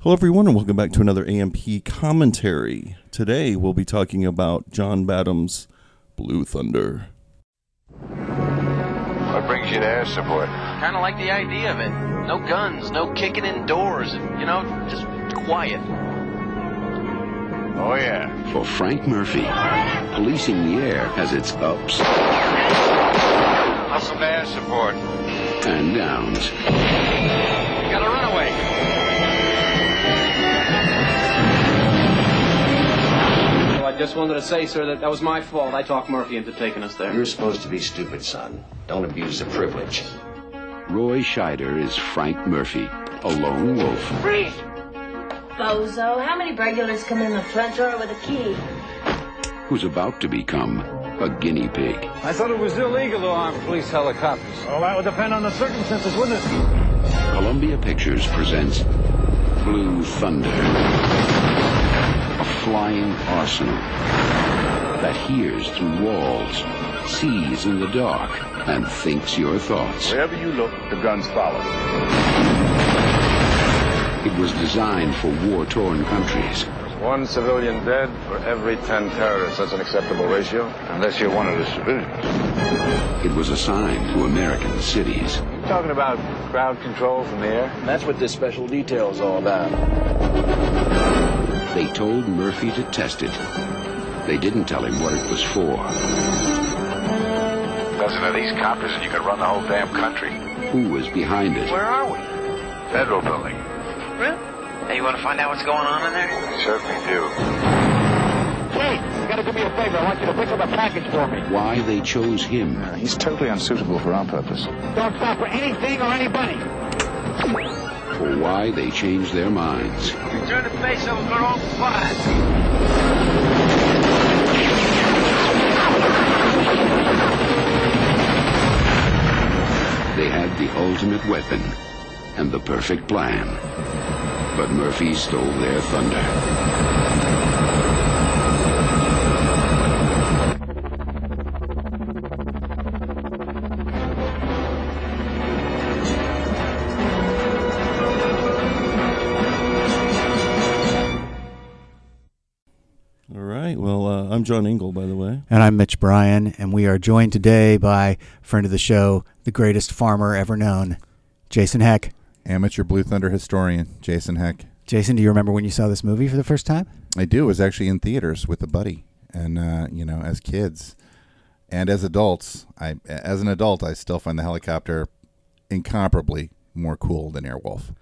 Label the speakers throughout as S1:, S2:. S1: Hello, everyone, and welcome back to another AMP commentary. Today, we'll be talking about John Badham's Blue Thunder.
S2: What brings you to air support?
S3: Kind of like the idea of it. No guns, no kicking in doors, you know, just quiet.
S2: Oh, yeah.
S4: For Frank Murphy, policing the air has its ups
S2: Hustle to air support.
S4: and downs.
S3: You got a runaway.
S5: Well, I just wanted to say, sir, that that was my fault. I talked Murphy into taking us there.
S6: You're supposed to be stupid, son. Don't abuse the privilege.
S4: Roy Scheider is Frank Murphy, a lone wolf.
S7: Bozo, how many regulars come in the front door with a key?
S4: who's about to become a guinea pig.
S8: I thought it was illegal to arm police helicopters. Well, that would depend on the circumstances, wouldn't it?
S4: Columbia Pictures presents Blue Thunder, a flying arsenal that hears through walls, sees in the dark, and thinks your thoughts.
S2: Wherever you look, the guns follow.
S4: It was designed for war-torn countries,
S2: One civilian dead for every ten terrorists. That's an acceptable ratio. Unless you're one of the civilians.
S4: it was assigned to American cities.
S2: You talking about crowd control from the air?
S6: That's what this special detail is all about.
S4: They told Murphy to test it. They didn't tell him what it was for,
S2: Dozen of these coppers and you could run the whole damn country.
S4: who was behind it,
S3: Where are we?
S2: Federal building.
S3: Really? Hey, you want to find out what's going on in there?
S2: Certainly do.
S4: why they chose him,
S2: He's totally unsuitable for our purpose.
S4: or why they changed their minds.
S3: Turn the face over, good old fire.
S4: They had the ultimate weapon and the perfect plan. But Murphy stole their thunder.
S1: All right. Well, uh, I'm John Engel, by the way.
S9: And I'm Mitch Bryan, and we are joined today by friend of the show, the greatest farmer ever known, Jason Heck.
S10: Amateur Blue Thunder historian, Jason Heck.
S9: Jason, do you remember when you saw this movie for the first time?
S10: I do. was actually in theaters with a buddy, and uh, you know, as kids, and as adults, I as an adult, I still find the helicopter incomparably more cool than Airwolf.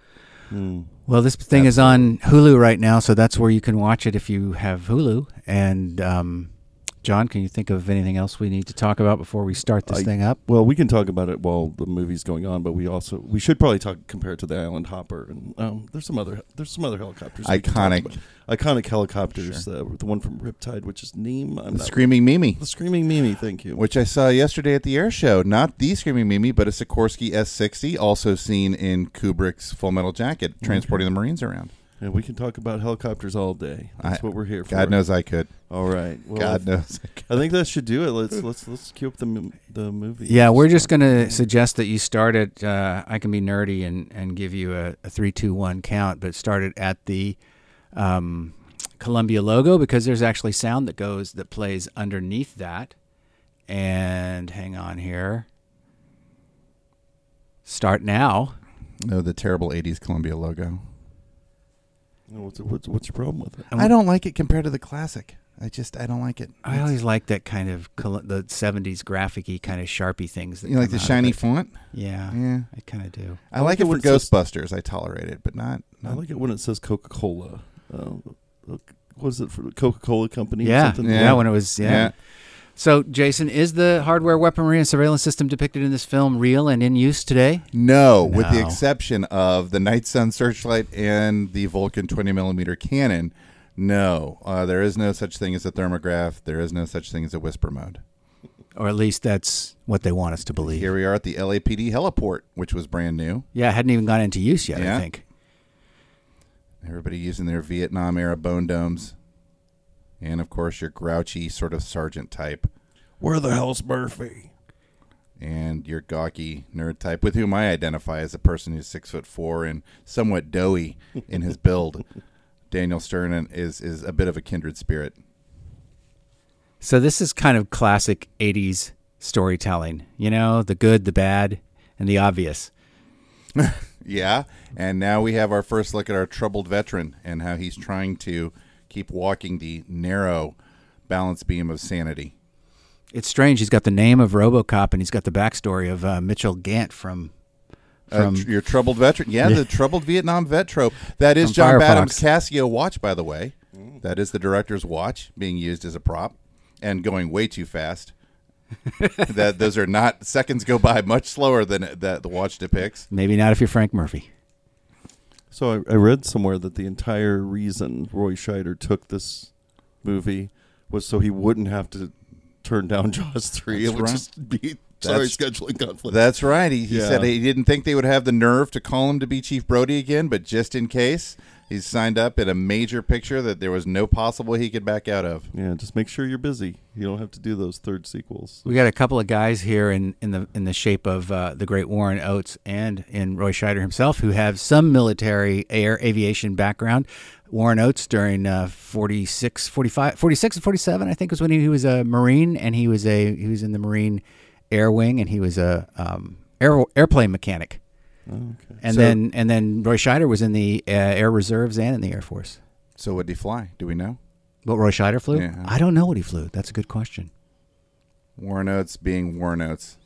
S9: Well, this thing is on Hulu right now, so that's where you can watch it if you have Hulu. And um, John, can you think of anything else we need to talk about before we start this thing up?
S1: Well, we can talk about it while the movie's going on, but we also we should probably talk compare it to the Island Hopper and um, there's some other there's some other helicopters. we can talk
S10: Iconic.
S1: about. iconic helicopters. Uh, the one from Riptide, which is Neem. I'm
S10: The
S1: not-
S10: Screaming Mimi,
S1: the screaming Mimi. Thank you.
S10: which I saw yesterday at the air show, not the Screaming Mimi, but a Sikorsky S60, also seen in Kubrick's Full Metal Jacket, transporting the Marines around.
S1: Yeah, we can talk about helicopters all day. That's
S10: I-
S1: what we're here for.
S10: God knows I could.
S1: All right. Well,
S10: God
S1: if-
S10: knows. I could.
S1: I think that should do it. Let's let's let's cue up the mo- the movie.
S9: Yeah, we're just going to suggest that you start at, uh, I can be nerdy and, and give you a, a three, two, one count, but start it at the um, Columbia logo because there's actually sound that goes, that plays underneath that. And hang on here. Start now.
S10: No, the terrible '80s Columbia logo.
S1: What's, what's what's your problem with it?
S10: I don't like it compared to the classic. I just I don't like it.
S9: I always like that kind of col- the 70s graphic-y kind of Sharpie things. That
S10: you like
S9: come out
S10: the
S9: of
S10: shiny
S9: it.
S10: font.
S9: Yeah,
S10: Yeah.
S9: I kind of do.
S10: I, like, it
S1: when
S10: for
S1: it says-
S10: Ghostbusters. I tolerate it, but not.
S1: I
S10: not
S1: like it when it says Coca Cola. Uh, what is it for the Coca Cola Company? Or
S9: Yeah,
S1: something?
S9: yeah.
S10: Yeah.
S9: When it was yeah. So, Jason, is the hardware, weaponry, and surveillance system depicted in this film real and in use today?
S10: No, with the
S9: No.
S10: exception of the Night Sun searchlight and the Vulcan 20 millimeter cannon. No, uh, there is no such thing as a thermograph. There is no such thing as a whisper mode.
S9: Or at least that's what they want us to believe.
S10: Here we are at the LAPD heliport, which was brand new.
S9: Yeah, it hadn't even gone into use yet,
S10: Yeah.
S9: I think.
S10: Everybody using their Vietnam era bone domes. And of course, your grouchy sort of sergeant type.
S1: Where the hell's Murphy?
S10: and your gawky nerd type, with whom I identify as a person who's six foot four and somewhat doughy in his build. Daniel Stern is is a bit of a kindred spirit.
S9: So this is kind of classic 80s storytelling, you know, the good, the bad, and the obvious.
S10: Yeah, and now we have our first look at our troubled veteran and how he's trying to keep walking the narrow balance beam of sanity.
S9: It's strange. He's got the name of RoboCop and he's got the backstory of uh, Mitchell Gant from
S10: Uh,
S9: from
S10: tr- your troubled veteran, yeah, the troubled Vietnam vet trope. That is
S9: From
S10: John
S9: Firefox.
S10: Badham's Casio watch, by the way. That is the director's watch being used as a prop and going way too fast. that those are not seconds go by much slower than that the watch depicts.
S9: maybe not if you're Frank Murphy.
S1: So I, I read somewhere that the entire reason Roy Scheider took this movie was so he wouldn't have to turn down Jaws three.
S10: That's
S1: it would
S10: right.
S1: just be sorry
S10: That's-
S1: scheduling conflict.
S10: That's right. He, he said
S1: Yeah.
S10: he didn't think they would have the nerve to call him to be Chief Brody again, but just in case, he's signed up in a major picture that there was no possible he could back out of.
S1: yeah, just make sure you're busy. You don't have to do those third sequels.
S9: We got a couple of guys here in, in the in the shape of uh, the great Warren Oates and in Roy Scheider himself, who have some military air aviation background. Warren Oates during uh, 46, 45, 46 and 47, I think, was when he, he was a Marine and he was a he was in the Marine Air Wing and he was a um, air, airplane mechanic. And
S10: So-
S9: then and then Roy Scheider was in the uh, Air Reserves and in the Air Force.
S10: So what did he fly? Do we know?
S9: What Roy Scheider flew?
S10: Yeah.
S9: I don't know what he flew. That's a good question.
S10: Warren Oates being Warren Oates.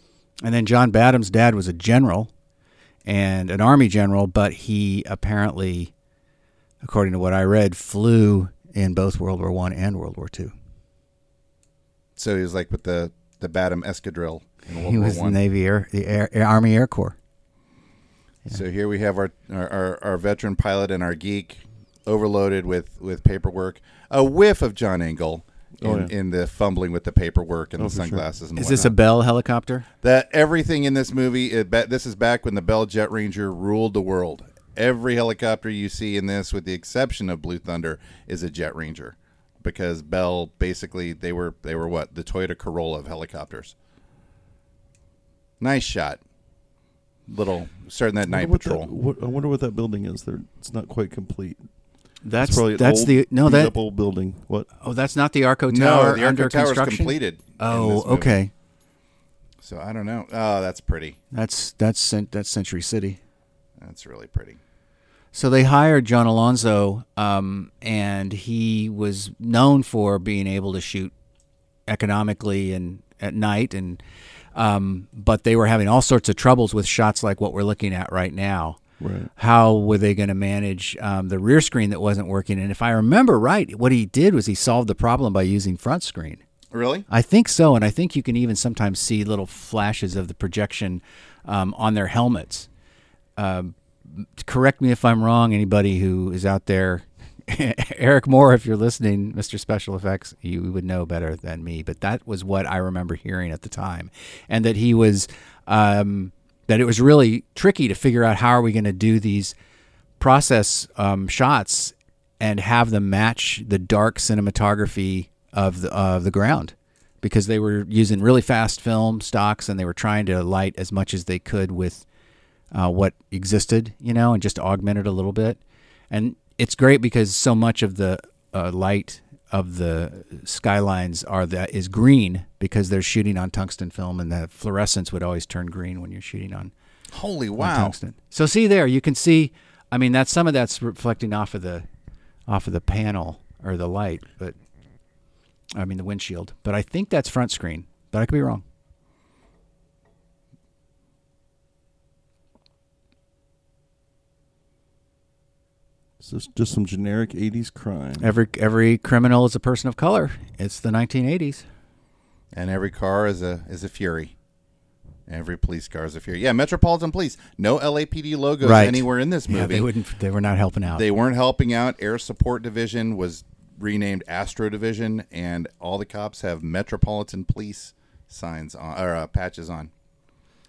S9: And then John Badham's dad was a general and an army general, but he apparently, according to what I read, flew in both World War One and World War Two.
S10: So he was like with the the Batum escadrille in World
S9: He
S10: War
S9: was in the
S10: One.
S9: Navy Air, the Air, Air- Army Air Corps.
S10: So here we have our our, our our veteran pilot and our geek overloaded with with paperwork. A whiff of John Engel in,
S1: Oh, yeah.
S10: in the fumbling with the paperwork and the sunglasses and
S9: Oh, Is this a
S10: whatnot.
S9: Bell helicopter?
S10: that everything in this movie? It, ba- this is back when the Bell Jet Ranger ruled the world. Every helicopter you see in this, with the exception of Blue Thunder, is a Jet Ranger, because Bell basically they were they were what the Toyota Corolla of helicopters. Nice shot, little starting that
S1: I
S10: night
S1: wonder what
S10: patrol.
S1: that- what- I wonder what that building is. There, it's not quite complete.
S9: That's
S1: it's probably an
S9: that's
S1: old,
S9: the no
S1: beat
S9: that
S1: up old building. What?
S9: oh that's not the Arco
S10: No,
S9: Tower
S10: the Arco
S9: under
S10: Tower is
S9: construction?
S10: completed in
S9: Oh,
S10: this movie.
S9: okay.
S10: So I don't know. Oh, that's pretty.
S9: That's that's cent- that's Century City.
S10: That's really pretty.
S9: So they hired John Alonzo, um, and he was known for being able to shoot economically and at night. And um, but they were having all sorts of troubles with shots like what we're looking at right now.
S1: Right.
S9: How were they going to manage um, the rear screen that wasn't working? And if I remember right, what he did was he solved the problem by using front screen.
S10: Really?
S9: I think so, and I think you can even sometimes see little flashes of the projection um, on their helmets. Um, correct me if I'm wrong. Anybody who is out there, Eric Moore, if you're listening, Mr. Special Effects, you would know better than me. But that was what I remember hearing at the time, and that he was um, that it was really tricky to figure out how are we going to do these process um, shots and have them match the dark cinematography of the of the ground because they were using really fast film stocks and they were trying to light as much as they could with uh, what existed, you know, and just augment it a little bit. And it's great because so much of the uh, light of the skylines are that is green because they're shooting on tungsten film and the fluorescence would always turn green when you're shooting on
S10: Holy
S9: on
S10: wow!
S9: tungsten. So see there, you can see. I mean, that's some of that's reflecting off of the off of the panel or the light, but I mean the windshield. But I think that's front screen, but I could be wrong.
S1: It's just, just some generic '80s crime.
S9: Every every criminal is a person of color. It's the 1980s.
S10: And every car is a is a fury. Every police car is a fury. Yeah, Metropolitan Police. No LAPD logos
S9: Right.
S10: anywhere in this movie.
S9: Yeah, they wouldn't. They were not helping out.
S10: They weren't helping out. Air Support Division was renamed Astro Division, and all the cops have Metropolitan Police signs on or uh, patches on.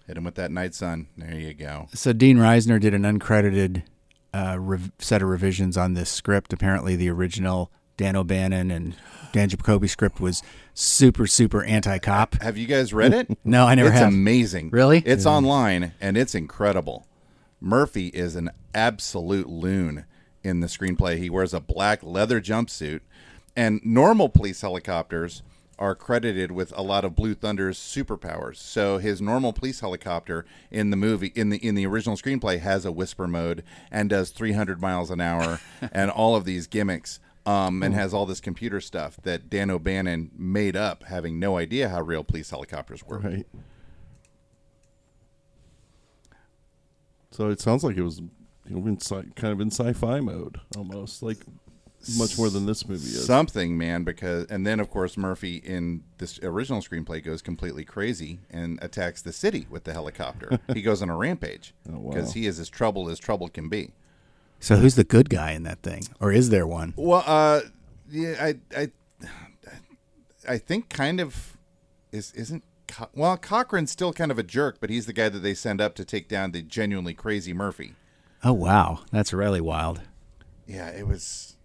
S10: Hit them with that night sun. There you go.
S9: So Dean Reisner did an uncredited uh, rev- set of revisions on this script. Apparently, the original Dan O'Bannon and Dan Jacoby script was super, super anti-cop.
S10: Have you guys read it?
S9: No, I never
S10: it's
S9: have.
S10: amazing.
S9: Really?
S10: It's online and it's incredible. Murphy is an absolute loon in the screenplay. He wears a black leather jumpsuit, and normal police helicopters are credited with a lot of Blue Thunder's superpowers. So his normal police helicopter in the movie in the in the original screenplay has a whisper mode and does 300 miles an hour and all of these gimmicks um, and has all this computer stuff that Dan O'Bannon made up, having no idea how real police helicopters work.
S1: Right. So it sounds like it was you know, in sci- kind of in sci-fi mode almost, like much more than this movie is.
S10: Something, man, because and then of course Murphy in this original screenplay goes completely crazy and attacks the city with the helicopter. he goes on a rampage
S1: Oh, wow.
S10: because he is as troubled as trouble can be.
S9: So who's the good guy in that thing, or is there one?
S10: Well, uh, yeah, I, I, I think kind of is isn't. Co- Well, Cochrane's still kind of a jerk, but he's the guy that they send up to take down the genuinely crazy Murphy.
S9: Oh wow, that's really wild.
S10: Yeah, it was,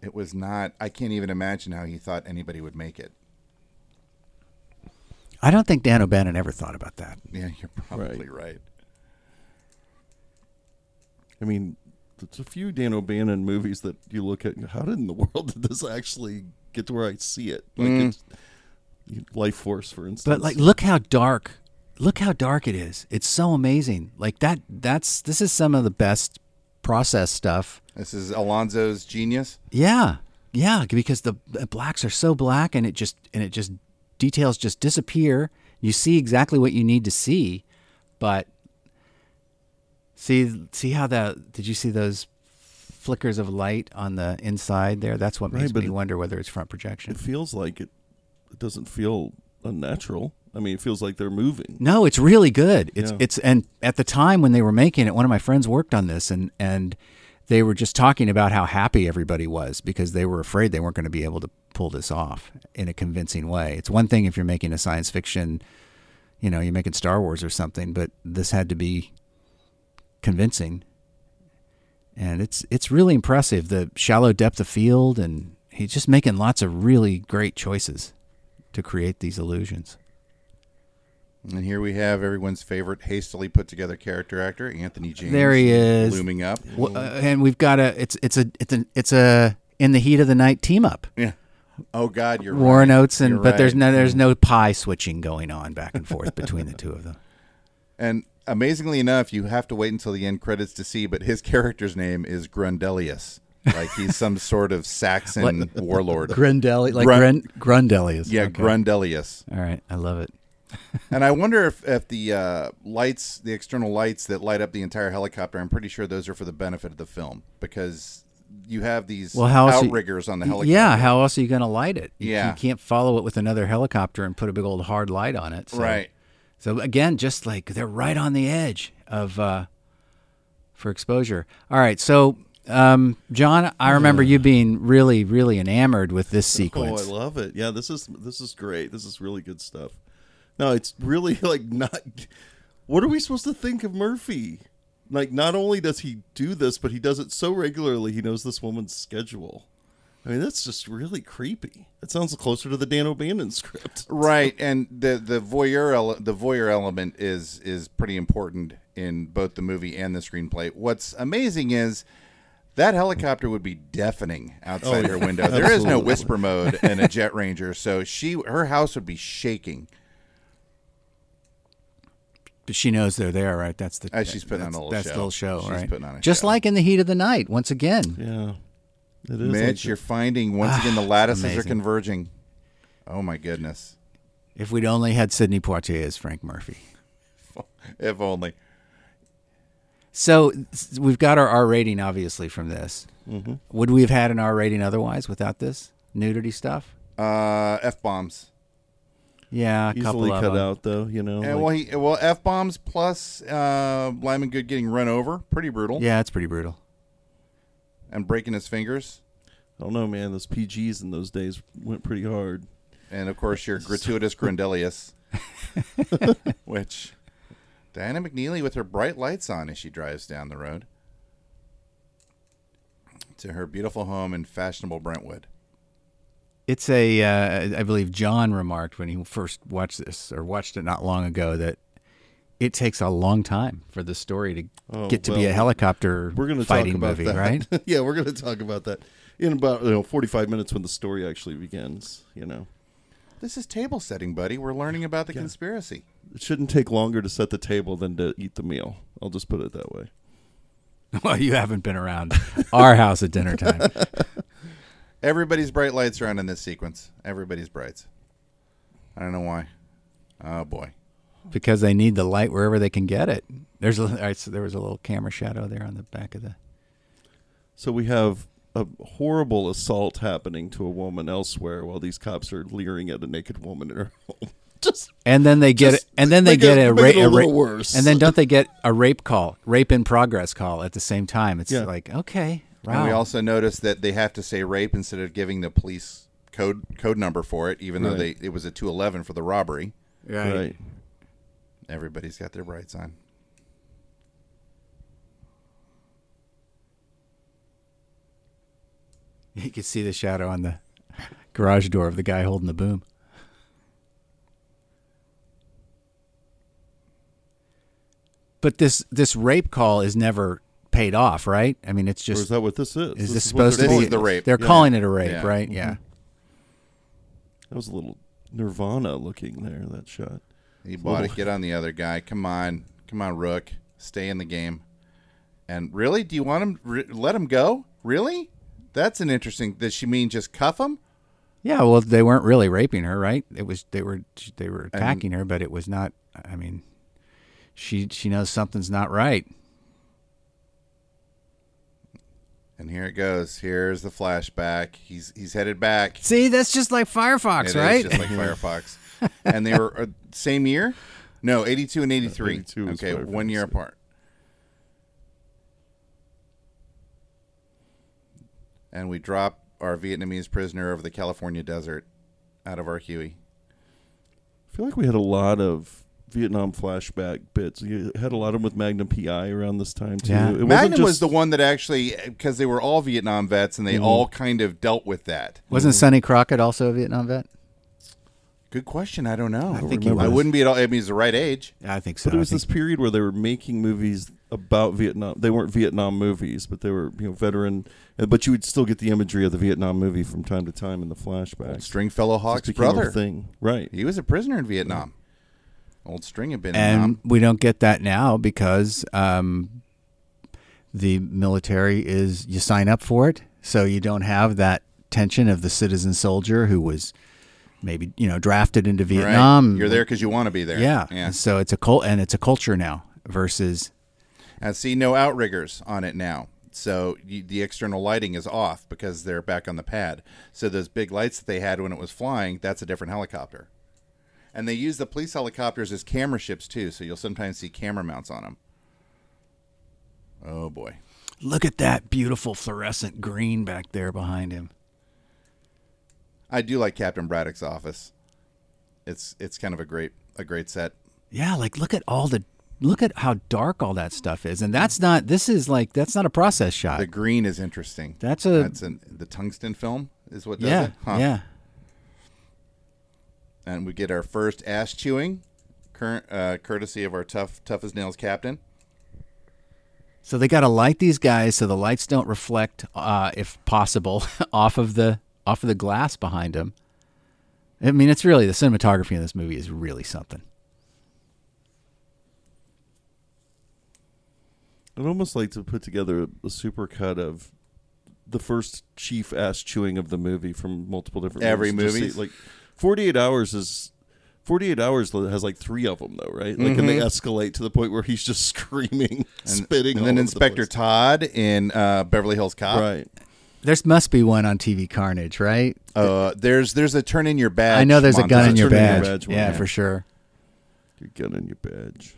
S10: it was not. I can't even imagine how he thought anybody would make it.
S9: I don't think Dan O'Bannon ever thought about that.
S10: Yeah, you're probably right.
S1: I mean, there's a few Dan O'Bannon movies that you look at. and How did in the world did this actually get to where I see it? Like
S9: Mm.
S1: it's, you- Life Force, for instance.
S9: But like, look how dark, look how dark it is. It's so amazing. Like that. That's this is some of the best process stuff.
S10: This is Alonzo's genius.
S9: Yeah, yeah. Because the, the blacks are so black, and it just and it just details just disappear. You see exactly what you need to see, but see see how that did you see those flickers of light on the inside there? That's what
S1: Right,
S9: makes
S1: but
S9: me
S1: it-
S9: wonder whether it's front projection.
S1: it feels like it. It doesn't feel unnatural. I mean, it feels like they're moving.
S9: No, it's really good. It's
S1: Yeah.
S9: it's and at the time when they were making it, one of my friends worked on this and and they were just talking about how happy everybody was because they were afraid they weren't going to be able to pull this off in a convincing way. It's one thing if you're making a science fiction, you know, you're making Star Wars or something, but this had to be convincing. And it's it's really impressive the shallow depth of field and he's just making lots of really great choices to create these illusions.
S10: And here we have everyone's favorite hastily put together character actor, Anthony James.
S9: There he is,
S10: Looming up.
S9: Well, uh, and we've got a it's it's a it's an it's a in the heat of the night team up.
S10: Yeah. Oh God, you're
S9: Warren
S10: right.
S9: Oates and
S10: You're
S9: but there's
S10: right. Mm-hmm.
S9: no there's no pie switching going on back and forth between the two of them.
S10: And amazingly enough, you have to wait until the end credits to see, but his character's name is Grundelius. Like he's some sort of Saxon
S9: Like-
S10: warlord.
S9: Grundeli, like
S10: Grun-
S9: Grun, Grundelius.
S10: Yeah,
S9: Okay.
S10: Grundelius.
S9: All right, I love it.
S10: and I wonder if, if the uh, lights, the external lights that light up the entire helicopter, I'm pretty sure those are for the benefit of the film because you have these
S9: Well, how else you-
S10: outriggers on the helicopter.
S9: Yeah, how else are you going to light it? You,
S10: Yeah.
S9: you can't follow it with another helicopter and put a big old hard light on it. So.
S10: Right.
S9: So again, just like they're right on the edge of uh, for exposure. All right, so um, John, I remember you being really, really enamored with this sequence.
S1: Oh, I love it. Yeah, this is this is great. This is really good stuff. No, it's really like not. What are we supposed to think of Murphy? Like, not only does he do this, but he does it so regularly. He knows this woman's schedule. I mean, that's just really creepy. That sounds closer to the Dan O'Bannon script.
S10: right and the the voyeur ele- the voyeur element is is pretty important in both the movie and the screenplay what's amazing is that helicopter would be deafening outside
S1: Oh,
S10: her
S1: yeah.
S10: window there is no
S1: Absolutely.
S10: whisper mode in a jet ranger so she her house would be shaking
S9: But she knows they're there, right? That's the
S10: Uh, she's putting on
S9: that's-
S10: a little
S9: that's the
S10: show.
S9: little show,
S10: She's
S9: right?
S10: putting on a
S9: Just
S10: show.
S9: like in the heat of the night, once again.
S1: Yeah, it is.
S10: mitch
S1: like
S10: you're finding once again the lattices are
S9: amazing.
S10: converging oh my goodness
S9: If we'd only had Sidney Poitier as Frank Murphy.
S10: if only
S9: So s- we've got our R rating, obviously, from this.
S10: Mm-hmm.
S9: Would we have had an R rating otherwise without this nudity stuff?
S10: uh f-bombs
S9: Yeah, a
S1: easily
S9: couple of
S1: cut
S9: them.
S1: out though. You know,
S10: And
S1: like-
S10: well, he, well, f bombs plus uh, Lyman Good getting run over, pretty brutal.
S9: Yeah, it's pretty brutal.
S10: and breaking his fingers,
S1: I don't know, man. Those PGs in those days went pretty hard.
S10: and of course your gratuitous Grindelius, which Diana McNeely with her bright lights on as she drives down the road to her beautiful home in fashionable Brentwood.
S9: It's a, uh, I believe John remarked when he first watched this or watched it not long ago that it takes a long time for the story to
S1: Oh,
S9: get to be
S1: well,
S9: a helicopter
S1: We're going to
S9: fighting
S1: talk about
S9: movie,
S1: that.
S9: right?
S1: yeah, we're going to talk about that in about you know 45 minutes when the story actually begins. You know,
S10: This is table setting, buddy. We're learning about the conspiracy.
S1: it shouldn't take longer to set the table than to eat the meal. I'll just put it that way.
S9: well, you haven't been around our house at dinner time.
S10: Everybody's bright lights are on in this sequence. Everybody's brights. I don't know why. Oh boy.
S9: because they need the light wherever they can get it. There's a, all right, so there was a little camera shadow there on the back of the.
S1: So we have a horrible assault happening to a woman elsewhere while these cops are leering at a naked woman in her home. Just
S9: And then they get,
S1: Just
S9: and then they
S1: make
S9: get
S1: it-
S9: a,
S1: make
S9: ra-
S1: it a
S9: ra-
S1: little worse.
S9: And then don't they get a rape call, rape in progress call at the same time? It's
S1: Yeah.
S9: like okay,
S10: And we
S9: wow,
S10: also noticed that they have to say rape instead of giving the police code code number for it, even though they
S1: Right.
S10: it was a two eleven for the robbery.
S9: right.
S1: right.
S10: Everybody's got their brights on.
S9: You can see the shadow on the garage door of the guy holding the boom. But this this rape call is never paid off, right? I mean, it's
S1: Or
S9: just
S1: is that what this is?
S9: is this,
S1: what they're
S9: supposed to
S10: calling
S9: be
S10: it. The rape,
S9: They're
S10: yeah.
S9: calling it a rape,
S10: Yeah. Mm-hmm.
S9: right? Yeah.
S1: That was a little Nirvana looking there. That shot.
S10: He bought it. Get on the other guy. Come on, come on, Rook. Stay in the game. And really, do you want him? Re- let him go? Really? That's an interesting. Does she mean just cuff him?
S9: Yeah, well, they weren't really raping her, right? It was they were they were attacking her, but it was not. I mean, she she knows something's not right.
S10: And here it goes. Here's the flashback. He's he's headed back.
S9: See, that's just like
S10: It
S9: Firefox,
S10: is
S9: right?
S10: just like Firefox. and they were uh, same year? No, 82 and 83.
S1: 82 Uh, was
S10: okay,
S1: Firefox,
S10: one year
S1: yeah.
S10: apart. And we drop our Vietnamese prisoner over the California desert out of our Huey.
S1: I feel like we had a lot of Vietnam flashback bits. You had a lot of them with Magnum PI around this time too.
S9: Yeah.
S1: wasn't
S10: Magnum was
S1: just- Mm-hmm.
S10: the one that actually, because they were all Vietnam vets and they all kind of dealt with that.
S9: Wasn't Sonny Crockett also a Vietnam vet?
S10: Good question. I don't know. I,
S9: think he was.
S10: wouldn't be at all. I mean, he's the right age.
S9: I think so.
S1: But it was this period where they were making movies about Vietnam. They weren't Vietnam movies, but they were you know veteran. uh, But you would still get the imagery of the Vietnam movie from time to time in the flashbacks.
S10: Stringfellow
S1: This
S10: Hawk's
S1: became a
S10: brother.
S1: thing, Mm. right?
S10: He was a prisoner in Vietnam. Old String had been in
S9: and
S10: Nam.
S9: we don't get that now because um, the military is you sign up for it, so you don't have that tension of the citizen soldier who was maybe you know drafted into
S10: Right?
S9: Vietnam.
S10: You're there because you want to be there.
S9: Yeah.
S10: yeah.
S9: And So it's a cult and it's a culture now versus
S10: I see no outriggers on it now. So you, the external lighting is off because they're back on the pad. So those big lights that they had when it was flying, that's a different helicopter. And they use the police helicopters as camera ships too. So you'll sometimes see camera mounts on them. Oh boy.
S9: look at that beautiful fluorescent green back there behind him.
S10: I do like Captain Braddock's office. It's it's kind of a great a great set.
S9: Yeah, like look at all the look at how dark all that stuff is. And that's not this is like that's not a process shot.
S10: The green is interesting.
S9: That's a-
S10: that's an, the tungsten film is what does
S9: uh, yeah.
S10: it. Huh.
S9: Yeah.
S10: and we get our first ass chewing, current uh, courtesy of our tough tough as nails captain.
S9: So they got to light these guys so the lights don't reflect uh if possible off of the off of the glass behind them. I mean, it's really the cinematography in this movie is really something.
S1: I'd almost like to put together a, a supercut of the first chief ass chewing of the movie from multiple different
S10: Every
S1: movies. Just
S10: movie?
S1: see, like forty eight hours is. 48 hours has like three of them though right like and they escalate to the point where he's just screaming spitting
S10: Mm-hmm. And
S1: all
S10: then
S1: over the
S10: Inspector
S1: place.
S10: Todd in uh, Beverly Hills Cop.
S1: right
S9: There's must be one on TV Carnage, right?
S10: Uh, there's there's a turn in your badge.
S9: I know there's a
S10: montage.
S9: gun in your
S10: Turn
S9: badge.
S10: one,
S9: yeah, for sure.
S1: Your gun in your badge.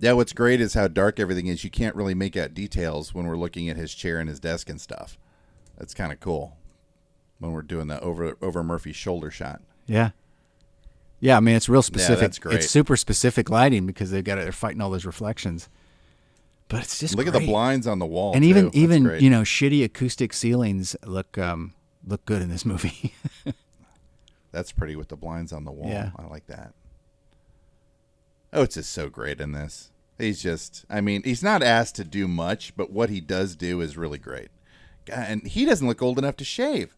S10: Yeah, what's great is how dark everything is. You can't really make out details when we're looking at his chair and his desk and stuff. That's kind of cool when we're doing the over over Murphy's shoulder shot.
S9: Yeah. Yeah, I mean it's real specific.
S10: that's great.
S9: It's super specific lighting because they've got they're fighting all those reflections. But it's just
S10: Look at the
S9: great.
S10: blinds on the wall,
S9: and
S10: too.
S9: even
S10: That's
S9: even
S10: great.
S9: you know shitty acoustic ceilings look um look good in this movie.
S10: That's pretty with the blinds on the wall.
S9: Yeah.
S10: I like that. Oh, it's just so great in this. He's just, I mean, he's not asked to do much, but what he does do is really great. God, And he doesn't look old enough to shave.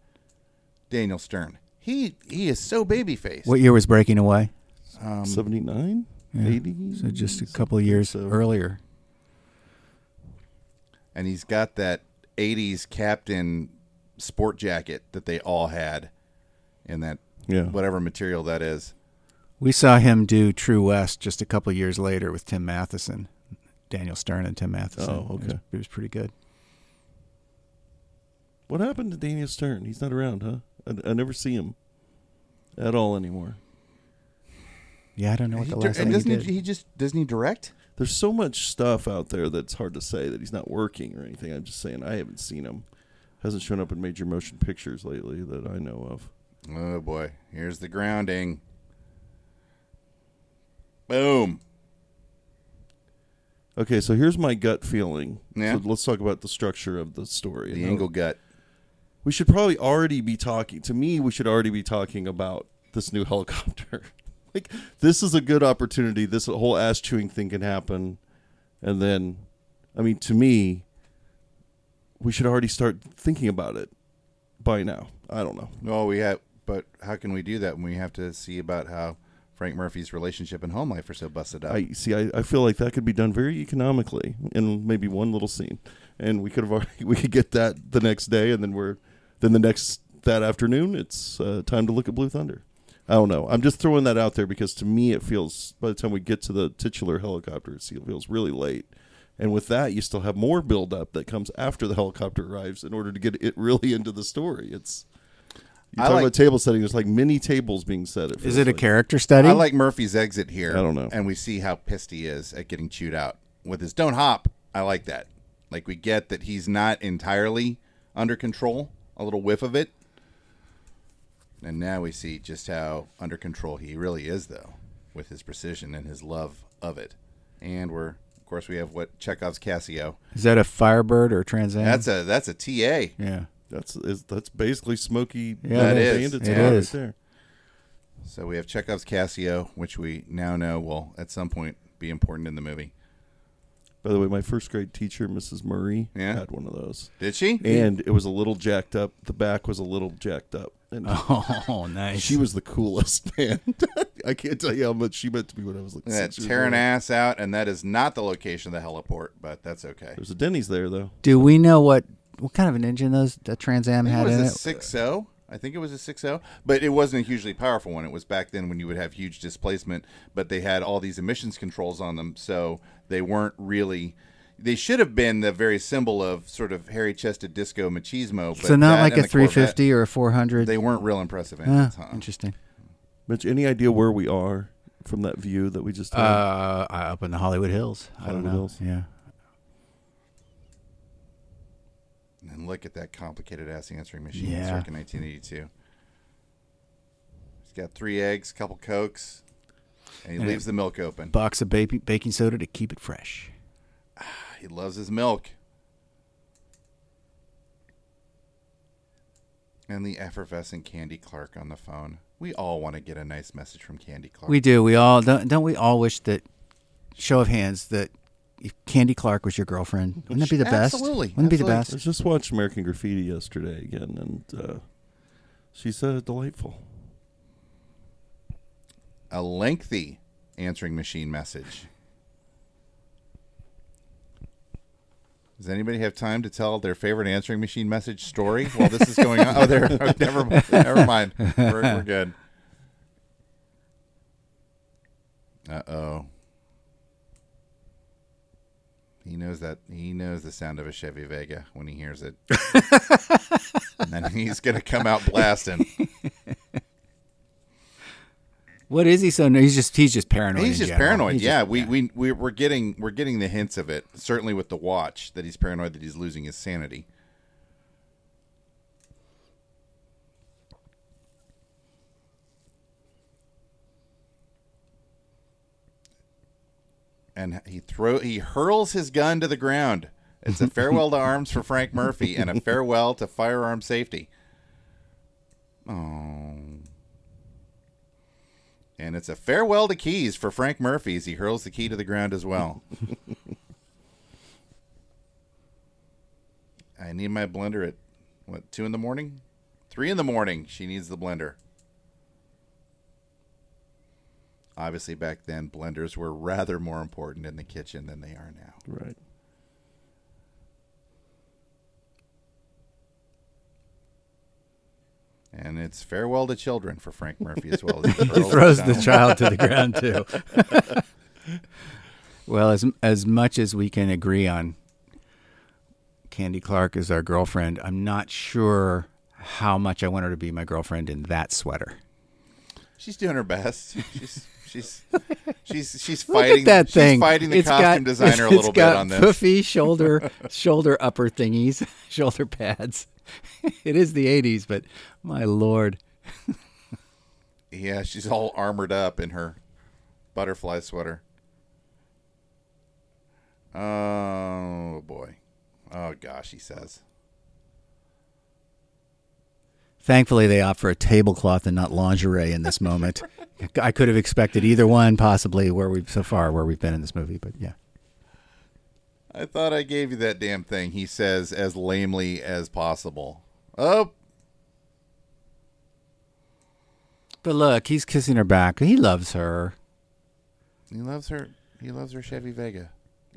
S10: Daniel Stern. He he is so baby faced.
S9: what year was Breaking Away?
S10: Um,
S1: 79? 80?
S9: So Uh, just a couple of years earlier.
S10: And he's got that 80s captain sport jacket that they all had in that
S1: Yeah.
S10: whatever material that is.
S9: We saw him do True West just a couple of years later with Tim Matheson, Daniel Stern and Tim Matheson.
S1: Oh,
S9: It was,
S1: okay.
S9: it was pretty good.
S1: What happened to Daniel Stern? He's not around, huh? I, I never see him at all anymore.
S9: Yeah, I don't know what
S10: He
S9: the
S10: dir-
S9: last
S10: and
S9: thing he
S10: doesn't
S9: did.
S10: he, he just doesn't he direct?
S1: There's so much stuff out there that's hard to say that he's not working or anything. I'm just saying I haven't seen him. Hasn't shown up in major motion pictures lately that I know of.
S10: Oh boy, here's the grounding. Boom.
S1: Okay, so here's my gut feeling.
S10: Yeah.
S1: So let's talk about the structure of the story.
S10: The
S1: Now,
S10: angle gut.
S1: We should probably already be talking. To me, we should already be talking about this new helicopter. like this is a good opportunity. This whole ass chewing thing can happen, and then, I mean, to me, we should already start thinking about it by now. I don't know.
S10: Well, we have, but how can we do that when we have to see about how Frank Murphy's relationship and home life are so busted up?
S1: I see. I, I feel like that could be done very economically in maybe one little scene, and we could have already we could get that the next day, and then we're then the next that afternoon it's uh, time to look at Blue Thunder. I don't know. I'm just throwing that out there because to me it feels by the time we get to the titular helicopter, it feels really late. And with that, you still have more buildup that comes after the helicopter arrives in order to get it really into the story. It's you
S10: I
S1: talk
S10: like-
S1: about table setting. There's like many tables being set. It
S9: Is
S1: feels
S9: it a
S1: like.
S9: character study?
S10: I like Murphy's exit here.
S1: I don't know.
S10: And we see how pissed he is at getting chewed out with his "Don't hop." I like that. Like we get that he's not entirely under control. A little whiff of it, and now we see just how under control he really is, though, with his precision and his love of it. And we're, of course, we have what Chekhov's
S1: Mm.
S10: Casio.
S9: Is that a Firebird or a Trans Am?
S10: That's a that's a TA.
S9: yeah.
S1: That's is, that's basically Smokey
S9: Yeah,
S10: it
S1: Bandit
S10: is.
S1: Bandit's
S10: It
S1: car
S9: is.
S1: right there.
S10: So we have Chekhov's Casio, which we now know will at some point be important in the movie.
S1: By the way, my first grade teacher, Mrs. Murray,
S10: Yeah.
S1: had one of those,
S10: Did she?
S1: and it was a little jacked up. The back was a little jacked up, and
S9: Oh, nice.
S1: she was the coolest man. I can't tell you how much she meant to me when I was like
S10: That
S1: six years
S10: tearing
S1: old.
S10: ass out, and that is not the location of the heliport, but that's okay.
S1: There's a Denny's there though.
S9: Do we know what what kind of an engine those the Trans Am
S10: I think
S9: had
S10: it
S9: in
S10: was a
S9: it?
S10: six zero. I think it was a six zero, but it wasn't a hugely powerful one. It was back then when you would have huge displacement, but they had all these emissions controls on them, so they weren't really. They should have been the very symbol of sort of hairy chested disco machismo. But
S9: so not
S10: that
S9: like
S10: and
S9: a
S10: the Corvette,
S9: 350 or a 400.
S10: They weren't real impressive
S9: Ah,
S10: engines, huh?
S9: Interesting.
S1: Mitch, any idea where we are from that view that we just had?
S9: Uh, I- up in the Hollywood Hills. I don't
S1: Hollywood
S9: know.
S1: Hills.
S9: Yeah.
S10: And look at that complicated ass answering machine
S9: Yeah.
S10: circa 1982. He's got three eggs, couple cokes, and he
S9: And
S10: leaves the milk open.
S9: Box of baking baking soda to keep it fresh.
S10: He loves his milk. And the effervescent Candy Clark on the phone. We all want to get a nice message from Candy Clark.
S9: We do. We all don't. Don't we all wish that? Show of hands that if Candy Clark was your girlfriend, wouldn't that be the best?
S10: Absolutely.
S9: Wouldn't it be the
S1: I
S9: best?
S1: just watched American Graffiti yesterday again, and uh, she said it delightful.
S10: a lengthy answering machine message. Does anybody have time to tell their favorite answering machine message story while this is going on? Oh, there. oh, never, never mind. We're, we're good. Uh oh. He knows that he knows the sound of a Chevy Vega when he hears it, and then he's gonna come out blasting.
S9: What is he so? ner- He's just he's just paranoid.
S10: He's
S9: in
S10: just
S9: general.
S10: paranoid.
S9: He's just-
S10: yeah, we, we we we're getting we're getting the hints of it. Certainly with the watch that he's paranoid that he's losing his sanity. And he throw he hurls his gun to the ground. It's a farewell to arms for Frank Murphy and a farewell to firearm safety. Oh. And it's a farewell to keys for Frank Murphy as he hurls the key to the ground as well. I need my blender at what, two in the morning? Three in the morning. She needs the blender. Obviously, back then, blenders were rather more important in the kitchen than they are now.
S1: Right.
S10: And it's farewell to children for Frank Murphy as well. As he
S9: he
S10: hurls
S9: throws
S10: it
S9: the
S10: down.
S9: child to the ground too. well, as as much as we can agree on, Candy Clark is our girlfriend. I'm not sure how much I want her to be my girlfriend in that sweater.
S10: She's doing her best. She's she's she's she's
S9: Look
S10: fighting
S9: at that
S10: she's
S9: thing.
S10: fighting the
S9: It's got-
S10: costume designer a
S9: it's
S10: little bit
S9: got
S10: on this.
S9: Poofy shoulder shoulder upper thingies, shoulder pads. it is the 80s, but my lord.
S10: Yeah, she's all armored up in her butterfly sweater. Oh boy. Oh gosh, he says.
S9: Thankfully, they opt for a tablecloth and not lingerie in this moment. I could have expected either one, possibly where we've so far where we've been in this movie, but yeah.
S10: I thought I gave you that damn thing, he says as lamely as possible. Oh,
S9: But look, he's kissing her back. He loves her.
S10: he loves her. He loves her Chevy Vega.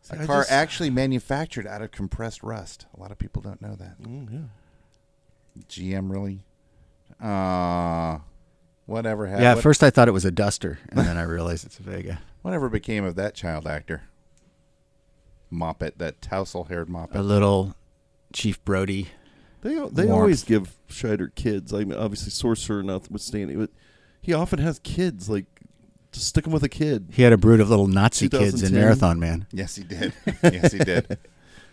S1: See,
S10: A
S1: I
S10: car
S1: just-
S10: actually manufactured out of compressed rust. A lot of people don't know that.
S1: Mm, yeah.
S10: GM really? Uh whatever happened.
S9: Yeah, at first I thought it was a duster, and then I realized it's a Vega.
S10: whatever became of that child actor? Moppet, that tousle-haired Moppet.
S9: A little Chief Brody.
S1: They they
S9: Warmth.
S1: always give Scheider kids. I mean, obviously Sorcerer notwithstanding, but he often has kids. Like just stick him with a kid.
S9: He had a brood of little Nazi kids in
S1: 2010.
S9: Marathon Man.
S10: Yes, he did. yes, he did.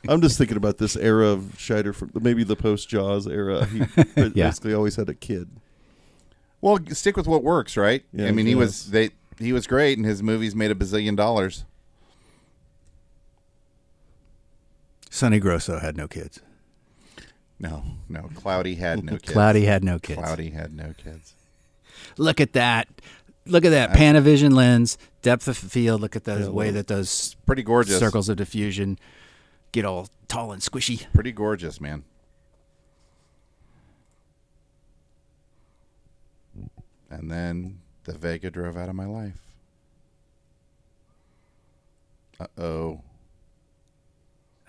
S1: I'm just thinking about this era of Scheider from maybe the post Jaws era. He ba-
S9: Yeah.
S1: basically always had a kid.
S10: Well, g- stick with what works, right?
S1: Yeah,
S10: I mean, he
S1: yes.
S10: was they he was great, and his movies made a bazillion dollars.
S9: Sonny Grosso had no kids.
S10: No, no, Cloudy had no kids.
S9: Cloudy had no kids.
S10: Cloudy had no kids.
S9: Look at that. Look at that Panavision lens, depth of field. Look at the way that those
S10: Pretty gorgeous.
S9: circles of diffusion get all tall and squishy.
S10: Pretty gorgeous, man. And then the Vega drove out of my life. Uh oh.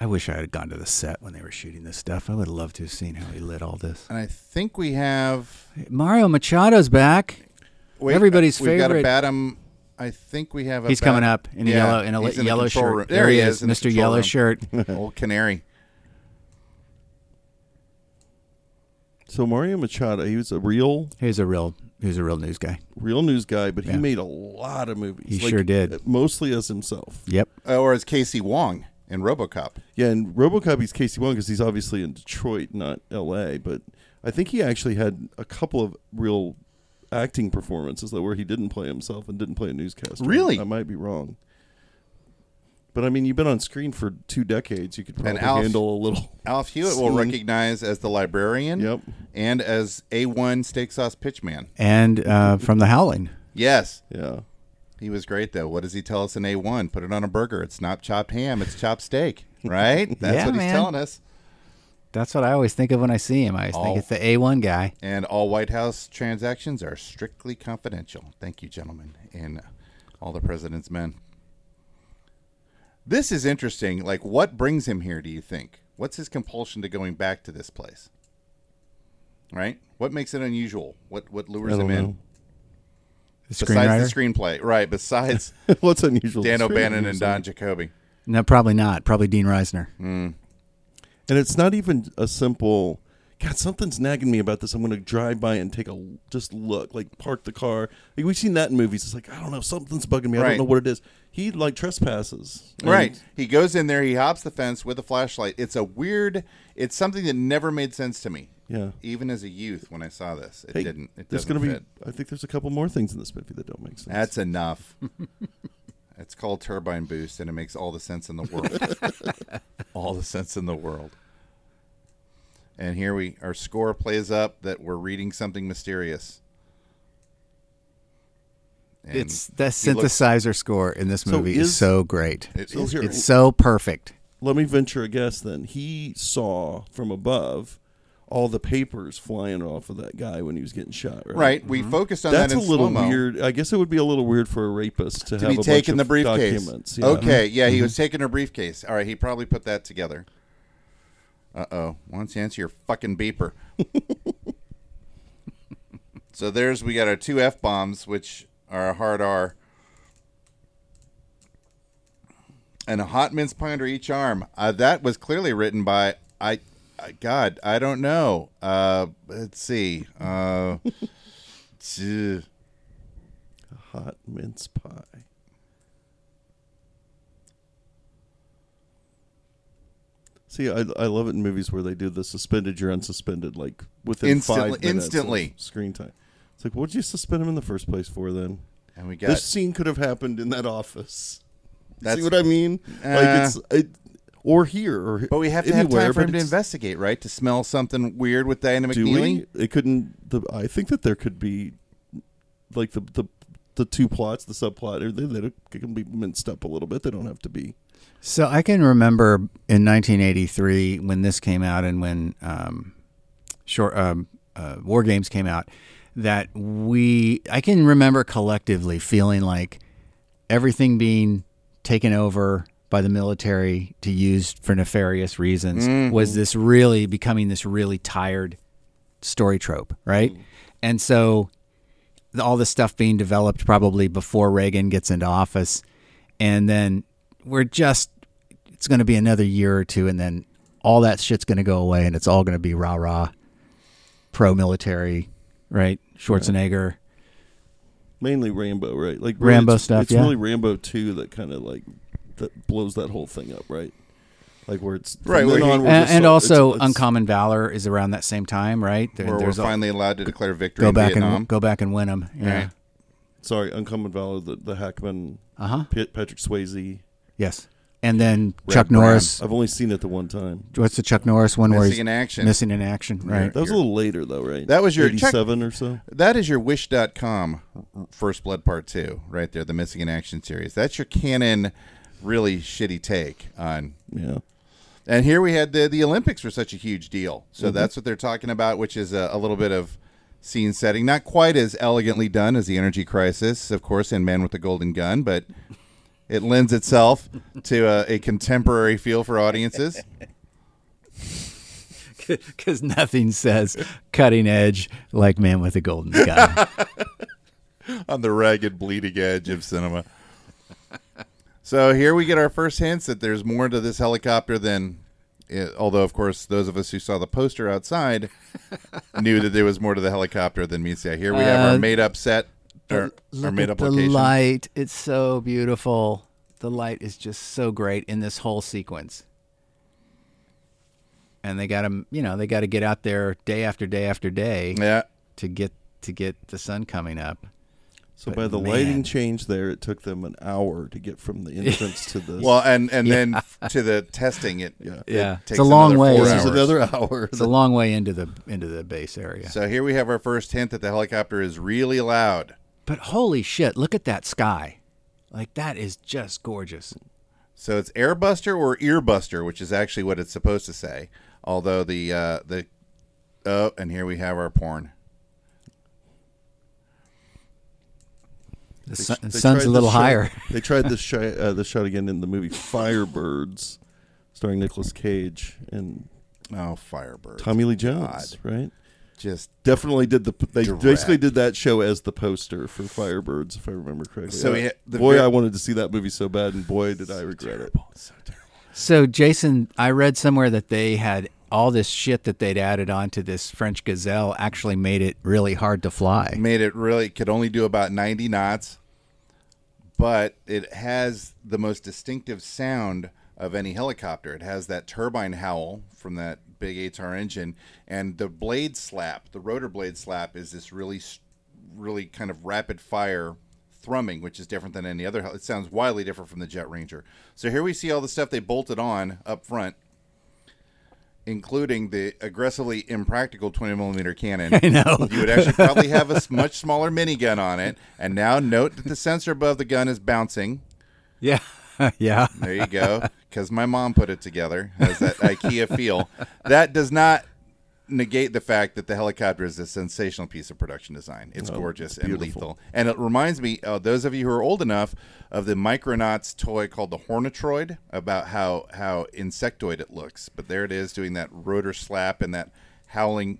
S9: I wish I had gone to the set when they were shooting this stuff. I would have loved to have seen how he lit all this.
S10: And I think we have
S9: Mario Machado's back.
S10: Wait,
S9: Everybody's
S10: uh, we've
S9: favorite.
S10: got a Batum. I think we have. A
S9: He's coming
S10: Batum-
S9: up in a
S10: Yeah,
S9: yellow in a
S10: he's
S9: li-
S10: in the
S9: yellow
S10: control
S9: shirt.
S10: room.
S9: There, he is,
S10: in the
S9: Mr.
S10: control
S9: Yellow
S10: room.
S9: Shirt.
S10: Old canary.
S1: So Mario Machado, he was a real
S9: He's a real he's a real news guy.
S1: real news guy, but he
S9: Yeah.
S1: made a lot of movies.
S9: He sure did.
S1: Mostly as himself.
S9: Yep.
S10: Oh, or is Casey Wong in RoboCop?
S1: Yeah, and RoboCop he's Casey Wong because he's obviously in Detroit, not L.A. But I think he actually had a couple of real acting performances though, where he didn't play himself and didn't play a newscaster.
S10: Really?
S1: I might be wrong. But I mean, you've been on screen for two decades. You could probably
S10: Alf-
S1: handle a little.
S10: Alf Hewitt will
S1: Scene.
S10: recognize as the librarian.
S1: Yep.
S10: And as A1 steak sauce pitchman.
S9: And uh,
S10: Mm-hmm.
S9: from the Howling.
S10: Yes,
S1: Yeah.
S10: he was great though. What does he tell us in A1? Put it on a burger. It's not chopped ham. It's chopped steak. Right. That's
S9: Yeah,
S10: what he's
S9: man.
S10: telling us.
S9: That's what I always think of when I see him. I always
S10: Oh.
S9: think it's the A one guy.
S10: And all White House transactions are strictly confidential. Thank you, gentlemen, and all the president's men. This is interesting. Like, what brings him here, do you think? What's his compulsion to going back to this place? Right? What makes it unusual? What what
S1: I
S10: lures
S1: don't
S10: him
S1: know.
S10: in? besides the screenplay, right? Besides
S1: what's unusual,
S10: Dan
S1: It's really
S10: O'Bannon and
S1: unusual.
S10: Don Jacoby.
S9: No, probably not. Probably Dean Reisner.
S10: Mm-hmm.
S1: And it's not even a simple. God, something's nagging me about this. I'm going to drive by and take a just look, like park the car. Like, we've seen that in movies. It's like I don't know, something's bugging me. I
S10: Right.
S1: don't know what it is. He like trespasses. And
S10: Right. He goes in there. He hops the fence with a flashlight. It's a weird. It's something that never made sense to me.
S1: Yeah.
S10: Even as a youth, when I saw this, it
S1: Hey,
S10: didn't. It
S1: there's
S10: doesn't
S1: going to be.
S10: fit.
S1: I think there's a couple more things in this movie that don't make sense.
S10: That's enough. it's called turbine boost, and it makes all the sense in the world. all the sense in the world. And here we, our score plays up that we're reading something mysterious. And
S9: it's the
S10: he looks-
S9: synthesizer score in this
S1: So
S9: movie is,
S1: is-
S9: so great.
S10: It
S1: So
S10: is
S1: here-
S9: it's so perfect.
S1: Let me venture a guess. Then he saw from above all the papers flying off of that guy when he was getting shot. Right. Mm-hmm.
S10: Right, we focused on
S1: That's
S10: that
S1: a
S10: in
S1: little
S10: slow-mo.
S1: weird. I guess it would be a little weird for a rapist to,
S10: to
S1: have
S10: be
S1: a bunch
S10: taking the
S1: of
S10: briefcase.
S1: documents. yeah. Mm-hmm.
S10: Okay, yeah, he was taking her briefcase. All right, he probably put that together. Uh oh, why don't you answer your fucking beeper? so there's we got our two f bombs, which are a hard R, and a hot mince pie under each arm. Uh, that was clearly written by I. I- God, I don't know. Uh, let's see. Uh, t-
S1: Hot mince pie. See, I, I love it in movies where they do the suspended, you're unsuspended, like within
S10: Instantly-
S1: five minutes
S10: instantly.
S1: of screen time. It's like, what would you suspend him in the first place for then?
S10: and we got
S1: This scene could have happened in that office.
S10: That's- Uh.
S1: See what I mean? like it's it, or here or
S10: But we have to
S1: anywhere,
S10: have time for
S1: but
S10: him to
S1: it's-
S10: investigate, right? To smell something weird with Diana
S1: Do
S10: McNeely.
S1: we? It couldn't. The, I think that there could be, like the the the two plots, the subplot, or they, they don't- it can be minced up a little bit. They don't have to be.
S9: So I can remember in 1983 when this came out and when um, short um, uh, War Games came out that we I can remember collectively feeling like everything being taken over by the military to use for nefarious reasons was this really becoming this really tired story trope, right? And so the- all this stuff being developed probably before Reagan gets into office. And then we're just, it's going to be another year or two. And then all that shit's going to go away and it's all going to be rah rah pro military, right? Schwarzenegger.
S1: Mainly Rambo, right? Like
S9: Rambo
S1: it's-
S9: stuff,
S1: It's
S9: yeah.
S1: really Rambo two that kind of like that blows that whole thing up, right? Like where it's from
S10: Right, where
S1: then
S10: he-
S1: on, we're
S9: And,
S1: just
S9: and
S1: so-
S9: also,
S1: it's- it's-
S9: Uncommon Valor is around that same time, right? There-
S10: Where we're
S9: there's a-
S10: finally allowed to declare victory
S9: go
S10: in
S9: back
S10: Vietnam.
S9: and go back and win them. Yeah.
S10: Right.
S1: Sorry, Uncommon Valor, the, the Hackman,
S9: Uh-huh.
S1: Pit, Patrick Swayze.
S9: Yes. And then
S10: Red
S9: Chuck
S10: Brown.
S9: Norris.
S1: I've only seen it the one time.
S9: What's the Chuck Norris one where
S10: Missing
S9: he's
S10: in action.
S9: Missing in action, right?
S1: That was a little later though, right?
S10: That was your- check-
S1: eighty-seven or so.
S10: That is your wish.com first blood part 2 right there, the missing in action series. That's your canon really shitty take on
S1: Yeah.
S10: And here we had the the Olympics were such a huge deal. So that's what they're talking about, which is a, a little bit of scene setting, not quite as elegantly done as the Energy Crisis, of course, and Man with the Golden Gun, but it lends itself to a, a contemporary feel for audiences.
S9: because nothing says cutting edge like Man with a Golden Gun.
S10: on the ragged bleeding edge of cinema. so here we get our first hints that there's more to this helicopter than it, although of course those of us who saw the poster outside knew that there was more to the helicopter than meets the eye. Here we have our
S9: Uh,
S10: made up set or our made up
S9: the
S10: location.
S9: light; it's so beautiful. The light is just so great in this whole sequence. And they got to, you know, they got to get out there day after day after day
S10: Yeah.
S9: to get to get the sun coming up.
S1: So
S9: But
S1: by the
S9: man.
S1: lighting change there, it took them an hour to get from the entrance to the
S10: Well, and and then to the testing it. Yeah.
S9: Yeah. It's a long way.
S10: Four
S9: This
S10: hours.
S9: is
S1: another hour.
S9: It's a long way into the into the base area.
S10: So here we have our first hint that the helicopter is really loud.
S9: But holy shit, look at that sky. Like that is just gorgeous.
S10: So it's airbuster or earbuster, which is actually what it's supposed to say. Although the uh, the oh, and here we have our porn.
S9: The
S1: They-
S9: sun,
S1: they
S9: sun's
S1: tried
S9: a little
S1: this shot-
S9: higher.
S1: they tried this shot, uh, this shot again in the movie Firebirds, starring Nicolas Cage and
S10: Oh, Firebird.
S1: Tommy Lee Jones. Right?
S10: just
S1: Definitely did the they
S10: Direct.
S1: basically did that show as the poster for Firebirds, if I remember correctly.
S10: So,
S1: I-
S10: yeah, the
S1: boy,
S10: ver-
S1: I wanted to see that movie so bad, and boy, did I regret it.
S9: So, Jason, I read somewhere that they had all this shit that they'd added onto this French gazelle actually made it really hard to fly.
S10: made it really could only do about 90 knots but it has the most distinctive sound of any helicopter it has that turbine howl from that big atr engine and the blade slap the rotor blade slap is this really s- really kind of rapid fire thrumming which is different than any other hel- it sounds wildly different from the jet ranger so here we see all the stuff they bolted on up front including the aggressively impractical 20 millimeter cannon. I know. You would actually probably have a s- much smaller minigun on it. And now note that the sensor above the gun is bouncing.
S9: Yeah. yeah.
S10: There you go. Because my mom put it together. Has that IKEA feel. That does not negate the fact that the helicopter is a sensational piece of production design. It's gorgeous and lethal. And it reminds me, uh, those of you who are old enough, of the Micronauts toy called the Hornetroid, about how how insectoid it looks. But there it is doing that rotor slap and that howling.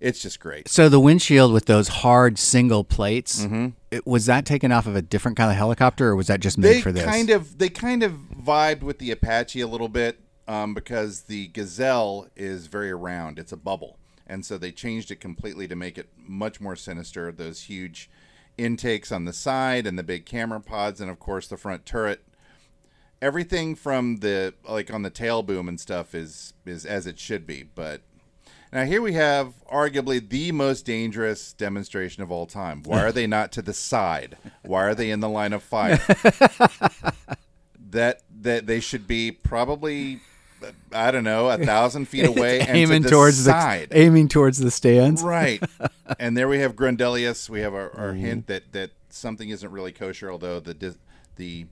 S10: It's just great.
S9: So, the windshield with those hard single plates,
S10: Mm-hmm.
S9: it, was that taken off of a different kind of helicopter or was that just made
S10: they
S9: for this?
S10: kind of they kind of vibed with the Apache a little bit um, because the Gazelle is very round. It's a bubble, and so they changed it completely to make it much more sinister. Those huge intakes on the side and the big camera pods, and of course the front turret. Everything from the like on the tail boom and stuff is is as it should be, but. Now here we have arguably the most dangerous demonstration of all time. Why are they not to the side? Why are they in the line of fire? that that they should be probably I don't know a thousand feet away and
S9: aiming
S10: to the
S9: towards
S10: side.
S9: the aiming towards the stands.
S10: right. And there we have Grundelius. We have our, our hint that that something isn't really kosher, although the dis- the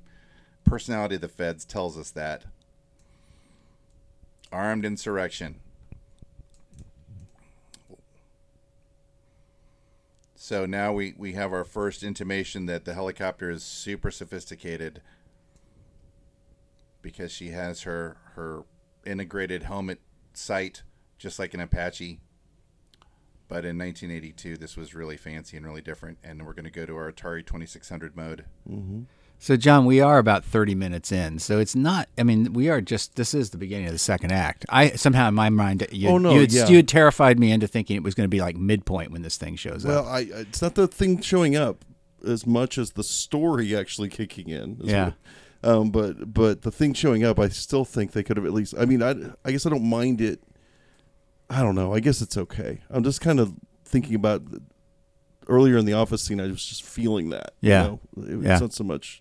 S10: personality of the feds tells us that armed insurrection. So now we, we have our first intimation that the helicopter is super sophisticated because she has her her integrated helmet sight just like an Apache. But in 1982, this was really fancy and really different. And we're going to go to our Atari 2600 mode.
S9: So, John, we are about 30 minutes in. So it's not, I mean, we are just, this is the beginning of the second act. I somehow, in my mind, you,
S1: Oh, no,
S9: you, had,
S1: yeah.
S9: you had terrified me into thinking it was going to be like midpoint when this thing shows
S1: Well,
S9: up.
S1: I it's not the thing showing up as much as the story actually kicking in. is
S9: Yeah.
S1: what- um, but but the thing showing up, I still think they could have at least. I mean, I I guess I don't mind it. I don't know. I guess it's okay. I'm just kind of thinking about the- earlier in the office scene. I was just feeling that. you
S9: Yeah.
S1: know? It-
S9: Yeah.
S1: It's not so much.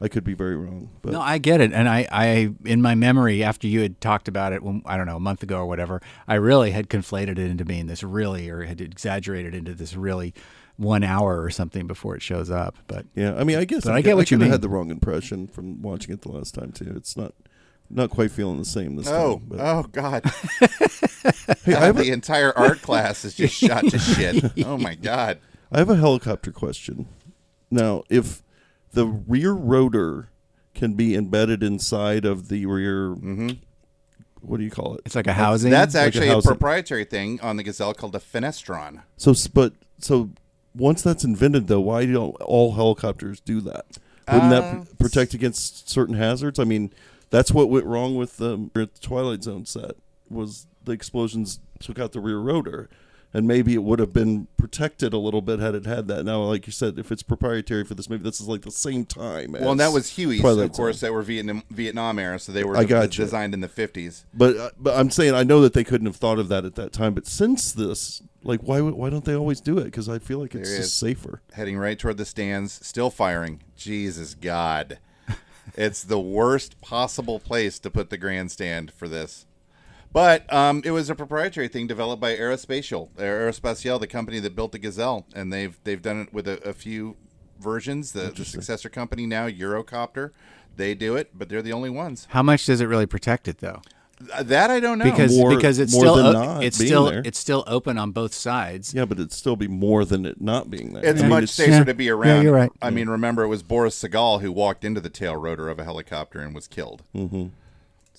S1: I could be very wrong, but
S9: No, I get it. And I, I, in my memory, after you had talked about it, when, I don't know, a month ago or whatever, I really had conflated it into being this really, or had exaggerated into this really one hour or something before it shows up. But
S1: yeah. I mean, I guess
S9: But I get what you
S1: could have
S9: mean.
S1: Had the wrong impression from watching it the last time too. It's not not quite feeling the same this
S10: Oh,
S1: time. but-
S10: oh, God. God, the entire art class is just shot to shit. Oh, my God.
S1: I have a helicopter question. Now, if the rear rotor can be embedded inside of the rear, what do you call it?
S9: it's like a housing.
S10: That's
S1: a
S10: actually a
S1: house-
S10: proprietary thing on the Gazelle called the Fenestron.
S1: So, s- but so once that's invented, though, why don't all helicopters do that? Wouldn't that p- protect against certain hazards? I mean, that's what went wrong with the with Twilight Zone set was the explosions took out the rear rotor. And maybe it would have been protected a little bit had it had that. Now, like you said, if it's proprietary for this, maybe this is like the same time.
S10: Well, and
S1: as
S10: that was Huey's,
S1: Twilight
S10: of course,
S1: Zone.
S10: that were Vietnam, Vietnam era, so they were
S1: I gotcha.
S10: designed in the 50s.
S1: But uh, but I'm saying I know that they couldn't have thought of that at that time. But since this, like, why would- why don't they always do it? Because I feel like it's
S10: There
S1: just
S10: is.
S1: safer.
S10: heading right toward the stands, still firing. Jesus God. it's the worst possible place to put the grandstand for this. But um, it was a proprietary thing developed by Aerospatial, Aerospatial, the company that built the Gazelle, and they've they've done it with a, a few versions. The, the successor company now, Eurocopter, they do it, but they're the only ones.
S9: How much does it really protect it, though?
S10: Uh, That I don't know.
S9: because
S1: More-
S9: because it's
S1: more
S9: still
S1: than
S9: o-
S1: not
S9: it's
S1: being
S9: still
S1: there.
S9: it's still open on both sides.
S1: Yeah, but it'd still be more than it not being there.
S10: It's
S1: I mean,
S10: much safer
S9: Yeah.
S10: to be
S9: Yeah,
S10: around.
S9: you're right.
S10: I mean, remember it was Boris Segal who walked into the tail rotor of a helicopter and was killed. Mm-hmm.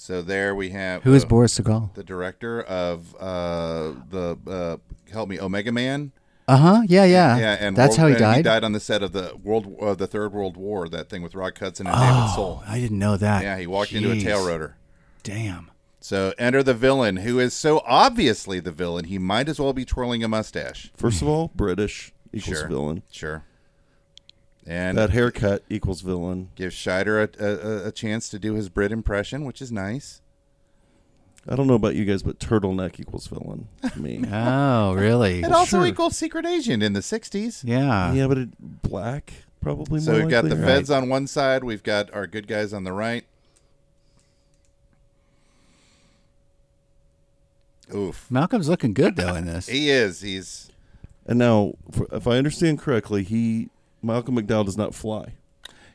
S10: So there we have.
S9: Who is Boris Segal?
S10: The director of uh, the uh, help me Omega Man.
S9: Uh-huh. Yeah, yeah.
S10: Yeah, and
S9: That's how he
S10: and He
S9: died?
S10: died on the set of the World uh, the Third World War. That thing with Rock Hudson and David
S9: Oh,
S10: Soul.
S9: I didn't know that.
S10: Yeah, he walked into a tail
S9: Jeez.
S10: rotor.
S9: Damn.
S10: So enter the villain, who is so obviously the villain, he might as well be twirling a mustache.
S1: First of all, British equals
S10: Sure.
S1: villain.
S10: Sure. And
S1: That haircut equals villain.
S10: gives Scheider a, a, a- a chance to do his Brit impression, which is nice.
S1: I don't know about you guys, but turtleneck equals villain to me.
S9: Oh, really?
S10: It also equals Secret Agent in the 60s.
S9: yeah.
S1: yeah, but it, black probably.
S10: So
S1: more
S10: we've got the
S1: likely, right?
S10: feds on one side, we've got our good guys on the right. Oof.
S9: Malcolm's looking good though in this.
S10: He is. He's.
S1: And now, f- if I understand correctly, he Malcolm McDowell does not fly.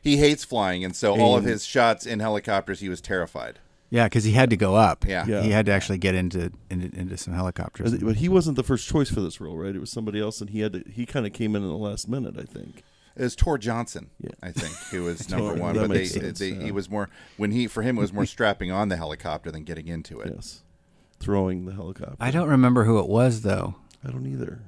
S10: He hates flying, and so all of
S1: And-
S10: his shots in helicopters, he was terrified.
S9: Yeah, because he had to go up.
S10: Yeah.
S1: Yeah.
S9: He had to actually get into into, into some helicopters.
S1: Is it- But he wasn't the first choice for this role, right? It was somebody else, and he had to, he kind of came in in the last minute, I think.
S10: It was Tor Johnson,
S1: Yeah.
S10: I think, who was number
S1: Tor,
S10: one.
S1: that
S10: But they,
S1: makes sense,
S10: they,
S1: yeah.
S10: he was more when he for him it was more strapping on the helicopter than getting into it.
S1: Yes, throwing the helicopter.
S9: I don't remember who it was though.
S1: I don't either.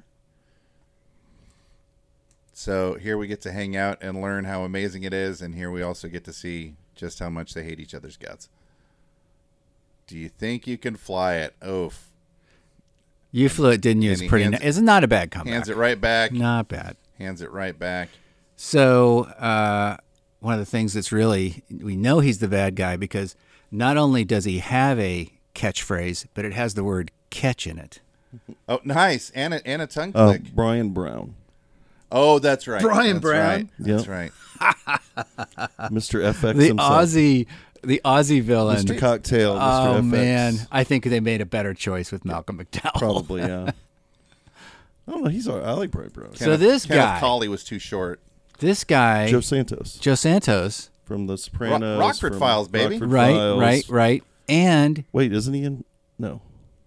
S10: So here we get to hang out and learn how amazing it is, and here we also get to see just how much they hate each other's guts. Do you think you can fly it? Oof!
S9: You flew it, didn't you?
S10: And
S9: It's
S10: he
S9: pretty.
S10: hands
S9: Ni-
S10: it-
S9: it's not a bad comeback.
S10: Hands it right back.
S9: Not bad.
S10: Hands it right back.
S9: So uh, one of the things that's really we know he's the bad guy because not only does he have a catchphrase, but it has the word catch in it.
S10: Oh, nice! And a, and a tongue
S9: Oh.
S1: Uh,
S10: click.
S1: Brian Brown,
S10: oh, that's right.
S9: Brian
S10: That's
S9: Brown.
S10: Right. That's
S1: Yep.
S10: right.
S1: Mr. FX
S9: Uh, The
S1: himself,
S9: Aussie, the Aussie villain.
S1: Mr. Cocktail, Mr.
S9: Oh
S1: FX.
S9: man, I think they made a better choice with Malcolm McDowell.
S1: probably yeah. I don't know. He's all right. I like Brian Brown.
S9: So this
S10: Kenneth
S9: guy-
S10: Colley was too short.
S9: This guy,
S1: Joe
S9: Joe,
S1: Santos
S9: Santos,
S1: from The Sopranos,
S10: Rockford
S1: from
S10: Files, baby.
S1: Rockford
S9: right,
S1: Files.
S9: right, right, and
S1: Wait, isn't he in? No,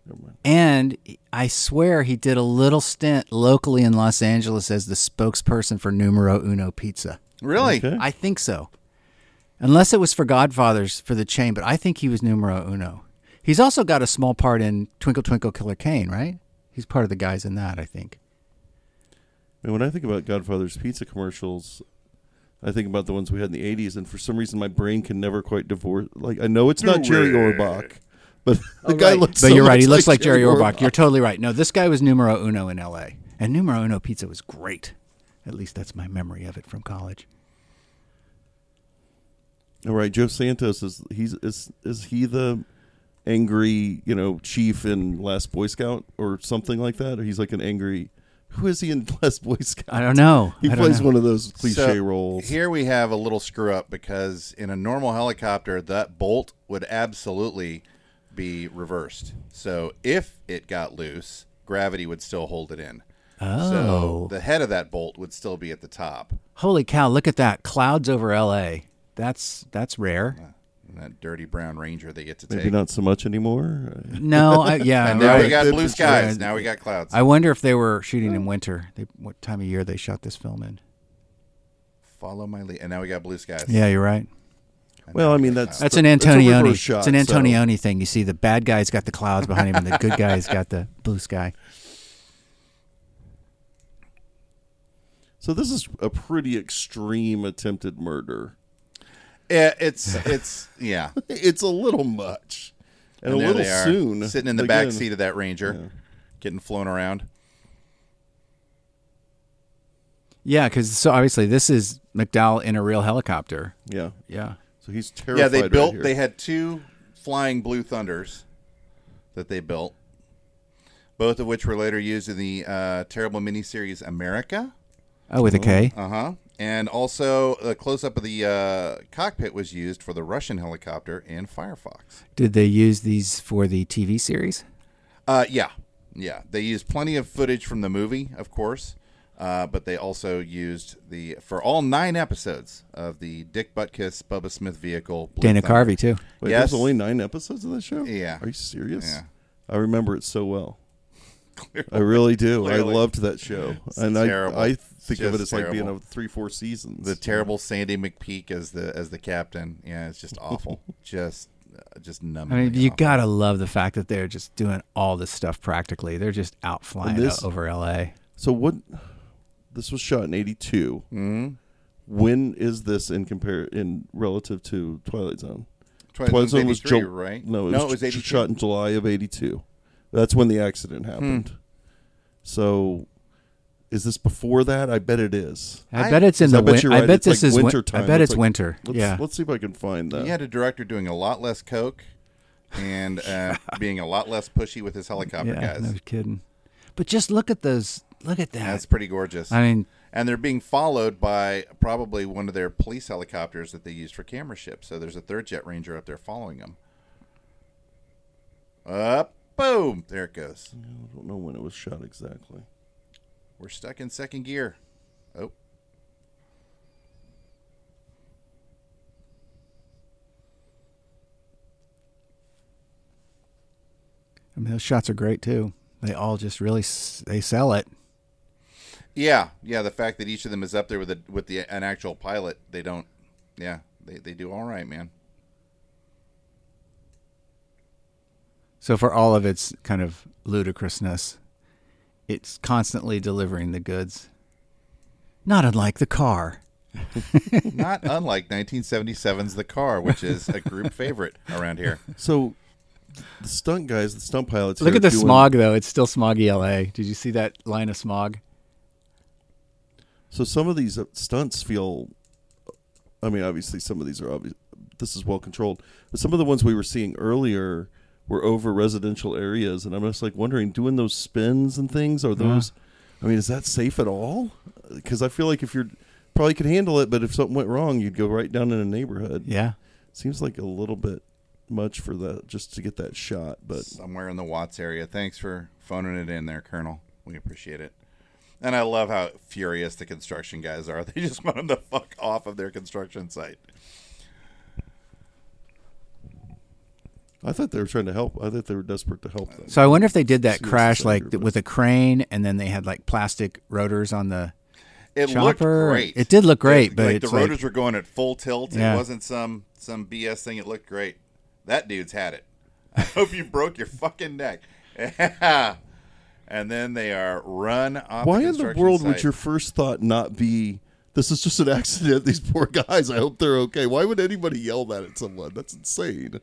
S1: never mind.
S9: and I swear he did a little stint locally in Los Angeles as the spokesperson for Numero Uno Pizza.
S10: Really?
S1: Okay.
S9: I think so, unless it was for Godfathers for the chain, but I think he was Numero Uno. He's also got a small part in Twinkle Twinkle Killer Kane, right? He's part of the guys in that, I think.
S1: I mean, when I think about Godfather's pizza commercials, I think about the ones we had in the '80s, and for some reason, my brain can never quite divorce. Like, I know it's not Jerry Orbach, but the guy looks. so
S9: But you're Oh, right.
S1: much
S9: He looks like Jerry Orbach. You're totally right. No, this guy was numero uno in L.A. And numero uno pizza was great. At least that's my memory of it from college.
S1: All right, Joe Santos is he's is is he the angry you know chief in Last Boy Scout or something like that? Or he's like an angry. Who is he in Last Boy Scout?
S9: I don't know.
S1: He
S9: I don't
S1: plays
S9: know.
S1: one of those cliche
S10: So,
S1: roles.
S10: Here we have a little screw up because in a normal helicopter, that bolt would absolutely be reversed. So if it got loose, gravity would still hold it in. So
S9: Oh.
S10: the head of that bolt would still be at the top.
S9: Holy cow! Look at that. Clouds over L.A. That's that's rare.
S10: And that dirty brown ranger they get to
S1: Maybe
S10: take.
S1: not so much anymore. Uh,
S9: No, I, yeah.
S10: And now
S9: right.
S10: we got blue
S1: Temperature.
S10: skies. Now we got clouds.
S9: I wonder if they were shooting in winter. They, what time of year they shot this film in?
S10: Follow my lead. And now we got blue skies.
S9: Yeah, you're right.
S10: And
S1: Well,
S10: now
S1: I
S10: we
S1: mean,
S10: got
S1: that's-
S10: clouds.
S9: That's an
S1: It's a reverse
S9: Antonioni. It's,
S1: shot,
S9: an
S1: so-
S9: Antonioni thing. You see, the bad guy's got the clouds behind him, and the good guy's got the blue sky.
S1: So this is a pretty extreme attempted murder.
S10: Yeah, it's it's yeah.
S1: It's a little much, and, a
S10: there
S1: little
S10: they are,
S1: soon.
S10: sitting in the back
S1: Again,
S10: seat of that ranger, getting flown around.
S9: Yeah, because so obviously this is McDowell in a real helicopter.
S1: Yeah.
S9: Yeah.
S1: So he's terrified.
S10: yeah, they
S1: right
S10: built.
S1: here.
S10: they had two flying blue thunders that they built, both of which were later used in the uh, terrible miniseries America.
S9: Oh, with a K.
S10: Uh huh. And also, a close up of the uh, cockpit was used for the Russian helicopter in Firefox.
S9: Did they use these for the TV series?
S10: Uh, yeah, yeah. They used plenty of footage from the movie, of course, uh, but they also used the for all nine episodes of the Dick Butkus Bubba Smith vehicle. Blue
S9: Dana
S10: Thunder.
S9: Carvey too.
S1: Wait,
S10: Yes.
S1: there's only nine episodes of that show.
S10: Yeah.
S1: Are you serious?
S10: Yeah.
S1: I remember it so well. I really do.
S10: Clearly.
S1: I loved that show, and
S10: terrible.
S1: I I think of it as
S10: Just
S1: like being
S10: terrible.
S1: a three four seasons.
S10: the terrible Sandy McPeak as the as the captain. Yeah, it's just awful. just uh, just numbing.
S9: I mean,
S10: me
S9: you
S10: off.
S9: gotta love the fact that they're just doing all this stuff practically. They're just out flying
S1: Well, this-
S9: o- over LA.
S1: So what? This was shot in '82. Mm-hmm. When is this in compare in relative to Twilight Zone?
S10: Twilight Zone's
S1: was
S10: 83,
S1: Ju-
S10: right?
S1: No, it was,
S10: No, it was
S1: ju-
S10: 82.
S1: shot in July of '82. That's when the accident
S10: Hmm.
S1: happened. So, is this before that? I bet it is.
S9: I I- bet it's in
S1: 'Cause
S9: the
S1: I bet
S9: win-
S1: you're
S9: I
S1: right,
S9: bet
S1: it's
S9: this
S1: like
S9: is win-
S1: winter
S9: I
S1: time.
S9: bet it's
S1: like-
S9: winter.
S1: Let's,
S9: Yeah.
S1: Let's see if I can find that.
S10: You had a director doing a lot less coke and uh, being a lot less pushy with his helicopter
S9: Yeah,
S10: guys.
S9: no kidding. But just look at those. Look at that.
S10: That's pretty gorgeous.
S9: I mean-
S10: and they're being followed by probably one of their police helicopters that they use for camera ships. So there's a third Jet Ranger up there following them. Up, boom! There it goes.
S1: I don't know when it was shot exactly.
S10: We're stuck in second gear. Oh,
S9: I mean, those shots are great too. They all just really s- they sell it.
S10: yeah, yeah. The fact that each of them is up there with a with the an actual pilot, they don't. Yeah, they they do all right, man.
S9: So for all of its kind of ludicrousness, it's constantly delivering the goods. Not unlike the car.
S10: Not unlike 1977's The Car, which is a group favorite around here.
S1: So, the stunt guys, the stunt pilots.
S9: Look
S1: here
S9: at the
S1: doing-
S9: smog though. It's still smoggy LA. Did you see that line of smog?
S1: So some of these uh, stunts feel. I mean, obviously, some of these are obvious. This is well controlled, but some of the ones we were seeing earlier were over residential areas, and I'm just like wondering, doing those spins and things are those? I mean, is that safe at all? Because I feel like if you're probably could handle it, but if something went wrong, you'd go right down in a neighborhood.
S9: Yeah.
S1: seems like a little bit much for that just to get that shot, but
S10: somewhere in the Watts area. Thanks for phoning it in there, Colonel. We appreciate it. And I love how furious the construction guys are. They just want them to fuck off of their construction site.
S1: I thought they were trying to help. I thought they were desperate to help. Them.
S9: So I wonder if they did that
S1: Seriously,
S9: crash like
S1: Sandra,
S9: th-
S1: but-
S9: with a crane, and then they had like plastic rotors on the
S10: It looked
S9: chopper.
S10: great.
S9: It did look great,
S10: It-
S9: but
S10: like
S9: it's
S10: the rotors
S9: like,
S10: were going at full tilt.
S9: Yeah.
S10: It wasn't some some BS thing. It looked great. That dude's had it. I hope you broke your fucking neck. And then they are run off.
S1: Why in
S10: the
S1: the
S10: construction
S1: world
S10: site.
S1: would your first thought not be, this is just an accident? These poor guys, I hope they're okay. Why would anybody yell that at someone? That's insane.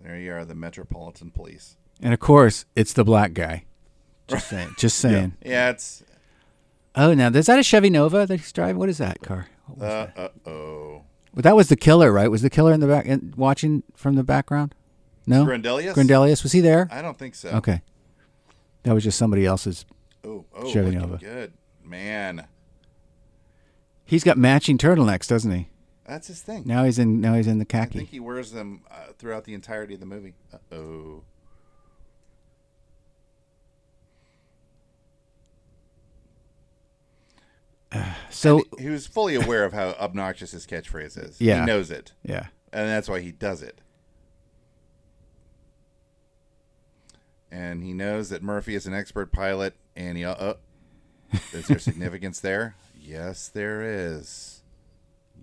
S10: There you are, the Metropolitan Police.
S9: and of course it's the black guy. Just saying. Just saying.
S10: Yeah, it's
S9: Oh, now is that a Chevy Nova that he's driving? What is that car?
S10: uh uh oh.
S9: Well, that was the killer, right? Was the killer in the back in, watching from the background? No.
S10: Grandelius?
S9: Grandelius was he there?
S10: I don't think so.
S9: Okay. That was just somebody else's.
S10: Oh, oh,
S9: Chevy
S10: looking
S9: Nova.
S10: good man.
S9: He's got matching turtlenecks, doesn't he?
S10: That's his thing.
S9: Now he's in. Now he's in the
S10: I
S9: khaki.
S10: think he wears them uh, throughout the entirety of the movie. Uh oh.
S9: so
S10: He was fully aware of how obnoxious his catchphrase is.
S9: Yeah.
S10: he knows it,
S9: yeah.
S10: and that's why he does it. And he knows that Murphy is an expert pilot, and he. Uh, uh, is there significance there? Yes, there is.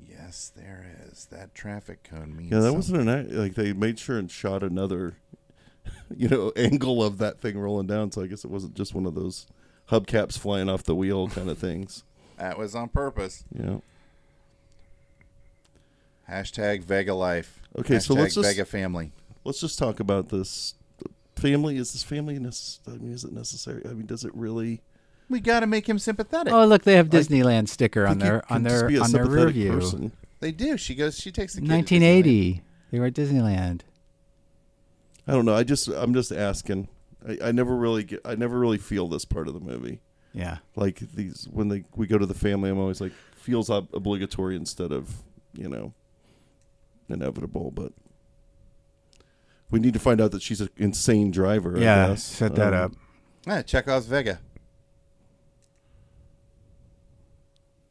S10: Yes, there is. That traffic cone means.
S1: Yeah, that
S10: something.
S1: wasn't an act. Like, they made sure and shot another, you know, angle of that thing rolling down. So I guess it wasn't just one of those hubcaps flying off the wheel kind of things.
S10: That was on purpose.
S1: Yeah.
S10: Hashtag Vega life.
S1: Okay,
S10: Hashtag
S1: so let's just-
S10: Vega family.
S1: Let's just talk about this. Family, is this family necessary? I mean, is it necessary? I mean, does it really?
S10: We got to make him sympathetic.
S9: Oh, look! They have Disneyland sticker on
S1: Think you
S9: their on
S1: can just
S9: their
S1: be a
S9: on their rear
S1: sympathetic
S9: view.
S1: person.
S10: They do. She goes. She takes the kid to
S9: 1980. They were at Disneyland.
S1: I don't know. I just, I'm just asking. I, I never really get, I never really feel this part of the movie.
S9: Yeah.
S1: like these when they we go to the family i'm always like feels ob- obligatory instead of you know inevitable but we need to find out that she's an insane driver I
S9: yeah.
S1: guess.
S9: Set that
S1: Um,
S9: up.
S10: Disneyland. Ah, Chekhov's Vega.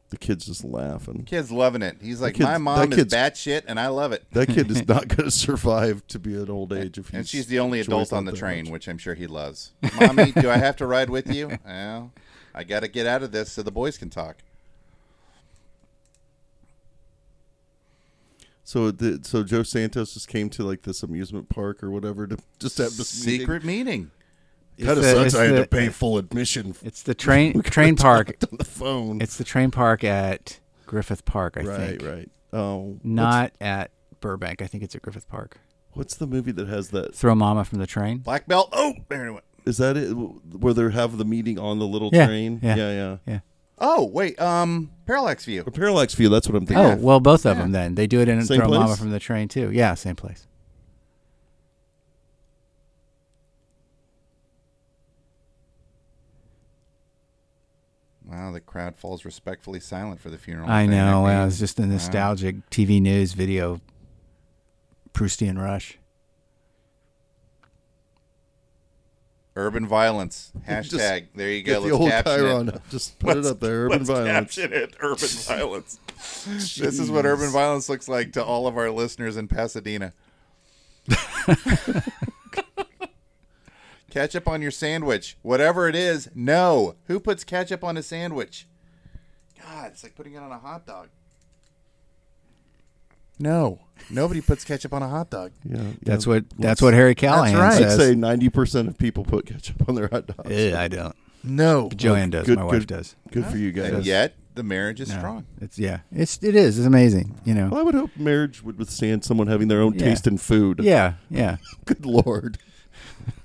S1: the kid's just laughing
S10: Kid's loving it. He's like,
S1: kid's-
S10: my mom
S1: that
S10: is
S1: kid's-
S10: batshit, and I love it.
S1: that kid is not going to survive to be an old age if he's
S10: And she's the only
S1: enjoys
S10: adult
S1: that
S10: on the
S1: that
S10: train,
S1: much.
S10: which I'm sure he loves. Mommy, do I have to ride with you? Well, I got to get out of this so the boys can talk.
S1: So the, so Joe Santos just came to like this amusement park or whatever to just have this
S10: Secret meeting.
S1: meeting. Kind of
S9: It's the-
S1: sucks.
S9: it's
S1: I had
S9: the-
S1: to pay full admission.
S9: It's the train train park.
S1: on the phone.
S9: It's the train park at Griffith Park, I
S1: right,
S9: think.
S1: right. Oh,
S9: Not at Burbank. I think it's at Griffith Park.
S1: what's the movie that has that?
S9: Throw Mama from the train.
S10: Black belt. Oh, there it went.
S1: Is that it? Where they have the meeting on the little
S9: Yeah,
S1: train?
S9: yeah.
S1: yeah, yeah.
S9: Yeah.
S10: Oh, wait. Um, parallax view.
S1: Or Parallax View. That's what I'm thinking.
S9: Oh well, both of them then. They do it in
S1: Same
S9: Throw Mama
S1: place?
S9: from the train too. Yeah, same place.
S10: Wow, the crowd falls respectfully silent for the funeral.
S9: I
S10: thing.
S9: know.
S10: mean,
S9: I was just a nostalgic TV news video. Proustian rush.
S10: urban violence
S1: Just
S10: hashtag. there you go.
S1: Get
S10: Let's
S1: the old
S10: caption
S1: Chiron.
S10: it.
S1: Just put it up there. Urban
S10: let's
S1: violence.
S10: Caption it. Urban violence. This is what urban violence looks like to all of our listeners in Pasadena. ketchup on your sandwich, whatever it is. No, who puts ketchup on a sandwich? God, it's like putting it on a hot dog. No, nobody puts ketchup on a hot dog.
S1: Yeah, yeah.
S9: That's what. That's what Harry Callahan
S10: right.
S1: I'd
S9: says.
S1: say ninety percent of people put ketchup on their hot dogs.
S9: Ew, I don't.
S10: No,
S9: Joanne does.
S1: Good-
S9: my wife
S1: good-
S9: does.
S1: Good for you guys.
S10: and yet the marriage is
S9: No,
S10: strong.
S9: It's yeah. It's it is. It's amazing. You know.
S1: Well, I would hope marriage would withstand someone having their own
S9: Yeah.
S1: taste in food.
S9: Yeah. Yeah.
S1: Good lord.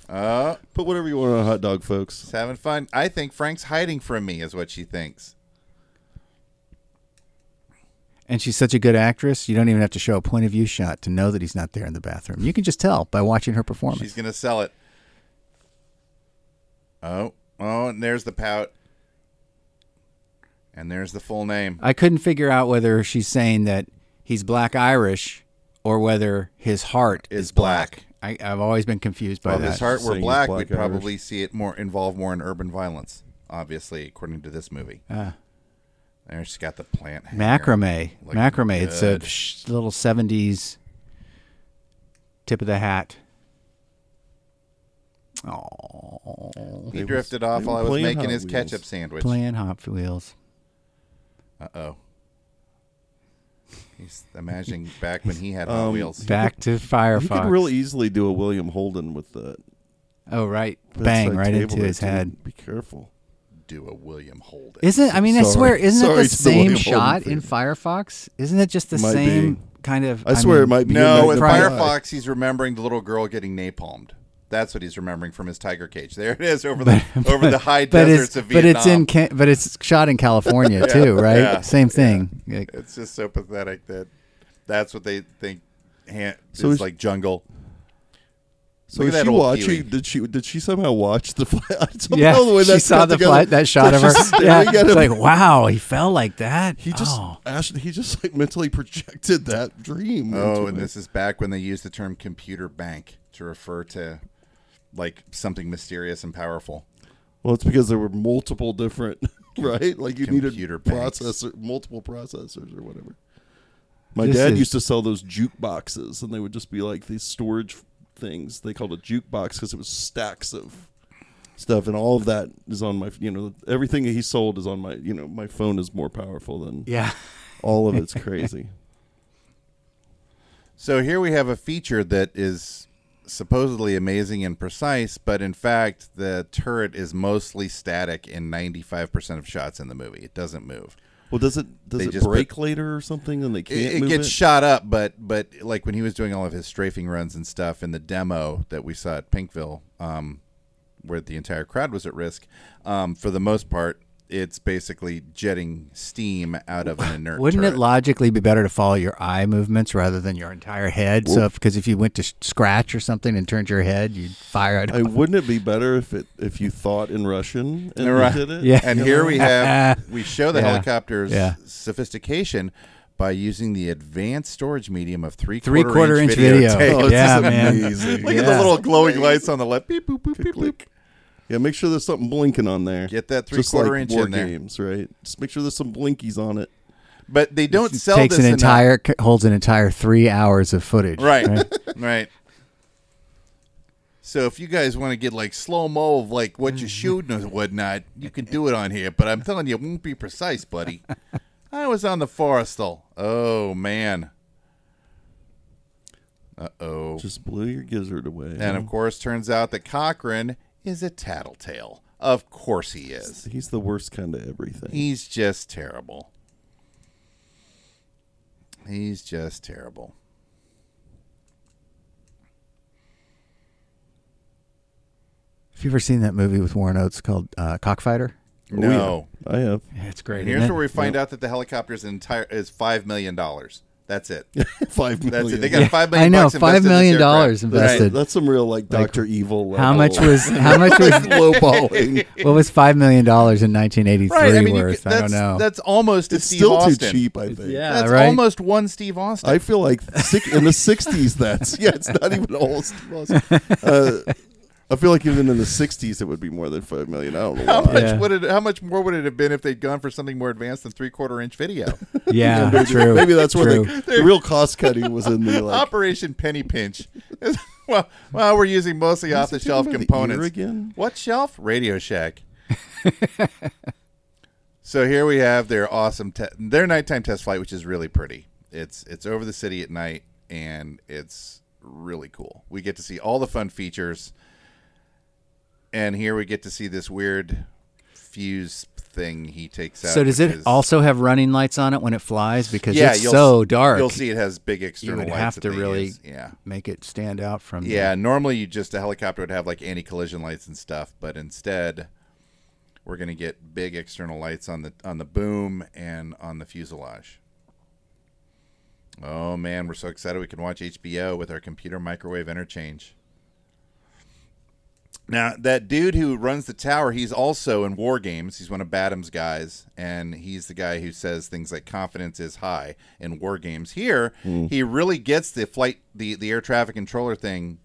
S10: Uh,
S1: Put whatever you want on a hot dog, folks.
S10: She's having fun. I think Frank's hiding from me, is what she thinks.
S9: And she's such a good actress. You don't even have to show a point of view shot to know that he's not there in the bathroom. You can just tell by watching her performance.
S10: She's gonna sell it. Oh, oh, and there's the pout, and there's the full name.
S9: I couldn't figure out whether she's saying that he's black Irish or whether his heart
S10: Is
S9: is,
S10: black.
S9: black. I, I've always been confused by
S10: Well, if
S9: that.
S10: his heart were
S1: Saying he's
S10: black,
S1: black
S10: we'd
S1: Irish.
S10: probably see it more involved more in urban violence. Obviously, according to this movie. there she's got the plant. hanger.
S9: Ah. Macrame.
S10: Looking
S9: Macrame. It's a
S10: good.
S9: sh- little 70s tip of the hat. Oh,
S10: He
S1: They
S10: drifted
S1: was-
S10: off
S1: they
S10: while
S1: were
S10: I was
S1: playing
S10: making
S1: Hot
S10: his
S1: Wheels.
S10: ketchup sandwich.
S9: playing Hot Wheels.
S10: Uh oh. He's imagining back when he had
S1: Um,
S10: Hot Wheels.
S9: Back to Firefox.
S1: You could real easily do a William Holden with the
S9: oh, right.
S1: bedside
S9: Bang, right
S1: table
S9: into
S1: there,
S9: his
S1: too.
S9: head.
S1: Be careful.
S10: Do a William Holden.
S9: Isn't I mean I
S1: Sorry.
S9: swear isn't
S1: Sorry
S9: it the
S1: to the William Holden
S9: same shot
S1: fan.
S9: in Firefox? Isn't it just the
S1: Might be.
S9: same kind of?
S1: I, swear
S9: mean,
S1: it might be.
S10: No,
S1: in
S10: with
S1: Night in the Eye.
S10: Firefox, he's remembering the little girl getting napalmed. That's what he's remembering from his tiger cage. There it is over the over the high
S9: But
S10: deserts
S9: it's
S10: of
S9: but
S10: Vietnam.
S9: it's in Ca- but it's shot in California too, right?
S10: yeah,
S9: same thing. Like,
S10: It's just so pathetic that that's what they think. Han-
S1: So
S10: is
S1: is-
S10: like jungle.
S1: So
S10: Look
S1: is
S10: at that
S1: she
S10: old
S1: watching?
S10: Huey.
S1: Did she did she somehow watch the flight?
S9: yeah, she saw the flight that shot of her. Yeah, it's like wow, he fell like that.
S1: he just
S9: oh.
S1: Ash- he just like mentally projected that dream.
S10: Oh,
S1: into
S10: and
S1: it.
S10: this is back when they used the term computer bank to refer to like something mysterious and powerful.
S1: Well, it's because there were multiple different, right? Like you
S10: Computer
S1: needed
S10: banks.
S1: processor, multiple processors or whatever. My
S9: This
S1: dad
S9: is-
S1: used to sell those jukeboxes, and they would just be like these storage things. They called it jukebox because it was stacks of stuff, and all of that is on my, you know, everything that he sold is on my, you know, my phone is more powerful than
S9: Yeah,
S1: all of it's crazy.
S10: So here we have a feature that is supposedly amazing and precise, but in fact, the turret is mostly static in 95% of shots in the movie. It doesn't move.
S1: well, does it does
S10: They
S1: it
S10: just
S1: break later or something, and they can't
S10: It, it
S1: move
S10: gets
S1: it?
S10: shot up, but but like when he was doing all of his strafing runs and stuff in the demo that we saw at Pinkville, um, where the entire crowd was at risk, um, for the most part, it's basically jetting steam out of an inert.
S9: wouldn't it
S10: turret.
S9: logically be better to follow your eye movements rather than your entire head? So because if you went to s- scratch or something and turned your head, you'd fire it.
S1: I wouldn't it be better if it if you thought in Russian and you
S10: Right.
S1: did it?
S9: Yeah.
S10: And here we have we show the
S9: Yeah.
S10: helicopter's
S9: Yeah.
S10: sophistication by using the advanced storage medium of three
S9: Three quarter inch video. Oh,
S10: videotape. It's
S9: yeah,
S10: just
S9: man.
S10: amazing. Look at the
S9: Yeah.
S10: little glowing lights on the left. Beep boop boop beep boop.
S1: Yeah, make sure there's something blinking on there.
S10: Get that
S1: Just
S10: three-quarter
S1: like
S10: inch
S1: war
S10: in there.
S1: games, right? Just make sure there's some blinkies on it.
S10: But they don't sell
S9: takes
S10: this
S9: an
S10: enough.
S9: entire c- holds an entire three hours of footage.
S10: right right. So if you guys want to get like slow mo of like what
S9: Mm-hmm.
S10: you're shooting and whatnot, you can do it on here. But I'm telling you, it won't be precise, buddy. I was on the Forestal. Oh man. Uh oh.
S1: Just blew your gizzard away.
S10: And of course, turns out that Cochrane is a tattletale. Of course he is.
S1: he's the worst kind of everything.
S10: He's just terrible. He's just terrible.
S9: Have you ever seen that movie with Warren Oates called uh, Cockfighter?
S1: Oh, yeah.
S10: No.
S1: I have.
S9: Yeah, it's great.
S10: And
S9: isn't
S10: here's
S9: it?
S10: where we find out that the helicopter is entire is five million dollars. That's it.
S1: Five million.
S10: That's it. They got five million.
S9: I know,
S10: bucks
S9: five
S10: invested in
S9: million
S10: this aircraft.
S9: dollars
S1: That's,
S9: invested.
S1: that's some real like Doctor Evil. Level.
S9: How
S10: Oh.
S9: much was? How much was?
S1: lowballing?
S9: What was five million dollars in 1983
S10: Right. I mean, you
S9: worth?
S10: could-
S9: I
S10: that's,
S9: don't know.
S10: That's almost a
S1: It's
S10: Steve
S1: still
S10: Austin.
S1: too cheap, I think.
S9: Yeah.
S10: That's
S9: right?
S10: almost one Steve Austin.
S1: I feel like sick in the '60s. That's yeah. It's not even all. Steve Austin. Uh, I feel like even in the '60s, it would be more than five million. I don't
S10: how
S1: know. Why.
S10: much
S9: Yeah.
S10: would it? How much more would it have been if they'd gone for something more advanced than three quarter inch video?
S9: yeah, true.
S1: Maybe that's where
S9: true.
S1: the, the real cost cutting was in the like.
S10: Operation Penny Pinch. well, well, we're using mostly off the shelf
S1: talking about the ear
S10: components.
S1: again?
S10: What shelf? Radio Shack. so here we have their awesome te- their nighttime test flight, which is really pretty. It's it's over the city at night, and it's really cool. We get to see all the fun features, and here we get to see this weird fuse thing he takes out.
S9: So does
S10: which
S9: it
S10: is-
S9: also have running lights on it when it flies? Because
S10: Yeah,
S9: it's
S10: you'll
S9: so
S10: s-
S9: dark.
S10: You'll see it has big external
S9: You would
S10: lights
S9: have
S10: that
S9: to
S10: they
S9: really
S10: use. yeah.
S9: make it stand out from. the-
S10: Yeah, normally you just a helicopter would have like anti-collision lights and stuff, but instead we're going to get big external lights on the on the boom and on the fuselage. Oh man, we're so excited we can watch HBO with our computer microwave interchange. Now, that dude who runs the tower, he's also in War Games. He's one of Badham's guys, and he's the guy who says things like confidence is high in War Games. Here,
S9: Hmm.
S10: he really gets the flight the the air traffic controller thing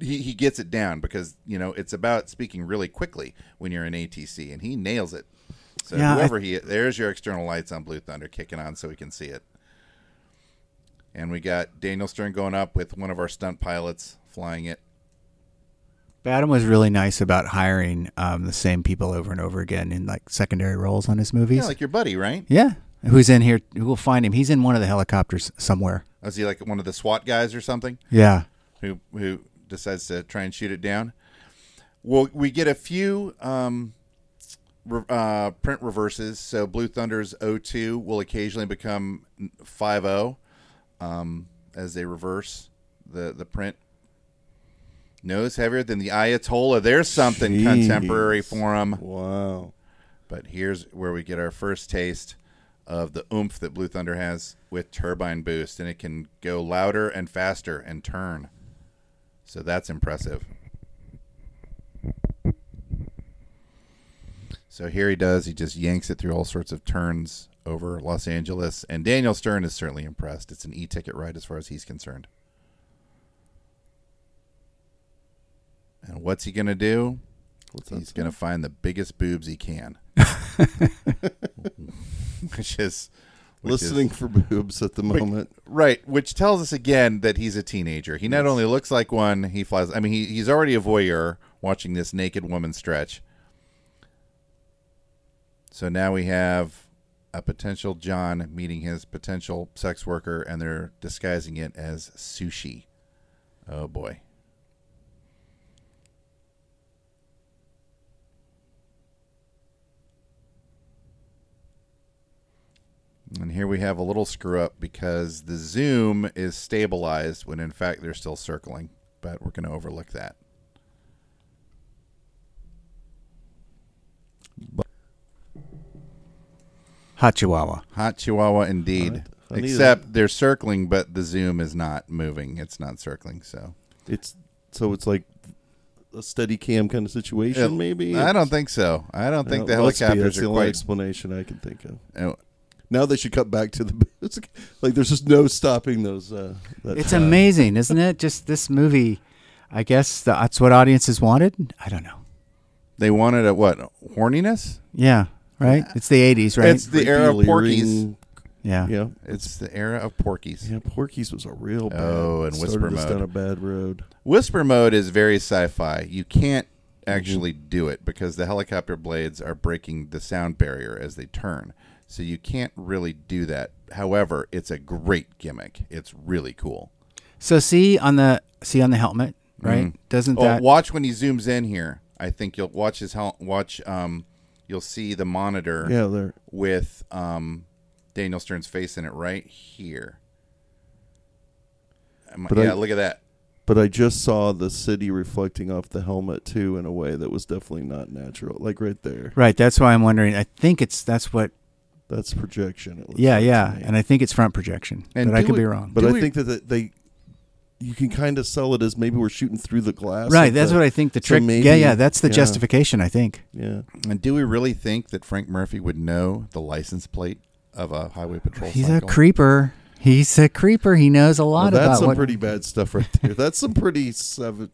S10: he, he gets it down because you know it's about speaking really quickly when you're in ATC, and he nails it. So
S9: Yeah, I-
S10: whoever he, there's your external lights on Blue Thunder kicking on so we can see it. And we got Daniel Stern going up with one of our stunt pilots flying it.
S9: Badham was really nice about hiring um, the same people over and over again in like secondary roles on his movies.
S10: Yeah, like your buddy, right?
S9: Yeah. Who's in here? We'll find him. He's in one of the helicopters somewhere.
S10: Is he like one of the SWAT guys or something
S9: Yeah.
S10: who who decides to try and shoot it down? Well, we get a few um, re- uh, print reverses. So Blue Thunder's 02 will occasionally become 50 um, as they reverse the the print. Nose heavier than the Ayatollah. There's something
S1: Jeez.
S10: contemporary for him.
S1: Wow.
S10: But here's where we get our first taste of the oomph that Blue Thunder has with turbine boost, and it can go louder and faster and turn. So that's impressive. So here he does. He just yanks it through all sorts of turns over Los Angeles, and Daniel Stern is certainly impressed. It's an e-ticket ride as far as he's concerned. And what's he gonna do? He's going to find the biggest boobs he can. which is which is-
S1: Listening for boobs at the moment.
S10: right, which tells us again that he's a teenager. He not only looks like one, he flies. I mean, he, he's already a voyeur watching this naked woman stretch. So now we have a potential John meeting his potential sex worker, and they're disguising it as sushi. Oh boy. And here we have a little screw up because the zoom is stabilized when in fact they're still circling, but we're going to overlook that.
S9: Hot Chihuahua.
S10: Hot Chihuahua indeed.
S1: I need
S10: Except they're circling, but the zoom is not moving. It's not circling. So
S1: It's so it's like a steady cam kind of situation,
S10: Uh,
S1: maybe.
S10: I don't think so. I don't think the
S1: Well, let's be,
S10: helicopters
S1: That's the
S10: are
S1: only
S10: quite.
S1: explanation I can think of.
S10: oh,
S1: Now they should cut back to the it's like- like. There's just no stopping those. Uh, that,
S9: It's
S1: uh,
S9: amazing, isn't it? Just this movie. I guess that's what audiences wanted. I don't know.
S10: they wanted a what? Horniness?
S9: Yeah. Right. It's the '80s, right?
S10: It's the era of
S1: Creepy
S10: Porkies.
S1: leering-
S9: yeah.
S1: Yeah,
S10: It's the era of Porkies.
S1: yeah. Porky's was a real bad.
S10: Oh, and Whisper
S1: started us
S10: Mode.
S1: down a bad road.
S10: Whisper mode is very sci-fi. You can't
S1: Mm-hmm.
S10: actually do it because the helicopter blades are breaking the sound barrier as they turn. So you can't really do that. However, it's a great gimmick. It's really cool.
S9: So see on the see on the helmet, right?
S1: Mm-hmm.
S10: Mhm.
S9: Doesn't
S10: oh,
S9: that
S10: watch when he zooms in here? I think you'll watch his hel- watch. Um, you'll see the monitor.
S1: Yeah, there.
S10: with um, Daniel Stern's face in it right here. Am I-
S1: But
S10: yeah,
S1: I-
S10: look at that.
S1: But I just saw the city reflecting off the helmet too in a way that was definitely not natural. Like right there.
S9: right? That's why I'm wondering. I think it's that's what.
S1: That's projection. It looks
S9: Yeah,
S1: like to
S9: yeah,
S1: me.
S9: and I think it's front projection, but I
S10: do
S9: could be
S10: we-
S9: wrong.
S1: But
S10: Do
S1: I
S10: we-
S1: think that that they, you can kind of sell it as maybe we're shooting through the glass.
S9: Right,
S1: of
S9: that's
S1: the-
S9: what I think. The
S1: so
S9: trick, yeah,
S1: maybe-
S9: yeah, that's the
S1: yeah,
S9: justification. I think.
S1: Yeah,
S10: And do we really think that Frank Murphy would know the license plate of a highway patrol?
S9: He's
S10: cycle?
S9: a creeper. He's a creeper. He knows a
S1: Well,
S9: lot
S1: that's
S9: about
S1: some
S9: what.
S1: pretty bad stuff right there. That's some pretty 70,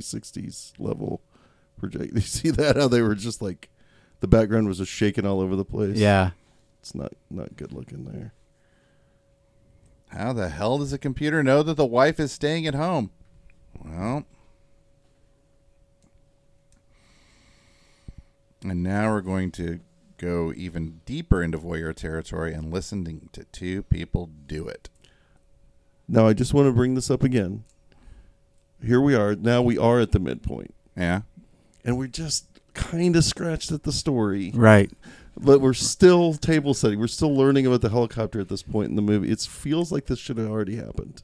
S1: 60s level project. You see that how they were just like the background was just shaking all over the place.
S9: yeah,
S1: it's not not good looking there.
S10: How the hell does a computer know that the wife is staying at home? Well. And now we're going to go even deeper into voyeur territory and listening to two people do it.
S1: Now I just want to bring this up again. Here we are. Now we are at the midpoint,
S10: Yeah.
S1: and we're just kind of scratched at the story.
S9: right.
S1: But we're still table setting. We're still learning about the helicopter at this point in the movie. It feels like this should have already happened.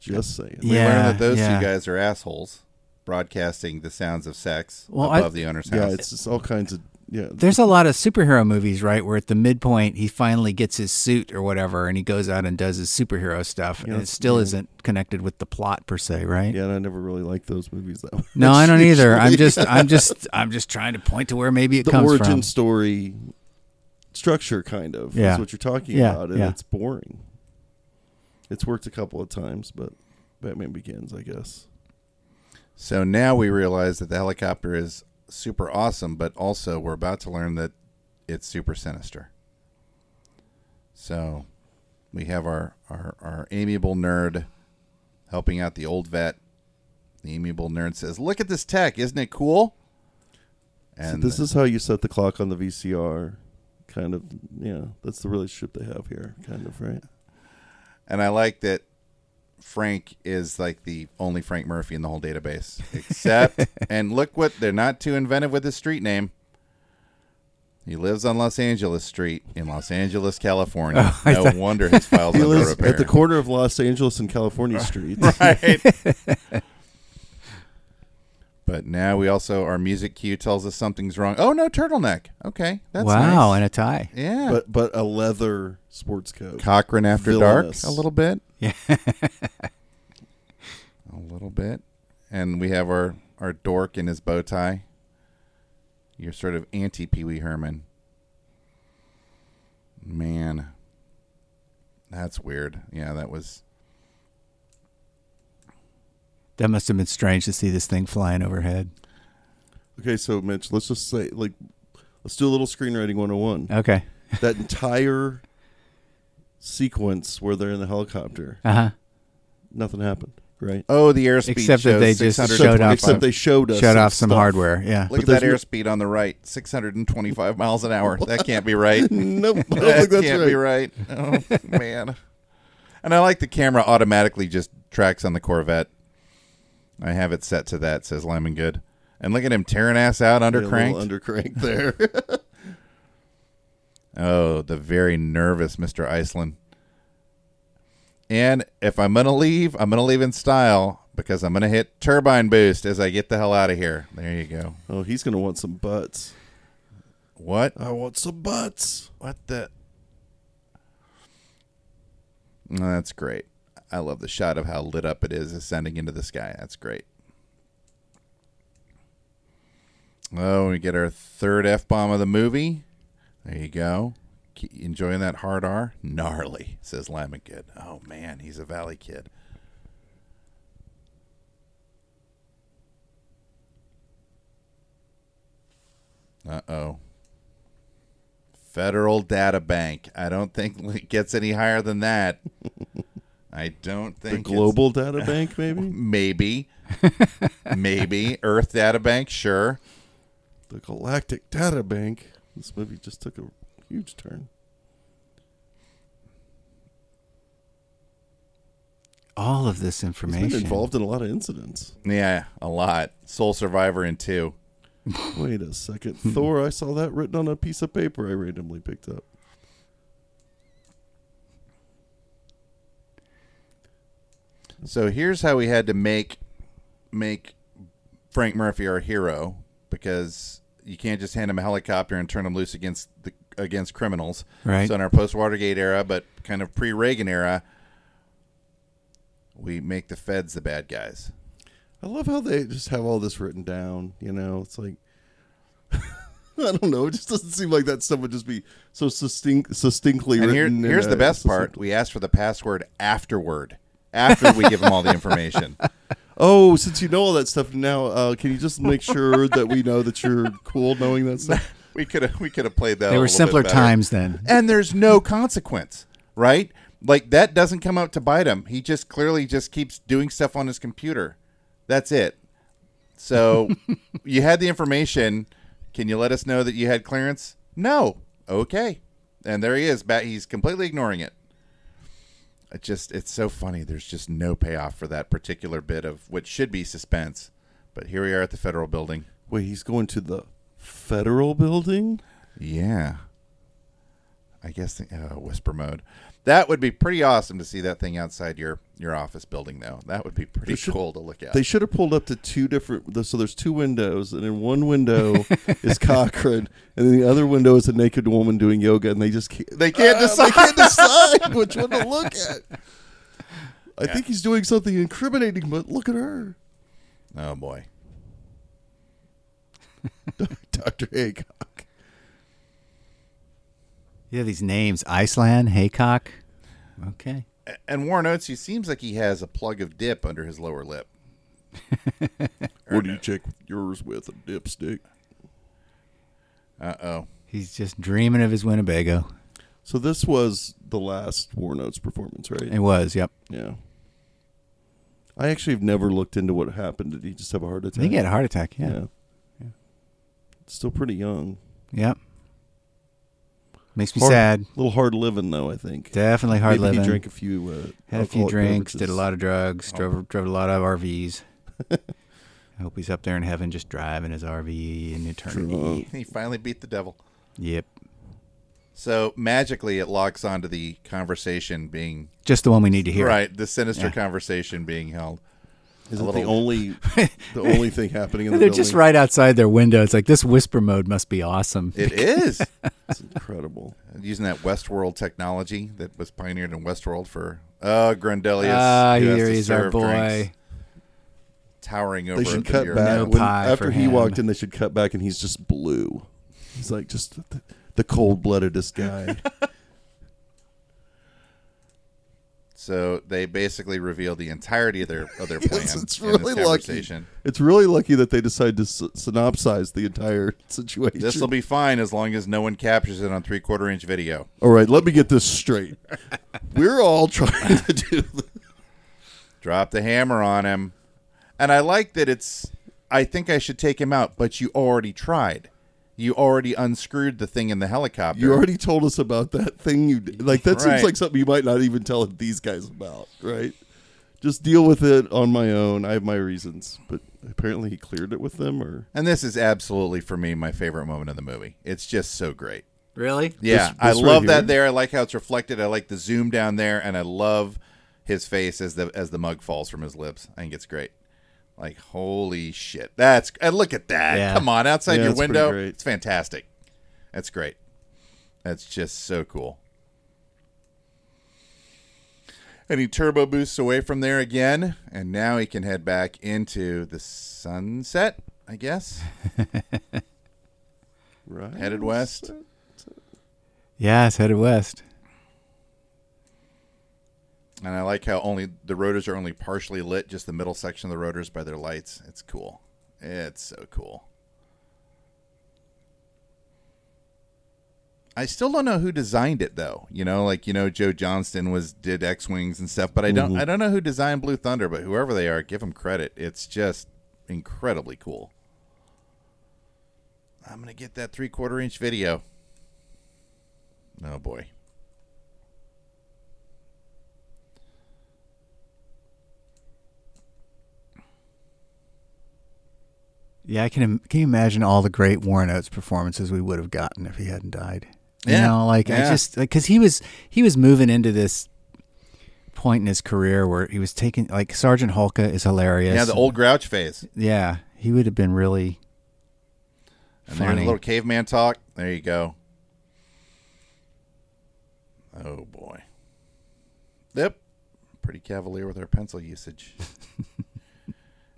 S1: Just saying.
S10: We
S9: Yeah,
S10: learned that those
S9: yeah.
S10: two guys are assholes, broadcasting the sounds of sex
S9: Well, I-
S10: above the owner's
S1: Yeah,
S10: house.
S1: it's just all kinds of yeah.
S9: There's a lot of superhero movies, right, where at the midpoint he finally gets his suit or whatever, and he goes out and does his superhero stuff, and it
S1: that's-
S9: still isn't connected with the plot per se, right?
S1: yeah, and I never really liked those movies that much.
S9: No, I don't either. I'm
S1: usually.
S9: just, I'm just, I'm just trying to point to where maybe it
S1: the
S9: comes
S1: origin
S9: from.
S1: story structure kind of
S9: Yeah.
S1: is what you're talking
S9: Yeah,
S1: about, and
S9: yeah.
S1: it's boring. It's worked a couple of times, but Batman Begins, I guess.
S10: So now we realize that the helicopter is super awesome, but also we're about to learn that it's super sinister. So we have our, our, our amiable nerd helping out the old vet. The amiable nerd says, Look at this tech. Isn't it cool?
S1: And
S10: And
S1: this is how you set the clock on the VCR. Kind of, yeah. That's the relationship they have here, kind of, right?
S10: And I like that Frank is like the only Frank Murphy in the whole database. Except, and look what they're not too inventive with his street name. He lives on Los Angeles Street in Los Angeles, California. no wonder his files
S1: Oh, He
S10: under
S1: lives
S10: repair.
S1: at the corner of Los Angeles and California Street.
S10: but now we also our music cue tells us something's wrong. Oh no, turtleneck. Okay, that's
S9: wow,
S10: nice.
S9: and a tie.
S10: yeah,
S1: But but a leather sports coat.
S10: Cochrane after
S1: Villainous.
S10: dark a little bit.
S9: Yeah.
S10: a little bit. And we have our, our dork in his bow tie. You're sort of anti Pee Wee Herman. Man. That's weird. Yeah, that was.
S9: That must have been strange to see this thing flying overhead.
S1: Okay, so Mitch, let's just say like let's do a little screenwriting 101.
S9: Okay.
S1: that entire sequence where they're in the helicopter,
S9: Uh huh.
S1: nothing happened, right?
S10: Oh, the airspeed.
S9: Except that
S10: shows
S9: they just
S10: 625.
S9: showed off-
S1: Except they showed us
S9: Shut off some
S1: stuff.
S9: hardware. Yeah.
S10: Look
S1: but
S10: at that
S1: there's
S10: airspeed on the right 625 miles an hour. That can't be right.
S1: Nope, I don't
S10: that
S1: think that's
S10: can't
S1: right.
S10: be right. Oh man. And I like the camera automatically just tracks on the Corvette. I have it set to that, says Lyman Good. And look at him tearing ass out
S1: Yeah, a
S10: under
S1: little
S10: crank.
S1: undercrank there.
S10: oh, the very nervous Mr. Iceland. And if I'm gonna leave, I'm gonna leave in style because I'm gonna hit turbine boost as I get the hell out of here. There you go.
S1: oh, he's gonna want some butts.
S10: What?
S1: I want some butts.
S10: What the? No, Oh, that's great. I love the shot of how lit up it is ascending into the sky. That's great. Oh, we get our third F bomb of the movie. There you go. Keep enjoying that hard R? Gnarly, says Lyman Good. Oh, man, he's a Valley kid. Uh oh. Federal Data Bank. I don't think it gets any higher than that. I don't think
S1: The
S10: it's-
S1: global data bank, maybe
S10: maybe, maybe Earth Data Bank. Sure.
S1: the galactic data bank. This movie just took a huge turn.
S9: all of this
S1: He's been
S9: information.
S1: involved in a lot of incidents.
S10: Yeah, a lot. Sole Survivor in two.
S1: Wait a second.
S10: Hmm.
S1: Thor, I saw that written on a piece of paper I randomly picked up.
S10: So here's how we had to make make Frank Murphy our hero because you can't just hand him a helicopter and turn him loose against the against criminals.
S9: Right.
S10: So in our post Watergate era, but kind of pre Reagan era, we make the feds the bad guys.
S1: I love how they just have all this written down. You know, it's like I don't know. It just doesn't seem like that stuff would just be so succinct, succinctly
S10: And here,
S1: written. in
S10: here's
S1: a-
S10: the best part: we ask for the password afterward, after we give them all the information.
S1: Oh, since you know all that stuff now, uh, can you just make sure that we know that you're cool knowing that stuff?
S10: We could have we could have played that. a
S9: They were
S10: little bit
S9: simpler
S10: better.
S9: times then.
S10: and there's no consequence, right? Like that doesn't come up to bite him. He just clearly just keeps doing stuff on his computer. That's it. So you had the information. Can you let us know that you had clearance? No. Okay. And there he is. Ba- He's completely ignoring it. It just it's so funny. There's just no payoff for that particular bit of what should be suspense. But here we are at the federal building.
S1: Wait, he's going to the federal building.
S10: Yeah. I guess the, uh, whisper mode. That would be pretty awesome to see that thing outside your your office building, though. That would be pretty
S1: should-
S10: cool to look at.
S1: They should have pulled up to two different. So there's two windows, and in one window is Cochrane, and then the other window is a naked woman doing yoga, and Uh, they just can't,
S10: they can't
S1: I
S10: decide.
S1: can't decide which one to look at. I think he's doing something incriminating, but look at her,
S10: Oh boy.
S1: Doctor Haycock.
S9: Yeah, these names Iceland, Haycock. Okay.
S10: A- And Warren Oates, he seems like he has a plug of dip under his lower lip.
S1: What do you check yours with a dipstick?
S10: Uh oh.
S9: He's just dreaming of his Winnebago.
S1: So this was the last War Notes performance, right?
S9: It was, yep.
S1: yeah. I actually have never looked into what happened. Did he just have a heart
S9: I
S1: attack?
S9: think he had a heart attack, yeah.
S1: Yeah. Still pretty young.
S9: Yep. Makes me
S1: Hard-
S9: sad.
S1: A little hard living, though, I think.
S9: Definitely hard
S1: Maybe
S9: living.
S1: he drank a few uh,
S9: Had a few
S1: alcoholic
S9: drinks, did a
S1: beverages.
S9: lot of drugs,
S10: Oh.
S9: drove drove a lot of RVs. I hope he's up there in heaven just driving his RV in eternity.
S1: Uh,
S10: He finally beat the devil.
S9: Yep.
S10: So magically, it locks onto the conversation being
S9: Just the one we need to hear.
S10: right. The sinister
S9: Yeah.
S10: conversation being held.
S1: Is
S10: A
S1: it the
S10: little-
S1: only the only thing happening in the
S9: They're just
S1: building?
S9: right outside their window. It's like this whisper mode must be awesome.
S10: It is.
S1: It's incredible.
S10: using that Westworld technology that was pioneered in Westworld for oh Grundelius.
S9: Ah,
S10: who has
S9: here
S10: to
S9: is our
S10: serve
S9: boy.
S10: drinks, towering over.
S1: They should
S10: the
S1: cut
S10: Bureau.
S1: back
S9: No
S1: when,
S9: pie
S1: after
S9: for
S1: he
S9: him.
S1: walked in. They should cut back, and he's just blue. He's like just the, the cold-bloodedest guy.
S10: So they basically reveal the entirety of their of their plan.
S1: it's
S10: in this
S1: really lucky.
S10: conversation.
S1: It's really lucky that they decide to s- synopsize the entire situation.
S10: This will be fine as long as no one captures it on three quarter inch video.
S1: all right. Let me get this straight. We're all trying to do. This.
S10: Drop the hammer on him, and I like that it's. I think I should take him out, but you already tried. You already unscrewed the thing in the helicopter.
S1: You already told us about that thing. You did. like that seems
S10: Right.
S1: like something you might not even tell these guys about, right? Just deal with it on my own. I have my reasons, but apparently he cleared it with them, or
S10: and this is absolutely for me my favorite moment of the movie. It's just so great.
S9: Really?
S10: Yeah,
S1: This-
S10: I
S1: this right
S10: love
S1: here?
S10: that there. I like how it's reflected. I like the zoom down there, and I love his face as the as the mug falls from his lips. I think it's great. Like holy shit, that's and look at that.
S9: Yeah.
S10: Come on, outside
S1: Yeah,
S10: your
S1: it's pretty
S10: window,
S1: great.
S10: it's fantastic. That's great. That's just so cool. And he turbo boosts away from there again, and now he can head back into the sunset. I guess
S1: right?
S10: headed west.
S9: Yeah, it's headed west.
S10: And I like how only the rotors are only partially lit, just the middle section of the rotors by their lights. It's cool. It's so cool. I still don't know who designed it though. You know, like you know Joe Johnston was did X-wings and stuff, but I don't I don't know who designed Blue Thunder, but whoever they are, give them credit. It's just incredibly cool. I'm going to get that 3/4 inch video. Oh boy.
S9: Yeah, I can. im- Can you imagine all the great Warren Oates performances we would have gotten if he hadn't died? You
S10: Yeah,
S9: know, like
S10: yeah.
S9: I just like because he was he was moving into this point in his career where he was taking like Sergeant Hulka is hilarious.
S10: Yeah, the old grouch phase.
S9: Yeah, he would have been really
S10: And then a
S9: funny.
S10: little caveman talk. There you go. Oh boy. Yep. Pretty cavalier with our pencil usage.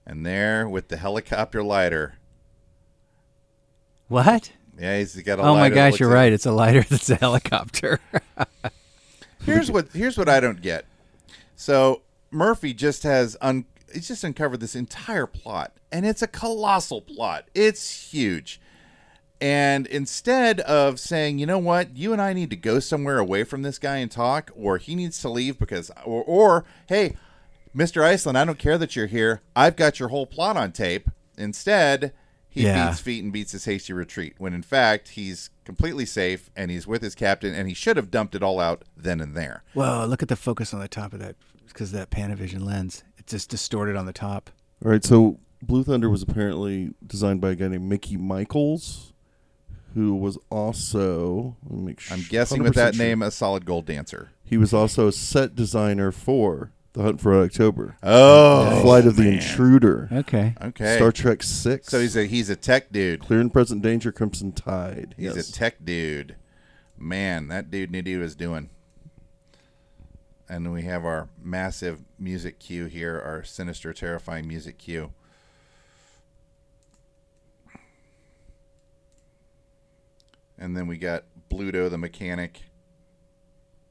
S10: and there with the helicopter lighter.
S9: what?
S10: Yeah, he's got a
S9: Oh my
S10: lighter that
S9: gosh,
S10: looks
S9: you're
S10: like-
S9: right. It's a lighter that's a helicopter.
S10: here's what here's what I don't get. So Murphy just has un he's just uncovered this entire plot, and it's a colossal plot. It's huge. And instead of saying, you know what, you and I need to go somewhere away from this guy and talk, or he needs to leave because, or, or hey, Mr. Iceland, I don't care that you're here. I've got your whole plot on tape. Instead, he
S9: Yeah.
S10: beats feet and beats his hasty retreat when in fact he's completely safe and he's with his captain and he should have dumped it all out then and there.
S9: Whoa! Look at the focus on the top of that because that Panavision lens. It's just distorted on the top.
S1: All right, so Blue Thunder was apparently designed by a guy named Mickey Michaels, who was also. Let me make sure,
S10: I'm guessing with that
S1: 100%
S10: name,
S1: sure.
S10: a solid gold dancer.
S1: he was also a set designer for The Hunt for Red October.
S10: Oh,
S1: Flight of the
S10: man.
S1: Intruder.
S9: Okay.
S10: Okay.
S1: Star Trek Six.
S10: So he's a he's a tech dude.
S1: Clear and Present Danger, Crimson Tide.
S10: He's
S1: yes.
S10: a tech dude. Man, that dude knew what he was doing. And then we have our massive music cue here, our sinister, terrifying music cue. And then we got Bluto the mechanic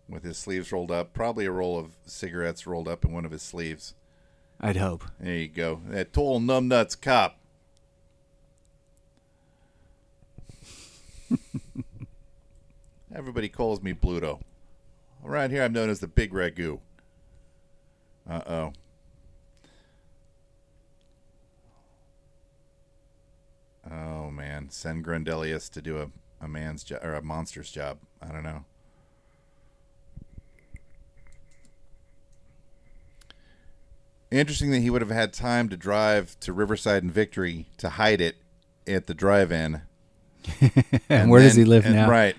S10: with his sleeves rolled up, probably a roll of cigarettes rolled up in one of his sleeves.
S9: I'd hope.
S10: There you go. That total numbnuts cop. Everybody calls me Bluto. Around here, I'm known as the Big Ragu. Uh oh. Oh man, send Grendelius to do a, a man's job or a monster's job. I don't know. Interesting that he would have had time to drive to Riverside and Victory to hide it at the drive-in.
S9: And, where does he
S10: then-
S9: live
S10: and-
S9: now?
S10: Right.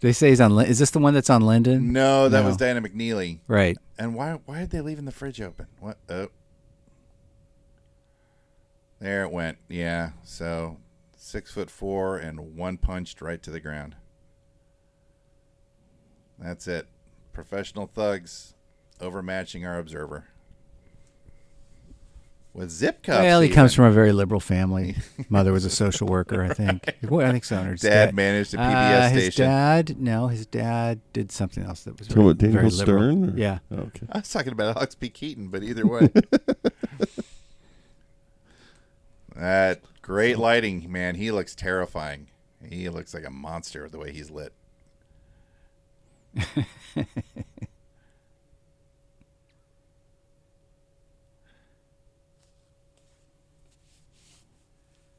S9: They say he's on. Lin- Is this the one that's on Linden?
S10: No, that
S9: No.
S10: was Diana McNeely.
S9: Right.
S10: And why why are they leaving the fridge open? What? Oh, there it went. Yeah. So six foot four and one punched right to the ground. That's it. Professional thugs overmatching our observer. With zip cups.
S9: Well, he
S10: even.
S9: comes from a very liberal family. Mother was a social worker, I think. Well, I think so. Her
S10: Dad managed a PBS
S9: his
S10: station.
S9: dad, no, his dad did something else that was
S1: Talking
S9: very,
S1: about Daniel
S9: very liberal.
S1: Stern? or-
S9: Yeah.
S1: Oh, okay.
S10: I was talking about Alex P. Keaton, but either way. that great lighting, man. He looks terrifying. He looks like a monster the way he's lit.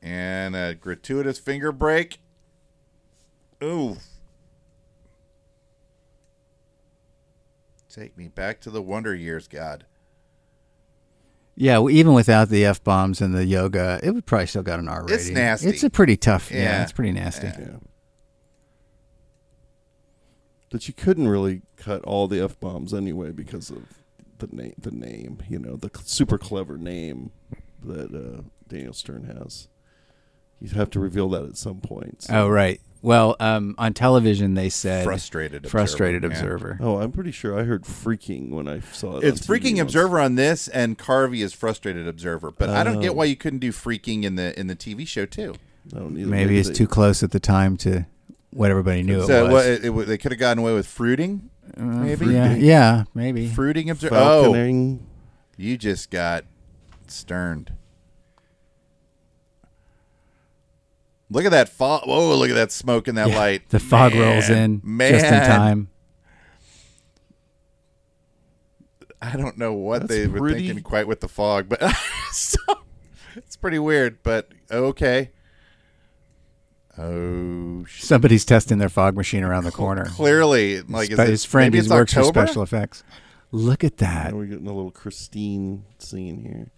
S10: and a gratuitous finger break. Ooh. Take me back to the Wonder Years, God.
S9: Yeah, well, even without the F bombs and the yoga, it would probably still got an R rating.
S10: It's nasty.
S9: It's a pretty tough. Yeah,
S10: Yeah.
S9: it's pretty nasty.
S1: Yeah. That you couldn't really cut all the f bombs anyway because of the name, the name, you know, the cl- super clever name that uh, Daniel Stern has. You'd have to reveal that at some point. so-
S9: Oh, right. Well, um, on television they said
S10: Frustrated observer.
S9: frustrated
S10: Yeah.
S9: observer.
S1: Oh, I'm pretty sure I heard freaking when I saw it.
S10: It's
S1: on TV
S10: freaking
S1: once.
S10: observer on this, and Carvey is frustrated observer. But I
S9: Oh.
S10: don't get why you couldn't do freaking in the in the TV show too.
S1: I don't either.
S9: Maybe it's
S1: they-
S9: too close at the time to what everybody knew
S10: so
S9: it was. Uh,
S10: what- it, it- they could have gotten away with fruiting, maybe.
S9: yeah, yeah, maybe.
S10: Fruiting observer. Oh,
S1: Falconing.
S10: you just got sterned. Look at that fog! Whoa! Look at that smoke and that
S9: Yeah,
S10: light.
S9: The fog
S10: Man,
S9: rolls in
S10: Man,
S9: just in time.
S10: I don't know what
S1: That's
S10: they were
S1: pretty-
S10: thinking quite with the fog, but so, it's pretty weird. But okay. Oh, sh-
S9: Somebody's testing their fog machine around the corner.
S10: clearly, like
S9: Spe-
S10: is it,
S9: his friend
S10: maybe
S9: who
S10: it's
S9: works
S10: October?
S9: for special effects. Look at
S10: Oh.
S9: that.
S1: Now we're getting a little Christine scene here.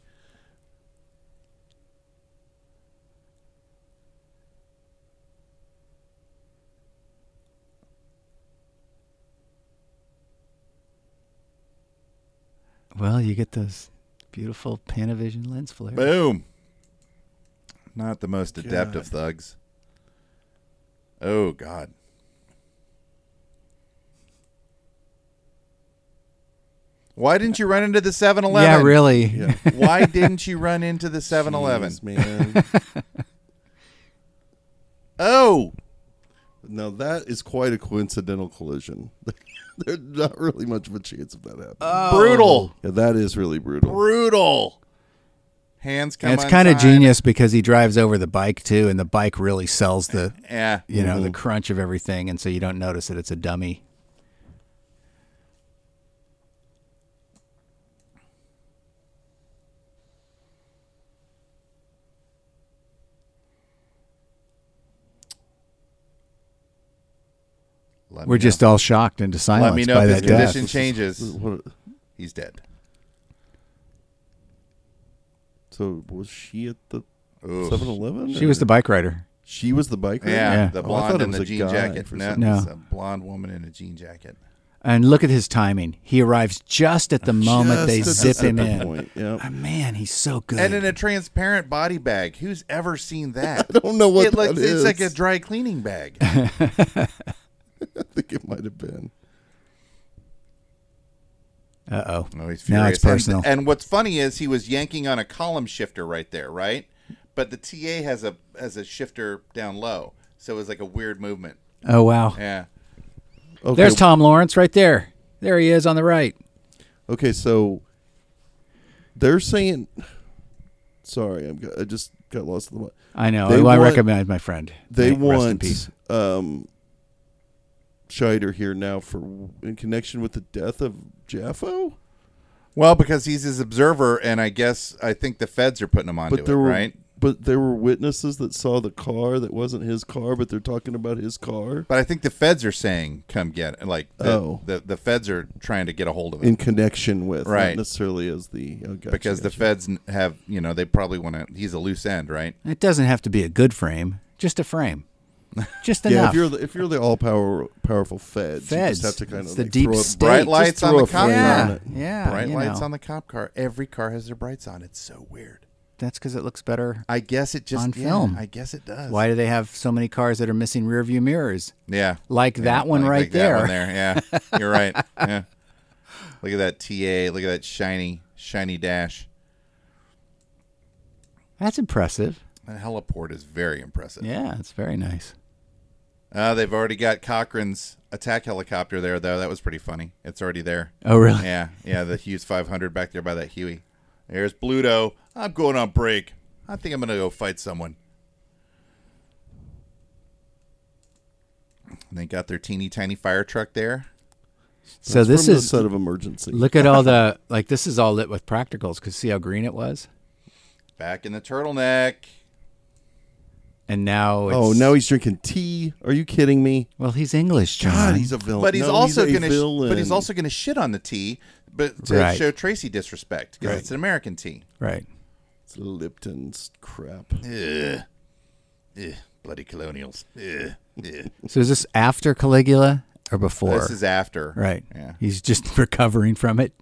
S9: Well, you get those beautiful Panavision lens flares.
S10: Boom. Not the most adept
S1: God.
S10: of thugs. Oh God. Why didn't you run into the 7-Eleven?
S9: Yeah, really.
S1: Yeah.
S10: Why didn't you run into the 7-Eleven?
S1: Jeez, man.
S10: Oh,
S1: now that is quite a coincidental collision. There's not really much of a chance of that happening.
S10: brutal,
S1: yeah, that is really brutal.
S10: Oh. brutal. Hands come.
S9: And it's kind of
S10: untied.
S9: genius because he drives over the bike too, and the bike really sells the
S10: Yeah.
S9: you know the crunch of everything, and so you don't notice that it's a dummy.
S10: Let
S9: We're
S10: me
S9: just
S10: know.
S9: all shocked into silence
S10: Let me know
S9: by
S10: if his
S9: that death.
S10: condition changes.
S1: What-
S10: He's dead.
S1: so was she at the
S10: Oof.
S1: 7-Eleven?
S9: She was
S1: or-
S9: the bike rider.
S1: She was the biker.
S10: Yeah,
S9: Yeah.
S10: the
S1: Oh, I
S10: blonde
S1: thought it
S10: in
S1: was
S10: the
S1: a
S10: jean
S1: guy
S10: jacket.
S1: for
S10: No,
S1: some-
S9: No.
S10: it's a blonde woman in a jean jacket.
S9: And look at his timing. He arrives just at the moment they
S1: Just
S9: zip
S1: at
S9: him
S1: the
S9: in.
S1: point, yep.
S9: Ah, man, he's so good.
S10: And in a transparent body bag. Who's ever seen that?
S1: I don't know what
S10: it looks,
S1: that
S10: It's
S1: is.
S10: like a dry cleaning bag.
S1: I think it might have been.
S9: Uh oh.
S10: No, he's
S9: Now
S10: furious.
S9: it's personal.
S10: And, and what's funny is he was yanking on a column shifter right there, right? But the TA has a has a shifter down low, so it was like a weird movement.
S9: oh wow.
S10: Yeah.
S1: Okay,
S9: There's Tom Lawrence right there. There he is on the right.
S1: Okay, so they're saying. Sorry, I'm, I just got lost in the.
S9: I know.
S1: They
S9: I, I
S1: want-
S9: recognize my friend.
S1: They
S9: Hey, Rest in
S1: want
S9: peace.
S1: um, Scheider here now for in connection with the death of Jaffo.
S10: Well, because he's his observer, and I guess I think the feds are putting him onto
S1: But there
S10: it,
S1: were
S10: right?
S1: but there were witnesses that saw the car that wasn't his car, but they're talking about his car
S10: But I think the feds are saying, "Come get it." Like, the,
S1: Oh.
S10: the the feds are trying to get a hold of him.
S1: in connection with,
S10: Right.
S1: Not necessarily as the oh, gotcha,
S10: because the
S1: gotcha.
S10: feds n- have you know they probably want to he's a loose end right
S9: It doesn't have to be a good frame, just a frame. Just
S1: yeah,
S9: enough.
S1: if you're the, if you're the all power powerful feds,
S9: Feds.
S1: you just have to kind
S9: It's
S1: of
S9: the
S1: like
S9: deep
S1: throw a
S9: state.
S1: bright
S10: bright
S9: just
S10: lights
S1: throw
S10: on the
S1: a
S10: cop
S1: flame
S10: car
S1: on
S9: yeah,
S1: it.
S9: yeah.
S10: bright
S9: you
S10: lights
S9: know.
S10: on the cop car every car has their brights on it's so weird
S9: That's because it looks better.
S10: i guess it just
S9: On
S10: yeah,
S9: film.
S10: i guess it does
S9: Why do they have so many cars that are missing rear view mirrors?
S10: yeah
S9: Like
S10: Yeah,
S9: that one
S10: like-
S9: right
S10: like that
S9: there.
S10: one there yeah you're right yeah look at that ta look at that shiny shiny dash
S9: That's impressive.
S10: that heliport is very impressive
S9: Yeah, it's very nice.
S10: uh, they've already got cochrane's attack helicopter there though that was pretty funny it's already there
S9: Oh, really?
S10: Yeah, yeah, the Hughes 500 back there by that Huey. There's Bluto. I'm going on break. I think I'm going to go fight someone. And they got their teeny tiny fire truck there.
S9: So
S1: That's
S9: this
S1: from the
S9: is
S1: set of emergency.
S9: look at all the like. This is all lit with practicals because see how green it was,
S10: Back in the turtleneck.
S9: and now it's,
S1: oh, now he's drinking tea. Are you kidding me?
S9: well he's English, John.
S1: God, he's a villain.
S10: But he's
S1: No,
S10: also
S1: a
S10: going to
S1: villain.
S10: but he's also going to shit on the tea, but to
S9: Right.
S10: show Tracy disrespect because it's an American tea.
S9: right.
S1: It's Lipton's crap.
S10: Ugh. Ugh. Bloody colonials. Ugh. Ugh.
S9: So is this after Caligula or before?
S10: This is after.
S9: right.
S10: Yeah.
S9: He's just recovering from it.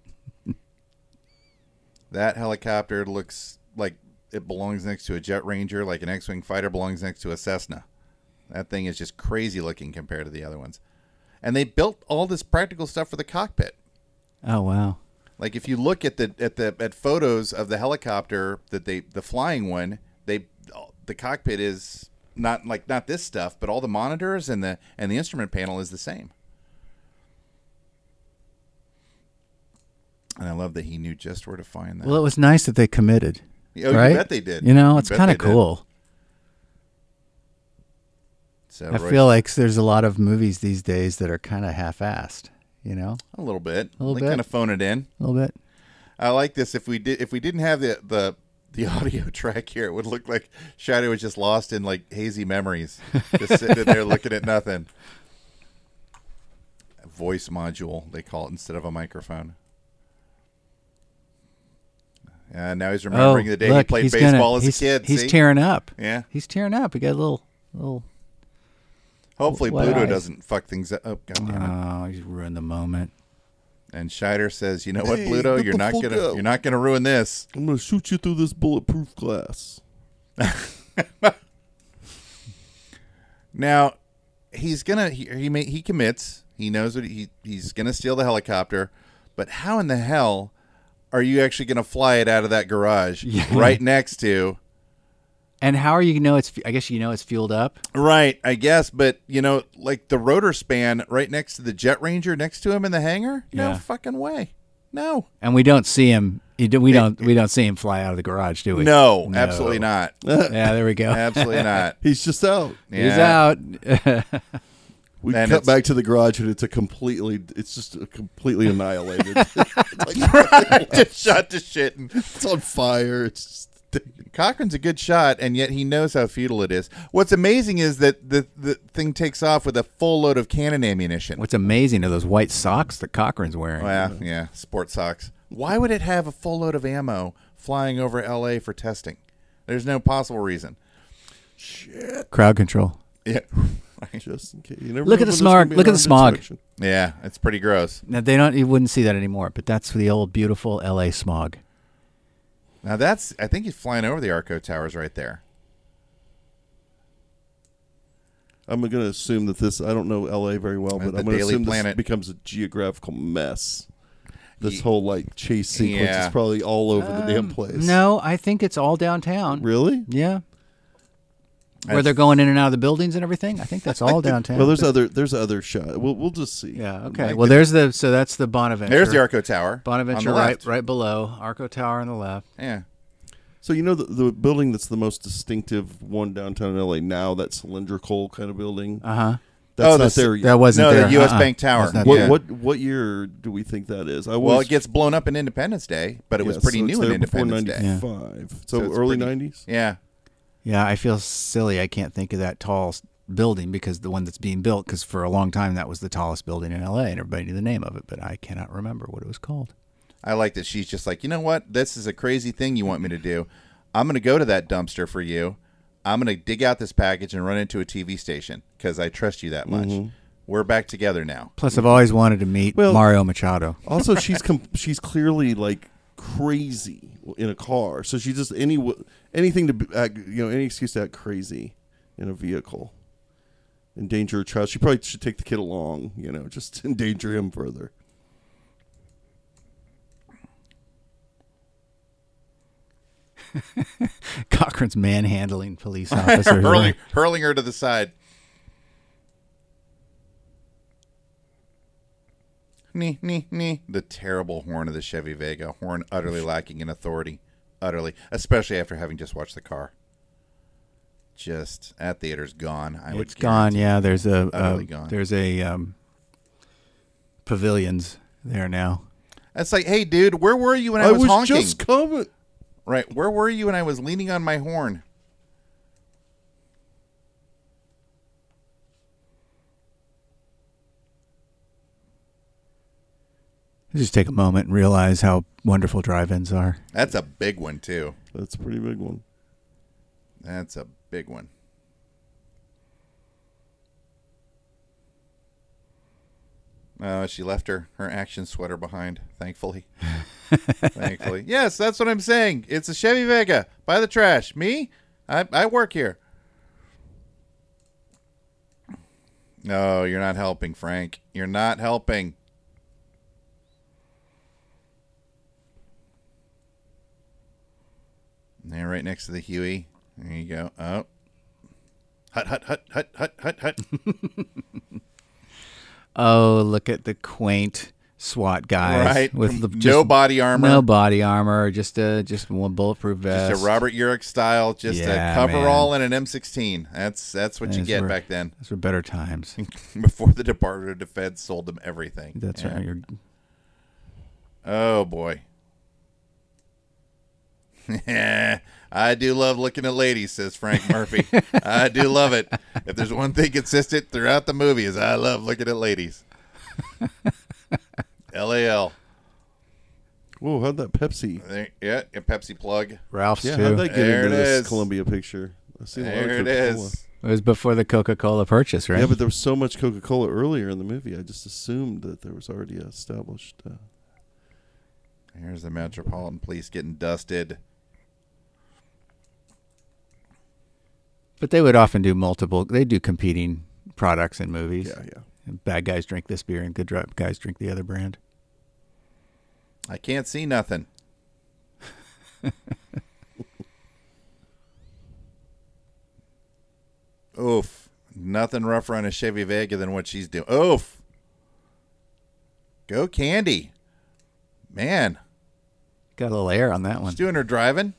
S10: That helicopter looks like it belongs next to a Jet Ranger, like an X Wing fighter belongs next to a Cessna. That thing is just crazy looking compared to the other ones. And they built all this practical stuff for the cockpit.
S9: Oh wow.
S10: Like if you look at the at the at photos of the helicopter that they the flying one, they the cockpit is not like not this stuff, but all the monitors and the and the instrument panel is the same. And I love that he knew just where to find that.
S9: Well, it was nice that they committed.
S10: Oh, you
S9: right?
S10: bet they did.
S9: You know,
S10: You
S9: it's
S10: bet
S9: kind
S10: they
S9: of
S10: did.
S9: cool.
S10: So
S9: I feel like there's a lot of movies these days that are kind of half-assed. You know,
S10: a little bit.
S9: A little
S10: they
S9: bit.
S10: kind of phone it in.
S9: a little bit.
S10: I like this. If we did, if we didn't have the the the audio track here, it would look like Shadow was just lost in like hazy memories, just sitting there looking at nothing. A voice module, they call it instead of a microphone. Uh, now he's remembering
S9: oh,
S10: the day
S9: look,
S10: he played
S9: he's gonna-
S10: baseball as a
S9: he's-
S10: kid.
S9: He's
S10: see?
S9: tearing up.
S10: Yeah.
S9: he's tearing up. He got a little, little.
S10: Hopefully,
S9: What
S10: Pluto
S9: eyes?
S10: doesn't fuck things up. Oh, God damn it.
S9: Oh, he's ruined the moment.
S10: And Scheider says, "You know what,
S1: Hey,
S10: Pluto?
S1: get
S10: You're
S1: the
S10: not
S1: fuck
S10: gonna
S1: out."
S10: you're not gonna ruin this."
S1: I'm gonna shoot you through this bulletproof glass.
S10: Now, he's gonna he he, ma- he commits. He knows what he he's gonna steal the helicopter, but how in the hell are you actually gonna fly it out of that garage right next to?
S9: And how are you know it's? I guess you know it's fueled up.
S10: Right, I guess, but you know, like the rotor span right next to the Jet Ranger next to him in the hangar. No
S9: Yeah.
S10: fucking way. No.
S9: And we don't see him. you do- We don't. We don't see him fly out of the garage, do we?
S10: No, absolutely not.
S9: Yeah, there we go.
S10: Absolutely not.
S1: He's just out.
S9: He's
S10: Yeah.
S9: out.
S1: We
S10: And
S1: cut
S10: it's-
S1: back to the garage, and it's a completely. It's just a completely annihilated.
S10: Just shot to shit. And
S1: it's on fire. It's just.
S10: Cochran's a good shot, and yet he knows how futile it is. What's amazing is that the the thing takes off with a full load of cannon ammunition.
S9: What's amazing are those white socks that Cochran's wearing.
S10: Wow, yeah, sports socks. Why would it have a full load of ammo flying over L.A. for testing? There's no possible reason.
S9: Crowd control.
S10: Yeah,
S1: Just in case. You never
S9: Look
S1: know when
S9: at the
S1: there's
S9: smog.
S1: gonna be an
S9: Look at the
S1: armed
S9: smog.
S1: insurrection.
S10: yeah, it's pretty gross.
S9: Now they don't. You wouldn't see that anymore. But that's the old beautiful L.A. smog.
S10: Now that's I think he's flying over the Arco Towers right there.
S1: I'm going to assume that this. I don't know L.A. very well, but
S10: The
S1: I'm going to
S10: Daily
S1: assume this
S10: Planet.
S1: becomes a geographical mess. This
S10: Ye-
S1: whole like chase sequence
S10: Yeah.
S1: is probably all over the damn place.
S9: Um, No, I think it's all downtown.
S1: really?
S9: Yeah. Where
S10: That's-
S9: they're going in and out of the buildings and everything. I think that's all downtown.
S1: Well, there's other there's other shot. We'll we'll just see.
S9: Yeah. Okay. Well, there's the. So that's the Bonaventure.
S10: There's the Arco Tower. on the
S9: Bonaventure
S10: left.
S9: right, right below Arco Tower on the left.
S10: Yeah.
S1: So you know the, the building that's the most distinctive one downtown L.A. now that cylindrical kind of building. Uh huh. That's
S10: Oh,
S1: not
S10: the-
S1: there yet.
S9: Uh-huh. That wasn't
S10: no,
S9: there.
S10: the U.S.
S9: Uh-uh.
S10: Bank Tower.
S9: That's not
S1: What
S9: there.
S1: what what year do we think that is? I
S10: Well,
S1: was-
S10: it gets blown up in Independence Day, but it was
S1: yeah,
S10: pretty
S1: so it's
S10: new in
S1: there before
S10: Independence Day.
S1: 95. So,
S10: So it's
S1: early
S10: pretty-
S1: 90s.
S10: Yeah.
S9: Yeah, I feel silly. I can't think of that tall s- building because the one that's being built, because for a long time that was the tallest building in LA and everybody knew the name of it, but I cannot remember what it was called.
S10: I like that she's just like, you know what? This is a crazy thing you want me to do. I'm going to go to that dumpster for you. I'm going to dig out this package and run into a TV station because I trust you that much.
S1: Mm-hmm.
S10: We're back together now.
S9: Plus, I've always wanted to meet
S1: Well-
S9: Mario Machado.
S1: Also, she's com- she's clearly like crazy in a car. So she just any w- anything to be- act, you know any excuse to act crazy in a vehicle, endanger a child. She probably should take the kid along. You know, just to endanger him further.
S9: Cochran's manhandling police officers.
S10: hurling, hurling her to the side. Nee, nee, nee. The terrible horn of the Chevy Vega, horn utterly lacking in authority. Utterly. Especially after having just watched the car. Just, that theater's gone. I would
S9: It's gone.
S10: guarantee.
S9: Yeah, there's a
S10: Utterly
S9: uh,
S10: gone.
S9: there's a um, pavilions there now.
S10: That's like, hey, dude, where were you when I,
S1: I
S10: was,
S1: was
S10: honking?
S1: just coming.
S10: Right, where were you when I was leaning on my horn?
S9: Just take a moment and realize how wonderful drive-ins are.
S10: That's a big one too.
S1: That's a pretty big one.
S10: That's a big one. Uh, she left her her action sweater behind, thankfully. thankfully, yes, that's what I'm saying. It's a Chevy Vega. By the trash. Me, I I work here. No, you're not helping, Frank. You're not helping. There, right next to the Huey. There you go. Oh. Hut, hut, hut, hut, hut, hut, hut.
S9: Oh, look at the quaint SWAT guys
S10: right.
S9: with the, just
S10: no body armor.
S9: no body armor, just a just one bulletproof vest.
S10: Just a Robert Urich style, just
S9: Yeah,
S10: a coverall and an M16. That's that's what you
S9: Those
S10: get
S9: were-
S10: back then.
S9: Those were better times.
S10: Before the Department of Defense sold them everything.
S9: That's
S10: Yeah.
S9: right. You're,
S10: Oh boy. I do love looking at ladies, says Frank Murphy. I do love it. If there's one thing consistent throughout the movie is I love looking at ladies. LAL.
S1: Whoa, how'd that Pepsi?
S10: There, yeah, a Pepsi plug.
S9: Ralph's
S1: Yeah,
S9: too.
S1: how'd that get
S10: There
S1: into
S10: it
S1: this
S10: is.
S1: Columbia picture? I see a lot of
S10: There it
S1: Coca-Cola.
S10: is.
S9: It was before the Coca Cola purchase, right?
S1: Yeah, but there was so much Coca Cola earlier in the movie. I just assumed that there was already a established. Uh,
S10: Here's the Metropolitan Police getting dusted.
S9: But they would often do multiple. They do competing products in movies.
S1: Yeah, yeah.
S9: And bad guys drink this beer, and good dr- guys drink the other brand.
S10: I can't see nothing. Oof. Nothing rougher on a Chevy Vega than what she's doing. Oof. Go Candy. Man,
S9: Got a little air on that one.
S10: she's doing her driving.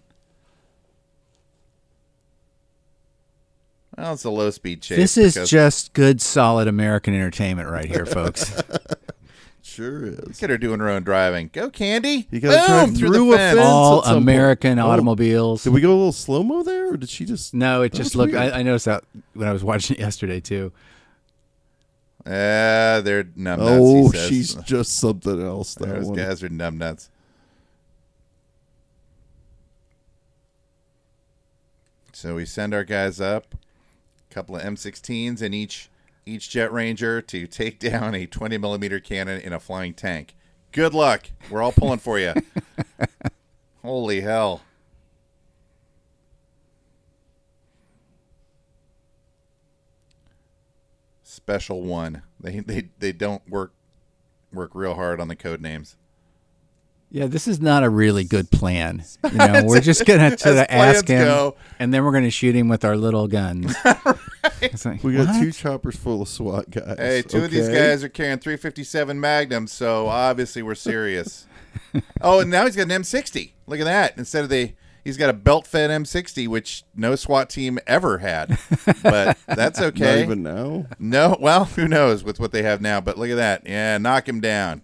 S10: Well, it's a low speed chase.
S9: This is
S10: because-
S9: just good, solid American entertainment right here, folks.
S1: sure is.
S10: Look at her doing her own driving. Go Candy.
S1: You gotta drive
S10: Boom, through the
S1: through a
S10: fence.
S1: fence.
S9: All
S1: at some point.
S9: American
S1: Oh.
S9: automobiles.
S1: Did we go a little slow mo there, or did she just?
S9: no, it
S1: That
S9: just
S1: was
S9: looked.
S1: weird.
S9: I, I noticed that when I was watching it yesterday too.
S10: Ah, they're numb nuts.
S1: oh,
S10: he says.
S1: she's just something else. That
S10: Those
S1: one.
S10: guys are numb nuts. So we send our guys up, a couple of M16s in each each Jet Ranger to take down a 20 millimeter cannon in a flying tank. Good luck. We're all pulling for you. Holy hell! Special one. They they they don't work work real hard on the code names.
S9: Yeah, this is not a really good plan. You know, we're just gonna sort of
S10: plans
S9: ask him,
S10: go.
S9: and then we're gonna shoot him with our little guns. It's like,
S1: We got
S9: what?
S1: two choppers full of SWAT guys.
S10: Hey, two of these
S1: okay?
S10: guys are carrying 357 Magnums, so obviously we're serious. oh, and now he's got an M60. Look at that. Instead of the, he's got a belt-fed M60, which no SWAT team ever had. But that's okay.
S1: Not even now.
S10: No, well, who knows with what they have now? But look at that. Yeah, knock him down.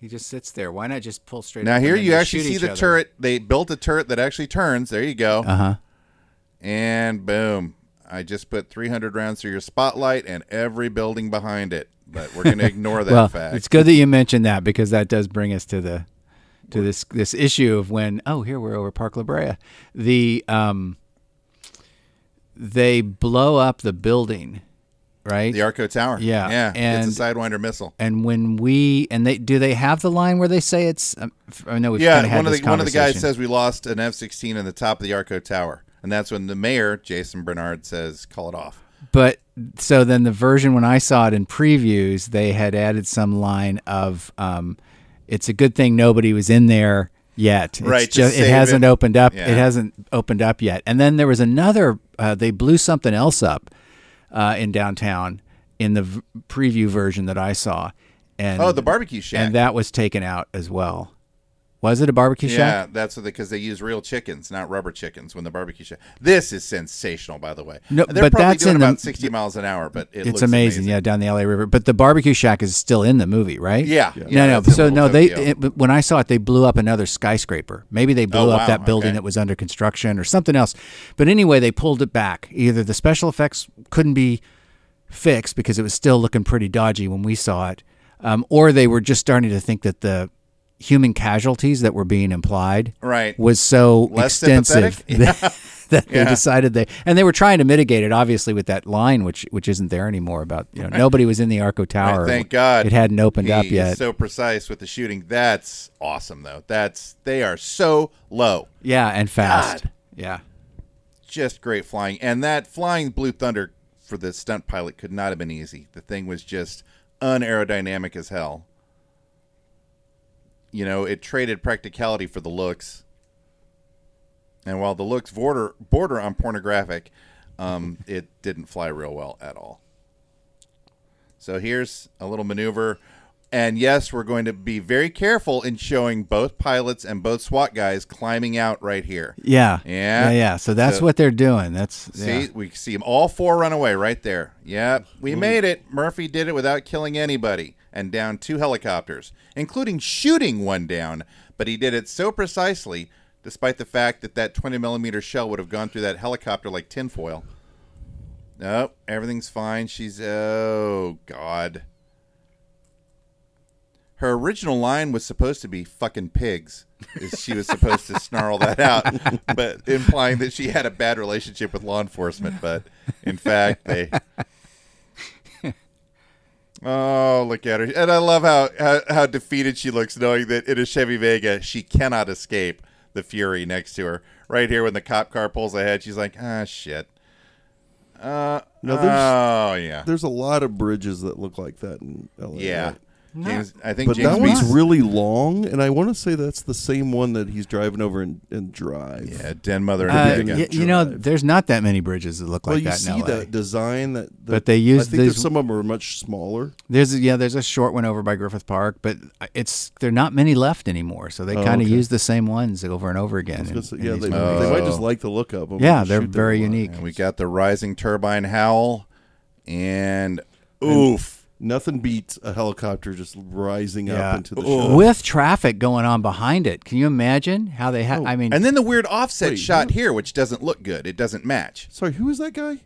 S9: He just sits there. Why not just pull straight?
S10: Now
S9: up and
S10: here
S9: then
S10: you
S9: they
S10: actually
S9: shoot
S10: see
S9: each
S10: the
S9: other?
S10: turret. They built a turret that actually turns. There you go. Uh
S9: Uh-huh.
S10: And boom. I just put 300 rounds through your spotlight and every building behind it. But we're going to ignore that
S9: well,
S10: fact.
S9: it's good that you mentioned that because that does bring us to the to this this issue of when oh here we're over Park La Brea, the um they blow up the building, right?
S10: The Arco Tower.
S9: Yeah,
S10: Yeah.
S9: and-
S10: it's a Sidewinder missile.
S9: and when we and they do they have the line where they say it's um, f- I know we've
S10: Yeah.
S9: kind of had
S10: One of,
S9: this
S10: the, one of the guys
S9: conversation.
S10: says we lost an F 16 in the top of the Arco Tower. And that's when the mayor, Jason Bernard, says, call it off.
S9: But so then the version when I saw it in previews, they had added some line of, um, "It's a good thing nobody was in there yet. It's
S10: Right, to
S9: ju-
S10: save
S9: it hasn't
S10: it.
S9: opened up.
S10: Yeah.
S9: It hasn't opened up yet." And then there was another. Uh, they blew something else up uh, in downtown in the v- preview version that I saw, and
S10: Oh, the barbecue shack.
S9: and that was taken out as well. Was it a barbecue
S10: Yeah,
S9: shack?
S10: that's what because they use real chickens, not rubber chickens. When the barbecue shack, this is sensational, by the way.
S9: No,
S10: They're
S9: but
S10: probably
S9: that's
S10: doing
S9: in the-
S10: about sixty miles an hour, but it
S9: It's
S10: looks
S9: amazing. yeah, down the LA River. But the barbecue shack is still in the movie, right?
S10: Yeah. Yeah. Yeah,
S9: no,
S10: it's
S9: no.
S10: in
S9: So
S10: Little
S9: no, they
S10: Tokyo.
S9: it, but when I saw it, they blew up another skyscraper. Maybe they blew
S10: Oh,
S9: up
S10: wow,
S9: that building
S10: okay.
S9: that was under construction or something else. But anyway, they pulled it back. Either the special effects couldn't be fixed because it was still looking pretty dodgy when we saw it, um, or they were just starting to think that the human casualties that were being implied
S10: Right.
S9: was so
S10: Less
S9: extensive
S10: sympathetic?
S9: that, that they decided they and they were trying to mitigate it obviously with that line which which isn't there anymore about you know nobody was in the Arco
S10: Right,
S9: Tower
S10: thank God
S9: it hadn't opened
S10: he
S9: up
S10: is
S9: yet
S10: So precise with the shooting. That's awesome, though. That's they are so low.
S9: yeah and fast
S10: God.
S9: yeah
S10: Just great flying, and that flying blue thunder for the stunt pilot could not have been easy. The thing was just unaerodynamic as hell. You know, it traded practicality for the looks. And while the looks border border on pornographic, um, it didn't fly real well at all. So here's a little maneuver. And yes, we're going to be very careful in showing both pilots and both SWAT guys climbing out right here.
S9: yeah yeah
S10: Yeah.
S9: yeah so that's
S10: So-
S9: what they're doing that's
S10: See,
S9: yeah.
S10: we see them all four run away right there. Yep, we made it. Murphy did it without killing anybody and down two helicopters, including shooting one down. But he did it so precisely, despite the fact that that 20 millimeter shell would have gone through that helicopter like tinfoil. Nope, everything's fine. She's oh god. her original line was supposed to be "fucking pigs." Is she was supposed to snarl that out, but implying that she had a bad relationship with law enforcement. But in fact, they. Oh, look at her, and I love how, how how defeated she looks, knowing that in a Chevy Vega she cannot escape the fury next to her. Right here, when the cop car pulls ahead, she's like, "Ah, shit." Uh,
S1: No, there's,
S10: oh yeah,
S1: There's a lot of bridges that look like that in LA.
S10: yeah.
S1: right?
S10: James, I think
S1: but
S10: James
S1: that one's
S10: Beast-
S1: really long, and I want to say that's the same one that he's driving over in, in Drive.
S10: Yeah, Den Mother and
S9: Uh,
S10: Pig.
S1: Yeah.
S9: y- you know, there's not that many bridges that look
S1: well,
S9: like
S1: you
S9: that in
S1: see
S9: LA.
S1: that design that, that-
S9: But they use
S1: I think that
S9: these-
S1: some of them are much smaller.
S9: There's yeah, there's a short one over by Griffith Park, but it's there are not many left anymore. So they
S1: Oh,
S9: kind of
S1: okay.
S9: use the same ones over and over again. in-
S1: Because,
S9: in
S1: yeah,
S9: these
S1: they,
S9: movies.
S1: they might
S10: Oh.
S1: just like the look of them.
S9: yeah, they're very unique.
S10: And we got the rising turbine howl, and oof,
S1: Nothing beats a helicopter just rising
S9: Yeah. Oh.
S1: up into the sky.
S9: With traffic going on behind it, can you imagine how they had? I mean,
S10: and then the weird offset
S1: Wait,
S10: shot
S1: who-
S10: here, which doesn't look good. It doesn't match.
S1: Sorry, who is that guy?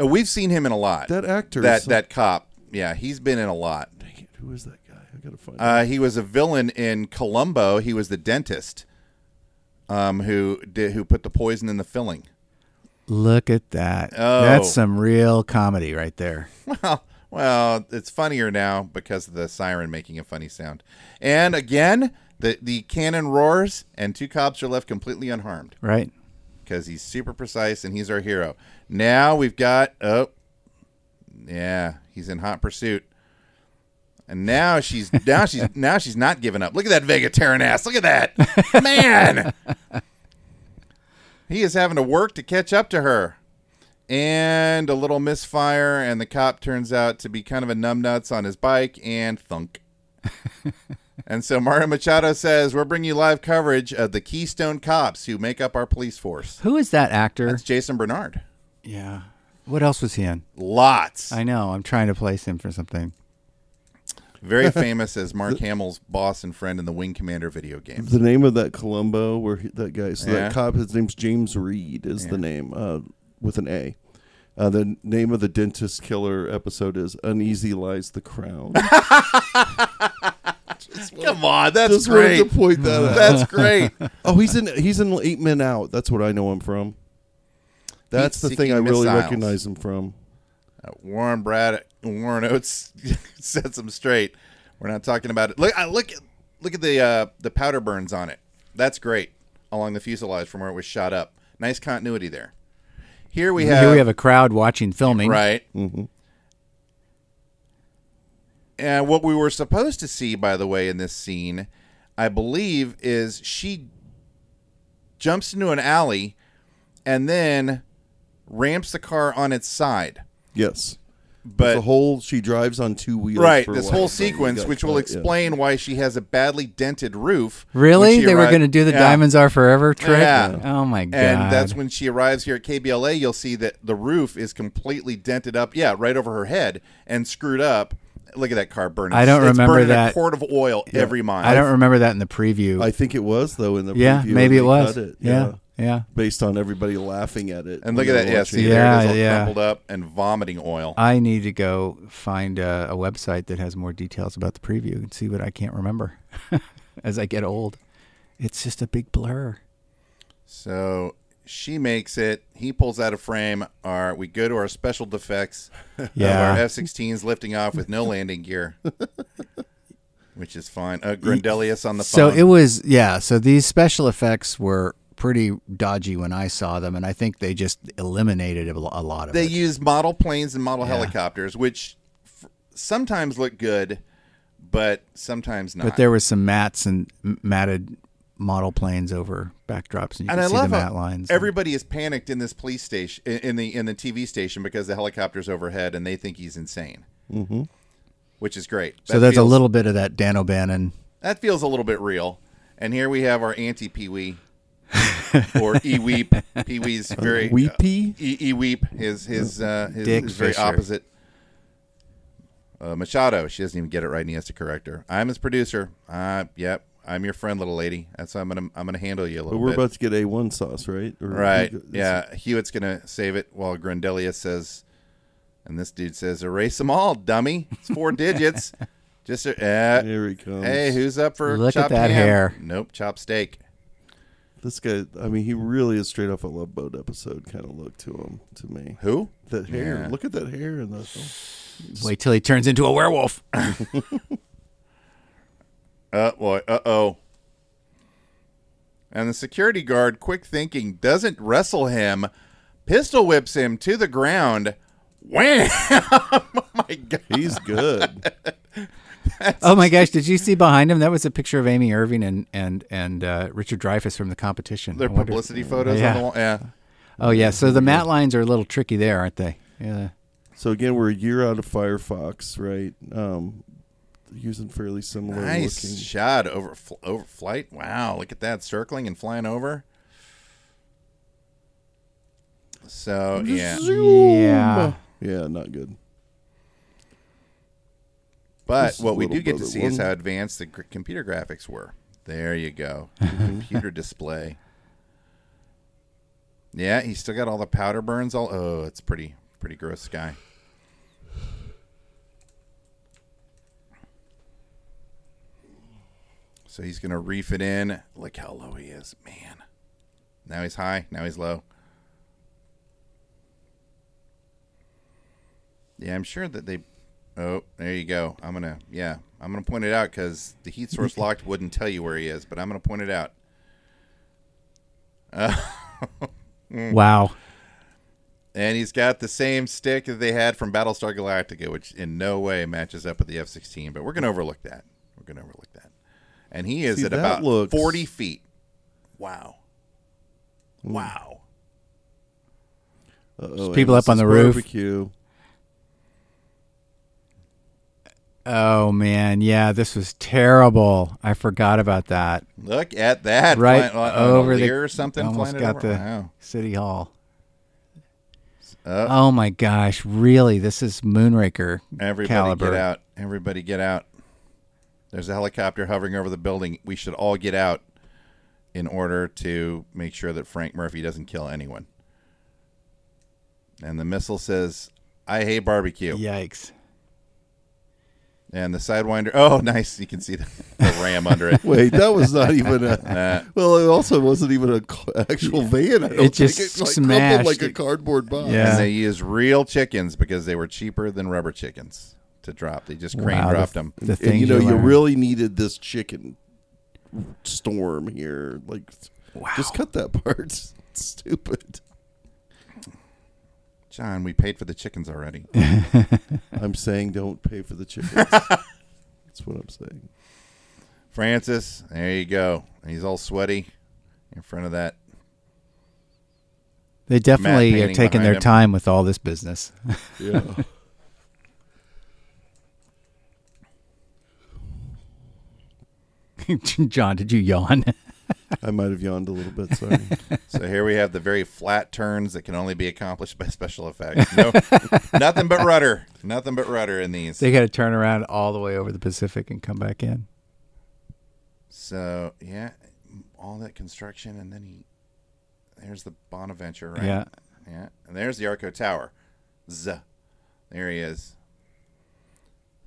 S10: Uh, we've seen him in a lot.
S1: That actor.
S10: that
S1: is some-
S10: that cop. Yeah, he's been in a lot.
S1: Dang it, who is that guy? I gotta find. him.
S10: Uh, he was a villain in Columbo. He was the dentist, um, who did who put the poison in the filling.
S9: look at that.
S10: Oh.
S9: That's some real comedy right there.
S10: Well, well, it's funnier now because of the siren making a funny sound. And again, the the cannon roars, and two cops are left completely unharmed
S9: Right?
S10: because he's super precise and he's our hero. Now we've got oh, yeah, he's in hot pursuit. And now she's now she's now she's not giving up. Look at that vegetarian ass. Look at that man. he is having to work to catch up to her. And a little misfire, and the cop turns out to be kind of a numbnuts on his bike, and thunk. and so Mario Machado says, "We're bringing you live coverage of the Keystone Cops, who make up our police force."
S9: Who is that actor?
S10: That's Jason Bernard.
S9: yeah. What else was he in?
S10: Lots.
S9: I know. I'm trying to place him for something.
S10: Very famous as Mark Hamill's boss and friend in the Wing Commander video game.
S1: the name of that Columbo, where he, that guy, so
S10: Yeah.
S1: that cop, his name's James Reed, is the name uh, with an A. Uh, the name of the dentist killer episode is "Uneasy Lies the Crown."
S10: Come on, that's
S1: Just wanted
S10: great.
S1: to point that out.
S10: that's great. Uh,
S1: Oh, he's in he's in Eight Men Out. That's what I know him from. That's the thing I
S10: Heat-seeking
S1: really
S10: missiles.
S1: recognize him from.
S10: Uh, Warren Brad Warren Oates sets them straight. We're not talking about it. Look, I look at look at the uh, the powder burns on it. That's great along the fuselage from where it was shot up. Nice continuity there. Here we have
S9: Here we have a crowd watching filming.
S10: Right.
S1: Mm-hmm.
S10: And what we were supposed to see, by the way, in this scene, I believe, is she jumps into an alley and then ramps the car on its side.
S1: Yes,
S10: But
S1: the whole she drives on two wheels.
S10: right,
S1: for a
S10: this
S1: while,
S10: whole
S1: so you
S10: sequence,
S1: got
S10: which will
S1: that, yeah.
S10: explain why she has a badly dented roof. when
S9: Really?
S10: she
S9: They were
S10: arrived-
S9: going to do the
S10: Yeah.
S9: Diamonds Are Forever trick?
S10: Yeah.
S9: Oh, my God.
S10: And that's when she arrives here at KBLA. You'll see that the roof is completely dented up. Yeah, right over her head and screwed up. Look at that car burning.
S9: I don't
S10: It's
S9: remember
S10: burning
S9: that.
S10: A quart of oil every mile.
S9: I don't remember that in the preview.
S1: I think it was though in the
S9: yeah,
S1: preview,
S9: maybe
S1: they
S9: it was.
S1: cut it,
S9: yeah. Yeah.
S1: based on everybody laughing at it.
S10: And
S1: when
S10: look
S1: they
S10: at that.
S1: were
S10: Yeah,
S1: watching
S10: see
S1: it.
S10: there it
S9: Yeah,
S10: is all
S9: yeah. Uh,
S10: crumpled up and vomiting oil.
S9: I need to go find a, a website that has more details about the preview and see what I can't remember as I get old. It's just a big blur.
S10: So she makes it. He pulls out of frame. Our we go to our special defects.
S9: Yeah.
S10: Our F 16s lifting off with no landing gear. Which is fine. Uh, Grindelius on the
S9: So
S10: phone.
S9: it was, yeah. So these special effects were pretty dodgy when I saw them, and I think they just eliminated a lo- a lot of
S10: they
S9: it.
S10: use model planes and model helicopters, which f- sometimes look good, but sometimes not.
S9: but there was some mats and m- matted model planes over backdrops, and you can
S10: and I
S9: see
S10: love
S9: the
S10: how
S9: mat lines.
S10: everybody is panicked in this police station, in- in the in the TV station, because the helicopter's overhead and they think he's insane, mm-hmm. which is great.
S9: so there's
S10: feels-
S9: a little bit of that Dan O'Bannon.
S10: that feels a little bit real. And here we have our anti Pee Wee or E Weep. Pee Wee's very
S1: Weepy?
S10: E E Weep. His his uh, his,
S9: Dick
S10: his very
S9: Fisher.
S10: opposite. Uh, Machado. She doesn't even get it right, and he has to correct her. I'm his producer. Uh, yep. I'm your friend, little lady. That's how I'm gonna I'm gonna handle you a
S1: But
S10: little
S1: we're
S10: bit.
S1: about to get a one sauce, right? Or-
S10: right.
S1: it's-
S10: Yeah. Hewitt's gonna save it while Grandelia says, and this dude says, "Erase them all, dummy. It's four digits." Just uh, here
S1: he comes.
S10: Hey, who's up for
S9: Look at
S10: chopped
S9: that
S10: ham?
S9: hair.
S10: Nope, chopped steak.
S1: This guy, I mean, he really is straight off a Love Boat episode kind of look to him, to me.
S10: Who?
S1: That hair.
S10: Yeah.
S1: Look at that hair in that film.
S9: Wait till he turns into a werewolf.
S10: Uh boy, uh oh. And the security guard, quick thinking, doesn't wrestle him, pistol whips him to the ground. Wham! oh my god.
S1: He's good.
S9: oh my gosh! Did you see behind him? That was a picture of Amy Irving and and and uh, Richard Dreyfuss from the competition.
S10: Their
S9: I wonder-
S10: publicity photos
S9: Yeah.
S10: on the wall. Yeah.
S9: Oh yeah. So the mat lines are a little tricky there, aren't they? Yeah.
S1: So again, we're a year out of Firefox, right? Um, using fairly similar
S10: Nice
S1: looking.
S10: shot over fl- over flight. Wow, look at that circling and flying over. So yeah,
S9: Yeah.
S1: Yeah, not good.
S10: but
S1: This is a
S10: what we
S1: little
S10: do get to
S1: brother
S10: see is
S1: one.
S10: how advanced the c- computer graphics were. There you go, The computer display. Yeah, he's still got all the powder burns. All oh, it's pretty pretty gross guy. So he's gonna reef it in. Look how low he is, man. Now he's high. Now he's low. Yeah, I'm sure that they. Oh, there you go. I'm gonna. Yeah, I'm gonna point it out because the heat source locked wouldn't tell you where he is, but I'm gonna point it out. Oh,
S9: Wow.
S10: And he's got the same stick that they had from Battlestar Galactica, which in no way matches up with the F-16. But we're gonna overlook that. We're gonna overlook that. And he is
S1: See,
S10: at
S1: that
S10: about
S1: looks-
S10: 40 feet. Wow.
S9: Mm.
S10: Wow.
S1: Uh-oh,
S9: people
S1: Amos
S9: up on
S1: is
S9: the roof.
S1: Barbecue.
S9: Oh man. Yeah. This was terrible. I forgot about that.
S10: Look at that.
S9: Right
S10: Flying- uh,
S9: over
S10: a
S9: the
S10: leer or something.
S9: Almost
S10: flying it
S9: got
S10: over.
S9: the
S10: Wow.
S9: city hall.
S10: Uh,
S9: oh my gosh! Really, this is Moonraker
S10: Everybody
S9: caliber.
S10: get out. Everybody get out. There's a helicopter hovering over the building. We should all get out in order to make sure that Frank Murphy doesn't kill anyone. And the missile says, I hate barbecue.
S9: Yikes!
S10: And the Sidewinder, oh, nice. You can see the, the ram under it.
S1: Wait, that was not even a. well, it also wasn't even an actual van. I don't
S9: It just
S1: think. It, like, crumpled
S9: smashed
S1: like a
S9: it.
S1: cardboard box.
S9: Yeah.
S10: And they used real chickens because they were cheaper than rubber chickens to drop. They just crane
S9: Wow, the-
S10: dropped them.
S9: The
S1: And
S9: thing
S1: you know, you
S9: learn.
S1: really needed this chicken storm here. Like, just cut that part. It's stupid.
S10: John, we paid for the chickens already.
S1: I'm saying don't pay for the chickens. That's what I'm saying.
S10: Francis, there you go. And he's all sweaty in front of that
S9: They definitely are
S10: painting
S9: taking
S10: behind
S9: their
S10: him.
S9: time with all this business.
S1: Yeah.
S9: John, did you yawn?
S1: I might have yawned a little bit. Sorry.
S10: So here we have the very flat turns that can only be accomplished by special effects. No, nothing but rudder. Nothing but rudder in these.
S9: they got to turn around all the way over the Pacific and come back in.
S10: So yeah, all that construction, and then he. There's the Bonaventure, right?
S9: Yeah.
S10: Yeah, and there's the Arco Tower. Z. There he is.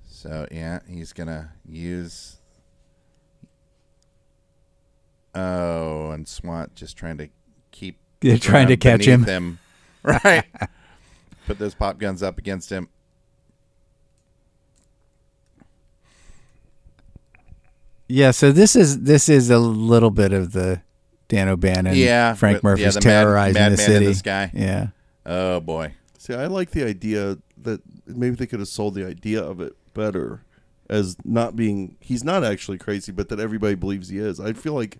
S10: So yeah, he's gonna use. Oh, and SWAT just trying to keep.
S9: They're trying to catch him.
S10: beneath right? Put those pop guns up against him.
S9: Yeah, so this is this is a little bit of the Dan O'Bannon,
S10: Yeah,
S9: Frank
S10: but- yeah,
S9: Murphy's
S10: the mad-
S9: terrorizing the
S10: madman in
S9: city.
S10: the sky.
S9: Yeah,
S10: Oh boy.
S1: See, I like the idea that maybe they could have sold the idea of it better as not being he's not actually crazy, but that everybody believes he is. I feel like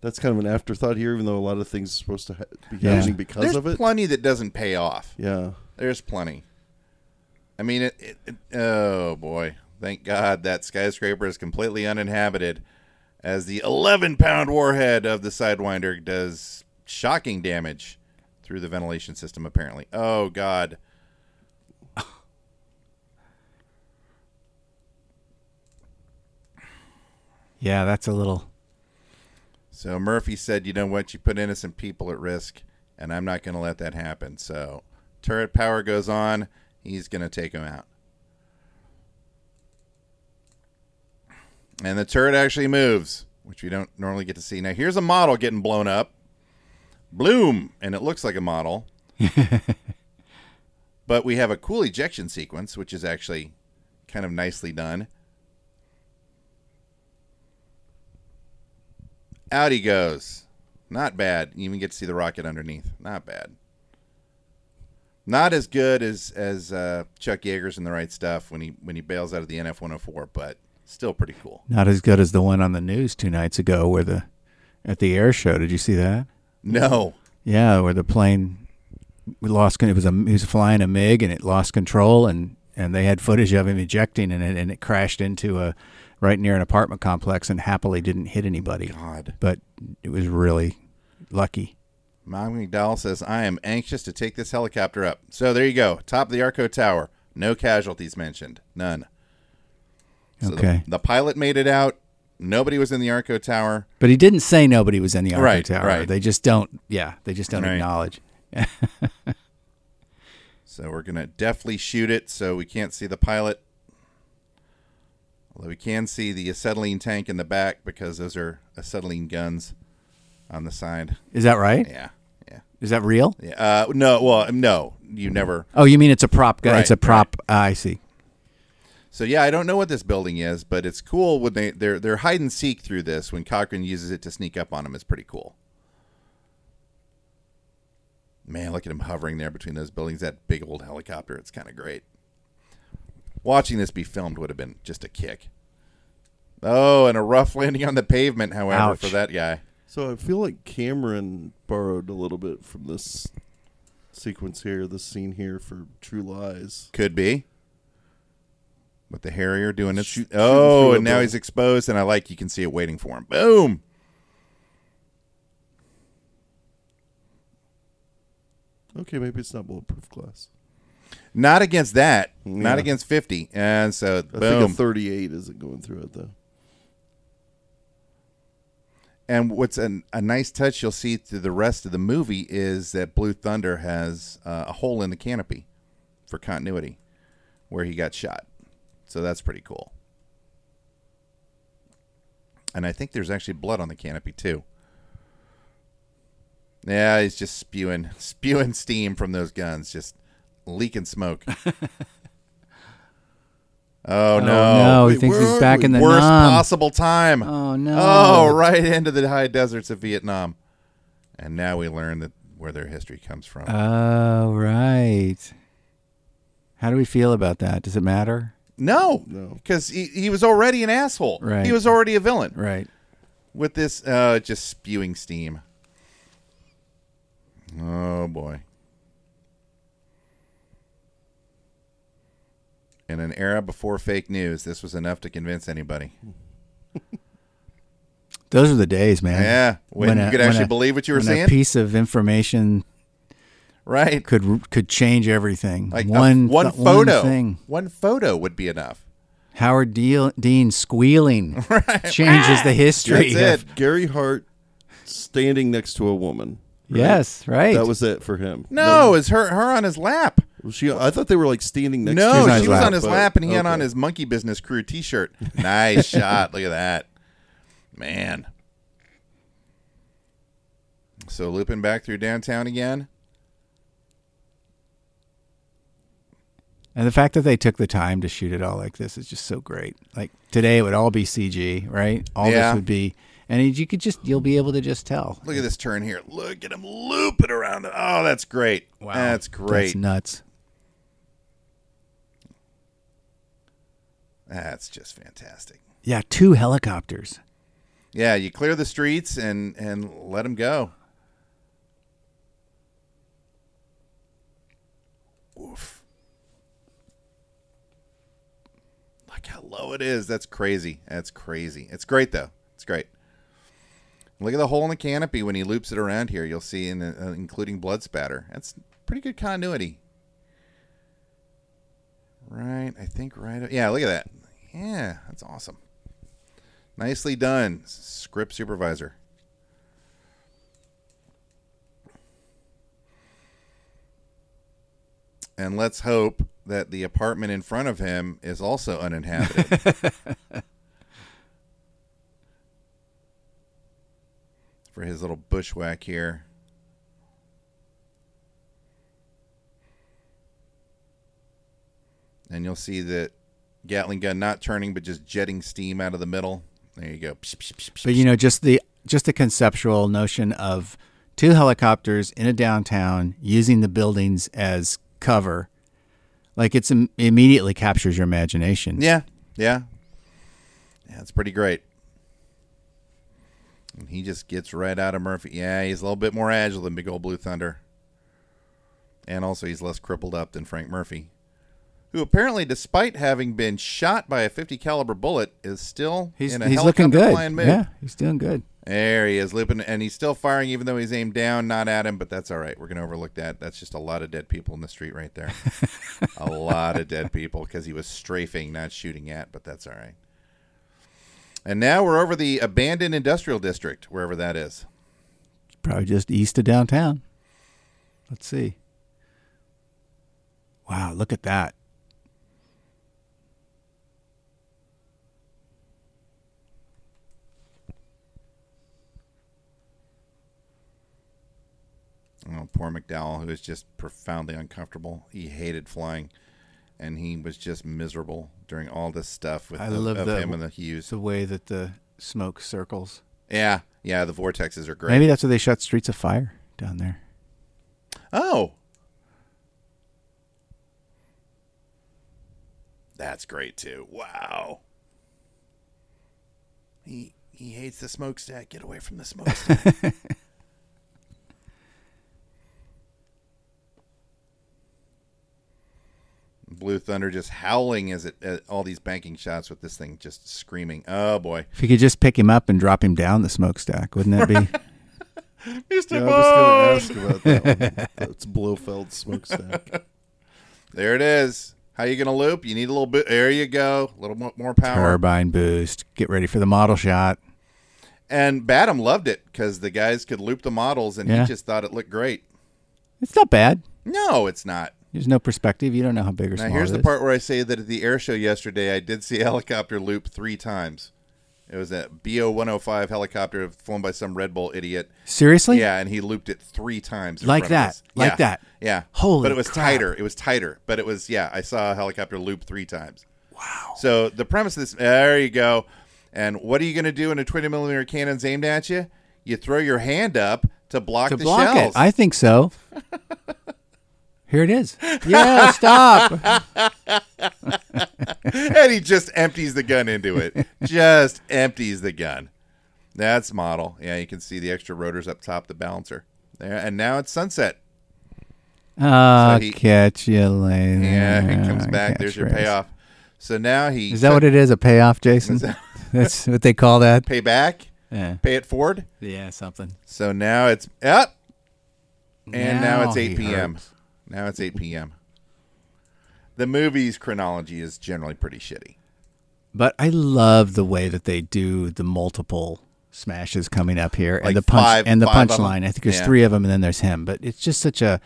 S1: that's kind of an afterthought here, even though a lot of things are supposed to ha- be
S9: Yeah.
S1: happening because
S10: There's
S1: of it.
S10: plenty that doesn't pay off.
S1: yeah,
S10: There's plenty. I mean, it, it, it- oh boy. Thank God that skyscraper is completely uninhabited as the 11 pound warhead of the Sidewinder does shocking damage through the ventilation system, apparently. Oh God.
S9: yeah, that's a little.
S10: So Murphy said, you know what? You put innocent people at risk, and I'm not going to let that happen. So turret power goes on. He's going to take him out. And the turret actually moves, which we don't normally get to see. Now, here's a model getting blown up. Bloom! And it looks like a model. but we have a cool ejection sequence, which is actually kind of nicely done. Out he goes. Not bad. You even get to see the rocket underneath. Not bad. Not as good as as uh, Chuck Yeager's in the right stuff when he when he bails out of the NF 104, but still pretty cool.
S9: Not as good as the one on the news two nights ago, where the at the air show. Did you see that?
S10: No.
S9: Yeah, where the plane we lost. con- It was a he was flying a Mig and it lost control, and and they had footage of him ejecting, and it and it crashed into a right near an apartment complex, and happily didn't hit anybody.
S10: God.
S9: but it was really lucky.
S10: Mom McDowell says, I am anxious to take this helicopter up. So there you go. Top of the Arco Tower. No casualties mentioned. None. So the-
S9: Okay.
S10: The, pilot made it out. Nobody was in the Arco Tower.
S9: But he didn't say nobody was in the Arco
S10: Right,
S9: Tower.
S10: right.
S9: They just don't. Yeah, they just don't
S10: Right.
S9: acknowledge.
S10: So we're going to deftly shoot it so we can't see the pilot. Although we can see the acetylene tank in the back because those are acetylene guns on the side.
S9: Is that right?
S10: Yeah. Yeah.
S9: Is that real?
S10: Yeah. Uh, no. Well, no. You never.
S9: Oh, you mean it's a prop guy? it's
S10: Right,
S9: a prop. I see.
S10: So yeah, I don't know what this building is, but it's cool when they they're they're hide and seek through this when Cochran uses it to sneak up on him is pretty cool. Man, look at him hovering there between those buildings. That big old helicopter, it's kind of great. Watching this be filmed would have been just a kick. Oh, and a rough landing on the pavement, however,
S9: Ouch.
S10: for that guy.
S1: So I feel like Cameron borrowed a little bit from this sequence here, this scene here for True Lies.
S10: Could be. With the Harrier doing its
S1: Shoot- shooting
S10: oh,
S1: through
S10: and
S1: the
S10: now
S1: building.
S10: he's exposed, and I like you can see it waiting for him. Boom.
S1: Okay, maybe it's not bulletproof glass.
S10: Not against that. Not
S1: Yeah.
S10: against 50. And so,
S1: I
S10: boom.
S1: think a 38 isn't going through it though.
S10: and what's an, a nice touch you'll see through the rest of the movie is that Blue Thunder has uh, a hole in the canopy for continuity where he got shot. So that's pretty cool. And I think there's actually blood on the canopy, too. Yeah, he's just spewing, spewing steam from those guns, just leaking smoke.
S1: Uh,
S10: oh, no.
S9: no, he thinks
S10: where
S9: he's
S10: are
S9: back
S10: we?
S9: in the
S10: worst
S9: nom.
S10: possible time.
S9: Oh, no.
S10: Oh, right into the high deserts of Vietnam, and now we learn that where their history comes from.
S9: Oh, right. How do we feel about that? Does it matter?
S10: no,
S1: No.
S10: because he, he was already an asshole.
S9: Right.
S10: He was already a villain
S9: Right.
S10: with this uh, just spewing steam. Oh boy. In an era before fake news, this was enough to convince anybody.
S9: Hmm. Those are the days, man.
S10: Yeah, when you could actually believe what you were
S9: when
S10: seeing.
S9: A piece of information
S10: Right.
S9: could could change everything.
S10: Like a-
S9: one
S10: one
S9: th-
S10: photo.
S9: one thing.
S10: one photo would be enough.
S9: Howard Deal, Dean squealing changes the history.
S10: That's
S9: of-
S10: it.
S1: Gary Hart standing next to a woman. right?
S9: Yes, right.
S1: That was it for him.
S10: No, it's her her on his lap.
S1: She I thought they were like standing next to
S10: no,
S1: each
S10: she
S1: other,
S10: was on his
S1: but-
S10: lap and he had
S1: okay.
S10: on his monkey business crew T-shirt. Nice shot. Look at that, man. So looping back through downtown again.
S9: and the fact that they took the time to shoot it all like this is just so great. Like today, it would all be CG, right? All
S10: Yeah.
S9: this would be, and you could just you'll be able to just tell.
S10: Look at this turn here. Look at him looping around. The, oh, that's great. Wow, that's great.
S9: That's nuts.
S10: that's just fantastic.
S9: Yeah, two helicopters.
S10: Yeah, you clear the streets and and let him go. Oof. Look how low it is. That's crazy. That's crazy. It's great though. It's great. Look at the hole in the canopy when he loops it around here. You'll see, in uh, including blood spatter. That's pretty good continuity. Right, I think right. Yeah, look at that. Yeah, that's awesome. Nicely done, script supervisor. And let's hope that the apartment in front of him is also uninhabited. for his little bushwhack here. And you'll see the Gatling gun not turning, but just jetting steam out of the middle. There you go. Psh, psh, psh, psh,
S9: But you know, just the just the conceptual notion of two helicopters in a downtown using the buildings as cover, like it's im- immediately captures your imagination.
S10: Yeah, yeah, yeah. It's pretty great. And he just gets right out of Murphy. Yeah, he's a little bit more agile than Big Old Blue Thunder, and also he's less crippled up than Frank Murphy, who apparently, despite having been shot by a 50 caliber bullet, is still
S9: he's
S10: in a
S9: he's looking
S10: helicopter
S9: good.
S10: flying mid.
S9: Yeah, he's doing good.
S10: There he is, looping, and he's still firing, even though he's aimed down, not at him. But that's all right. We're gonna overlook that. That's just a lot of dead people in the street right there. a lot of dead people because he was strafing, not shooting at. But that's all right. And now we're over the abandoned industrial district, wherever that is.
S9: Probably just east of downtown. Let's see. Wow, look at that.
S10: Oh, poor McDowell, who is just profoundly uncomfortable. He hated flying, and he was just miserable during all this stuff with
S9: I
S10: the,
S9: love
S10: of
S9: the,
S10: him and the Hughes.
S9: the way that the smoke circles.
S10: Yeah, yeah, the vortexes are great.
S9: Maybe that's why they shot Streets of Fire down there.
S10: Oh. That's great too. Wow. He he hates the smokestack. Get away from the smokestack. Blue Thunder just howling as it at all these banking shots with this thing just screaming. Oh boy.
S9: If you could just pick him up and drop him down the smokestack, wouldn't that be?
S10: Mr.
S1: Yeah, I was
S10: Bond!
S1: going to ask about that one. That's Blofeld smokestack.
S10: There it is. How you gonna loop? You need a little bit. There you go. A little mo- more power.
S9: Turbine boost. Get ready for the model shot.
S10: And Badham loved it because the guys could loop the models, and
S9: Yeah.
S10: he just thought it looked great.
S9: It's not bad.
S10: No, it's not.
S9: There's no perspective. You don't know how big or small
S10: now here's
S9: it
S10: the
S9: is.
S10: part where I say that at the air show yesterday, I did see a helicopter loop three times. It was a BO 105 helicopter flown by some Red Bull idiot.
S9: Seriously?
S10: Yeah, and he looped it three times. in
S9: Like
S10: front of
S9: that.
S10: us.
S9: Like
S10: Yeah.
S9: that.
S10: Yeah.
S9: Holy
S10: But it was
S9: crap.
S10: tighter. It was tighter. But it was yeah. I saw a helicopter loop three times. Wow. So the premise of this. There you go. And what are you going to do when a 20 millimeter cannon's aimed at you? You throw your hand up to block
S9: to
S10: the
S9: block
S10: shells.
S9: it. I think so. Here it is. Yeah, stop.
S10: and he just empties the gun into it. just empties the gun. That's model. Yeah, you can see the extra rotors up top, the balancer. There, and now it's sunset.
S9: I'll
S10: he-
S9: catch you later.
S10: Yeah, it comes
S9: I'll
S10: back.
S9: catch
S10: There's your
S9: you later.
S10: payoff. So now he
S9: Ah, Is that what it is? A payoff, Jason? That's what they call that?
S10: pay back,
S9: Yeah.
S10: pay it forward.
S9: Yeah, something.
S10: So now it's up, and now, it's
S9: he
S10: eight p.m.
S9: hurts.
S10: Now it's eight p.m. The movie's chronology is generally pretty shitty.
S9: But I love the way that they do the multiple smashes coming up here
S10: Like
S9: and the punch
S10: five-
S9: and the
S10: five of 'em?
S9: punchline. I think there's
S10: Yeah.
S9: three of them and then there's him. But it's just such a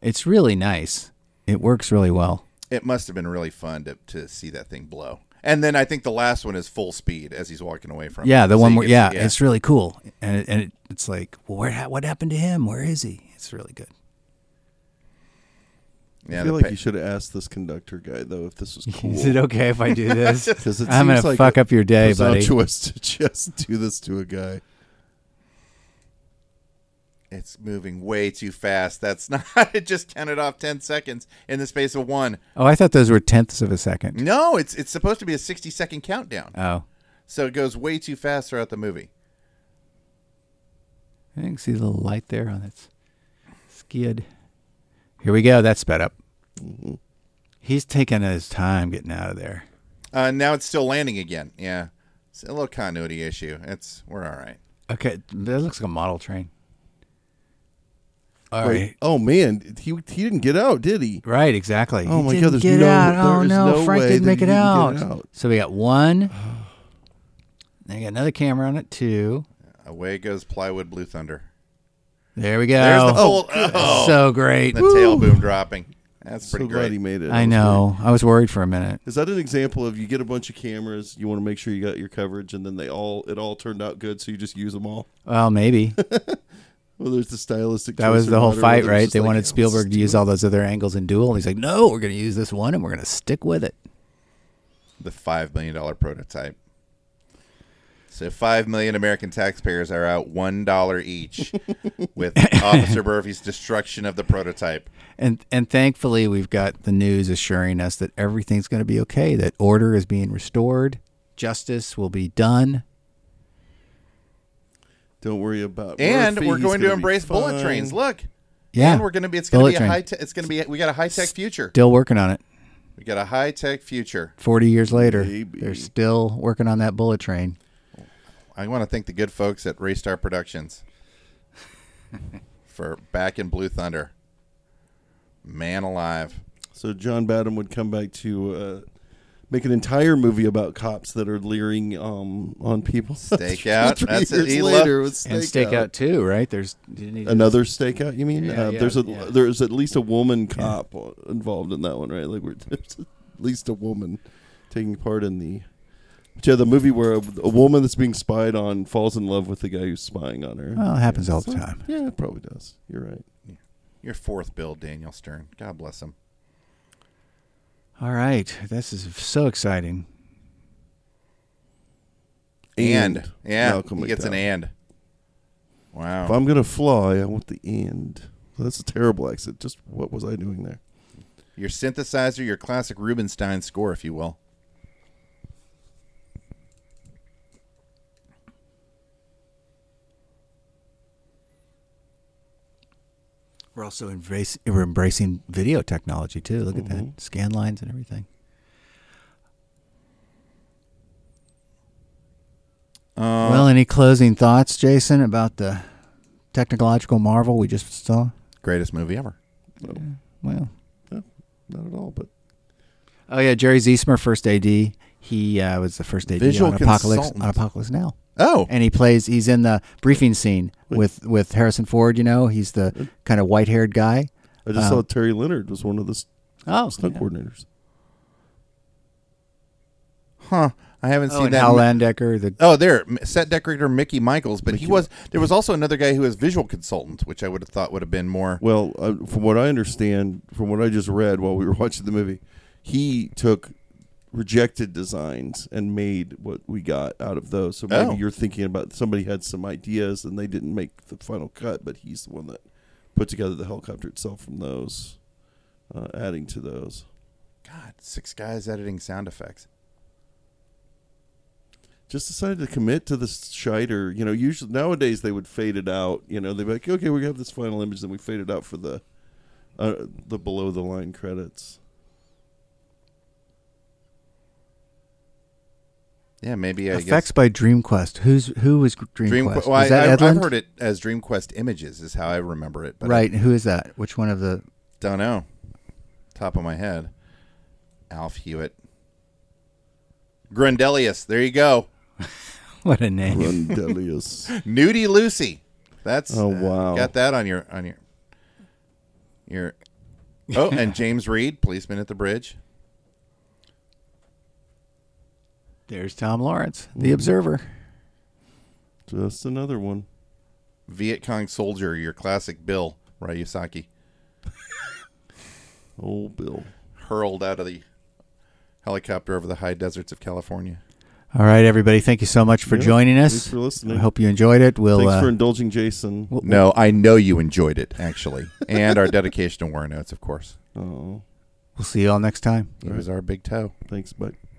S9: it's really nice. It works really well.
S10: It must have been really fun to, to see that thing blow. And then I think the last one is full speed as he's walking away from.
S9: Yeah,
S10: it.
S9: the
S10: So
S9: one
S10: you
S9: where
S10: can see-
S9: yeah, it's really cool, and it, and it, it's like, well, where ha- what happened to him? Where is he? It's really good.
S10: yeah.
S1: I
S10: the
S1: feel like
S10: pa-
S1: you should have asked this conductor guy though if this was cool.
S9: Is it okay if I do this?
S1: 'Cause it
S9: I'm gonna
S1: seems like
S9: fuck up your day, buddy.
S1: presumptuous to just do this to a guy.
S10: it's moving way too fast. That's not. It just counted off ten seconds in the space of one.
S9: Oh, I thought those were tenths of a second.
S10: No, it's it's supposed to be a sixty second countdown.
S9: Oh,
S10: So it goes way too fast throughout the movie.
S9: I can see the little light there on its skid. Here we go. That's sped up. He's taking his time getting out of there.
S10: Uh, now it's still landing again. Yeah, it's a little continuity issue. It's we're all right.
S9: Okay, that looks like a model train. All right,
S1: Wait, Oh man, he he didn't get out, did he?
S9: Right, exactly.
S1: Oh
S9: He
S1: my God,
S9: didn't
S1: there's
S9: get
S1: no-
S9: out.
S1: there
S9: oh
S1: is
S9: no,
S1: no
S9: Frank
S1: way
S9: didn't
S1: that
S9: make
S1: he
S9: it out.
S1: didn't get out.
S9: So we got one. Then we got another camera on it too.
S10: Away goes plywood blue thunder.
S9: There we go.
S10: There's the full oh,
S9: so great.
S10: the tail boom dropping. That's
S1: so
S10: pretty
S1: glad
S10: great.
S1: he made it. That
S9: I
S1: was
S9: know. I was worried for a minute.
S1: Is that an example of you get a bunch of cameras, you want to make sure you got your coverage, and then they all it all turned out good, so you just use them all?
S9: Well, maybe
S1: Well, there's the stylistic.
S9: that
S1: choice
S9: was
S1: or
S9: the whole
S1: whatever,
S9: fight,
S1: that's
S9: right?
S1: just
S9: They
S1: like, "Yeah,
S9: wanted Spielberg to use all those other angles in Duel, and he's like, "No, we're going to use this one, and we're going to stick with it."
S10: the five million dollar prototype. So five million American taxpayers are out one dollar each with Officer Murphy's destruction of the prototype.
S9: And and thankfully, we've got the news assuring us that everything's going to be okay. That order is being restored, justice will be done.
S1: Don't worry about.
S10: And
S1: Murphy,
S10: we're
S1: he's
S10: going to
S1: gonna be
S10: embrace bullet
S1: fine."
S10: trains. Look.
S9: Yeah,
S10: And we're gonna be it's gonna
S9: Bullet
S10: be a
S9: train.
S10: high tech it's gonna be we got a high tech future.
S9: Still working on it.
S10: We got a high tech future.
S9: Forty years later,
S1: Maybe.
S9: they're still working on that bullet train.
S10: I want to thank the good folks at Raystar Productions for back in Blue Thunder. Man alive.
S1: So John Badham would come back to uh, make an entire movie about cops that are leering um, on people.
S10: Stakeout.
S1: Three
S10: That's it.
S1: years
S10: He
S1: later
S10: loved-
S1: with
S9: And stakeout out too, right? There's you need to-
S1: Another stakeout, you mean?
S9: Yeah,
S1: uh,
S9: yeah,
S1: there's a
S9: yeah.
S1: there's at least a woman cop involved in that one, right? Like we're, there's at least a woman taking part in the. But yeah, the movie where a, a woman that's being spied on falls in love with the guy who's spying on her.
S9: Well, it happens all the Oh, time.
S1: Yeah, it probably does. You're right.
S10: Your fourth bill, Daniel Stern. God bless him.
S9: All right, this is so exciting.
S10: And,
S1: And
S10: yeah,
S1: Malcolm
S10: he gets an
S1: McDowell.
S10: and. Wow.
S1: If I'm gonna fly, I want the end. Well, that's a terrible exit. Just what was I doing there?
S10: Your synthesizer, your classic Rubinstein score, if you will.
S9: We're also embrace, we're embracing video technology too. Look at that scan lines and everything. well, any closing thoughts, Jason, about the technological marvel we just saw?
S10: Greatest movie ever.
S9: Well,
S1: No, not at all. But
S9: oh yeah, Jerry Ziesmer, first AD. He uh, was the first AD
S10: Visual
S9: on Apocalypse,
S10: consultant.
S9: on Apocalypse Now,
S10: Oh,
S9: and he plays. He's in the briefing scene with with Harrison Ford. You know, he's the kind of white haired guy.
S1: I just saw Terry Leonard was one of the s-
S9: Oh,
S1: stunt coordinators.
S10: huh. I haven't
S9: Oh,
S10: seen
S9: and
S10: that.
S9: Hal
S10: mi-
S9: Landecker, the
S10: Oh, there, M- set decorator Mickey Michaels, but he was there was also another guy who was visual consultant, which I would have thought would have been more.
S1: Well, uh, from what I understand, from what I just read while we were watching the movie, he took rejected designs and made what we got out of those. So maybe
S10: Oh.
S1: you're thinking about somebody had some ideas and they didn't make the final cut, but he's the one that put together the helicopter itself from those, uh, adding to those.
S10: God, six guys editing sound effects.
S1: just decided to commit to the Scheider. You know, usually nowadays they would fade it out. You know, they'd be like, okay, we have this final image, then we fade it out for the uh, the below the line credits.
S10: Yeah, maybe I
S9: effects
S10: guess.
S9: by DreamQuest. Who's who was DreamQuest?
S10: Dream.
S9: was
S10: well, I,
S9: that
S10: I, I've
S9: Edlund?
S10: heard it as DreamQuest Images is how I remember it, but I
S9: right. and Who is that? Which one of the?
S10: don't know. Top of my head, Alf Hewitt, Grundelius. There you go.
S9: What a name!
S1: Rundelius.
S10: Nudie Lucy. That's uh,
S1: Oh, wow.
S10: got that on your on your your. Oh, and James Reed, policeman at the bridge.
S9: There's Tom Lawrence,
S10: Mm-hmm.
S9: the Observer.
S1: just another one.
S10: Viet Cong soldier, your classic Bill Ryusaki,
S1: Old Bill.
S10: hurled out of the helicopter over the high deserts of California.
S9: All right, everybody. Thank you so much for
S1: Yeah,
S9: joining us.
S1: thanks for listening.
S9: I hope you enjoyed it. We'll
S1: Thanks
S9: uh,
S1: for indulging Jason.
S10: No, I know you enjoyed it actually, and our dedication to Warren Oates, of course.
S1: Oh,
S9: we'll see you all next time.
S10: He was our big toe.
S1: thanks, bud.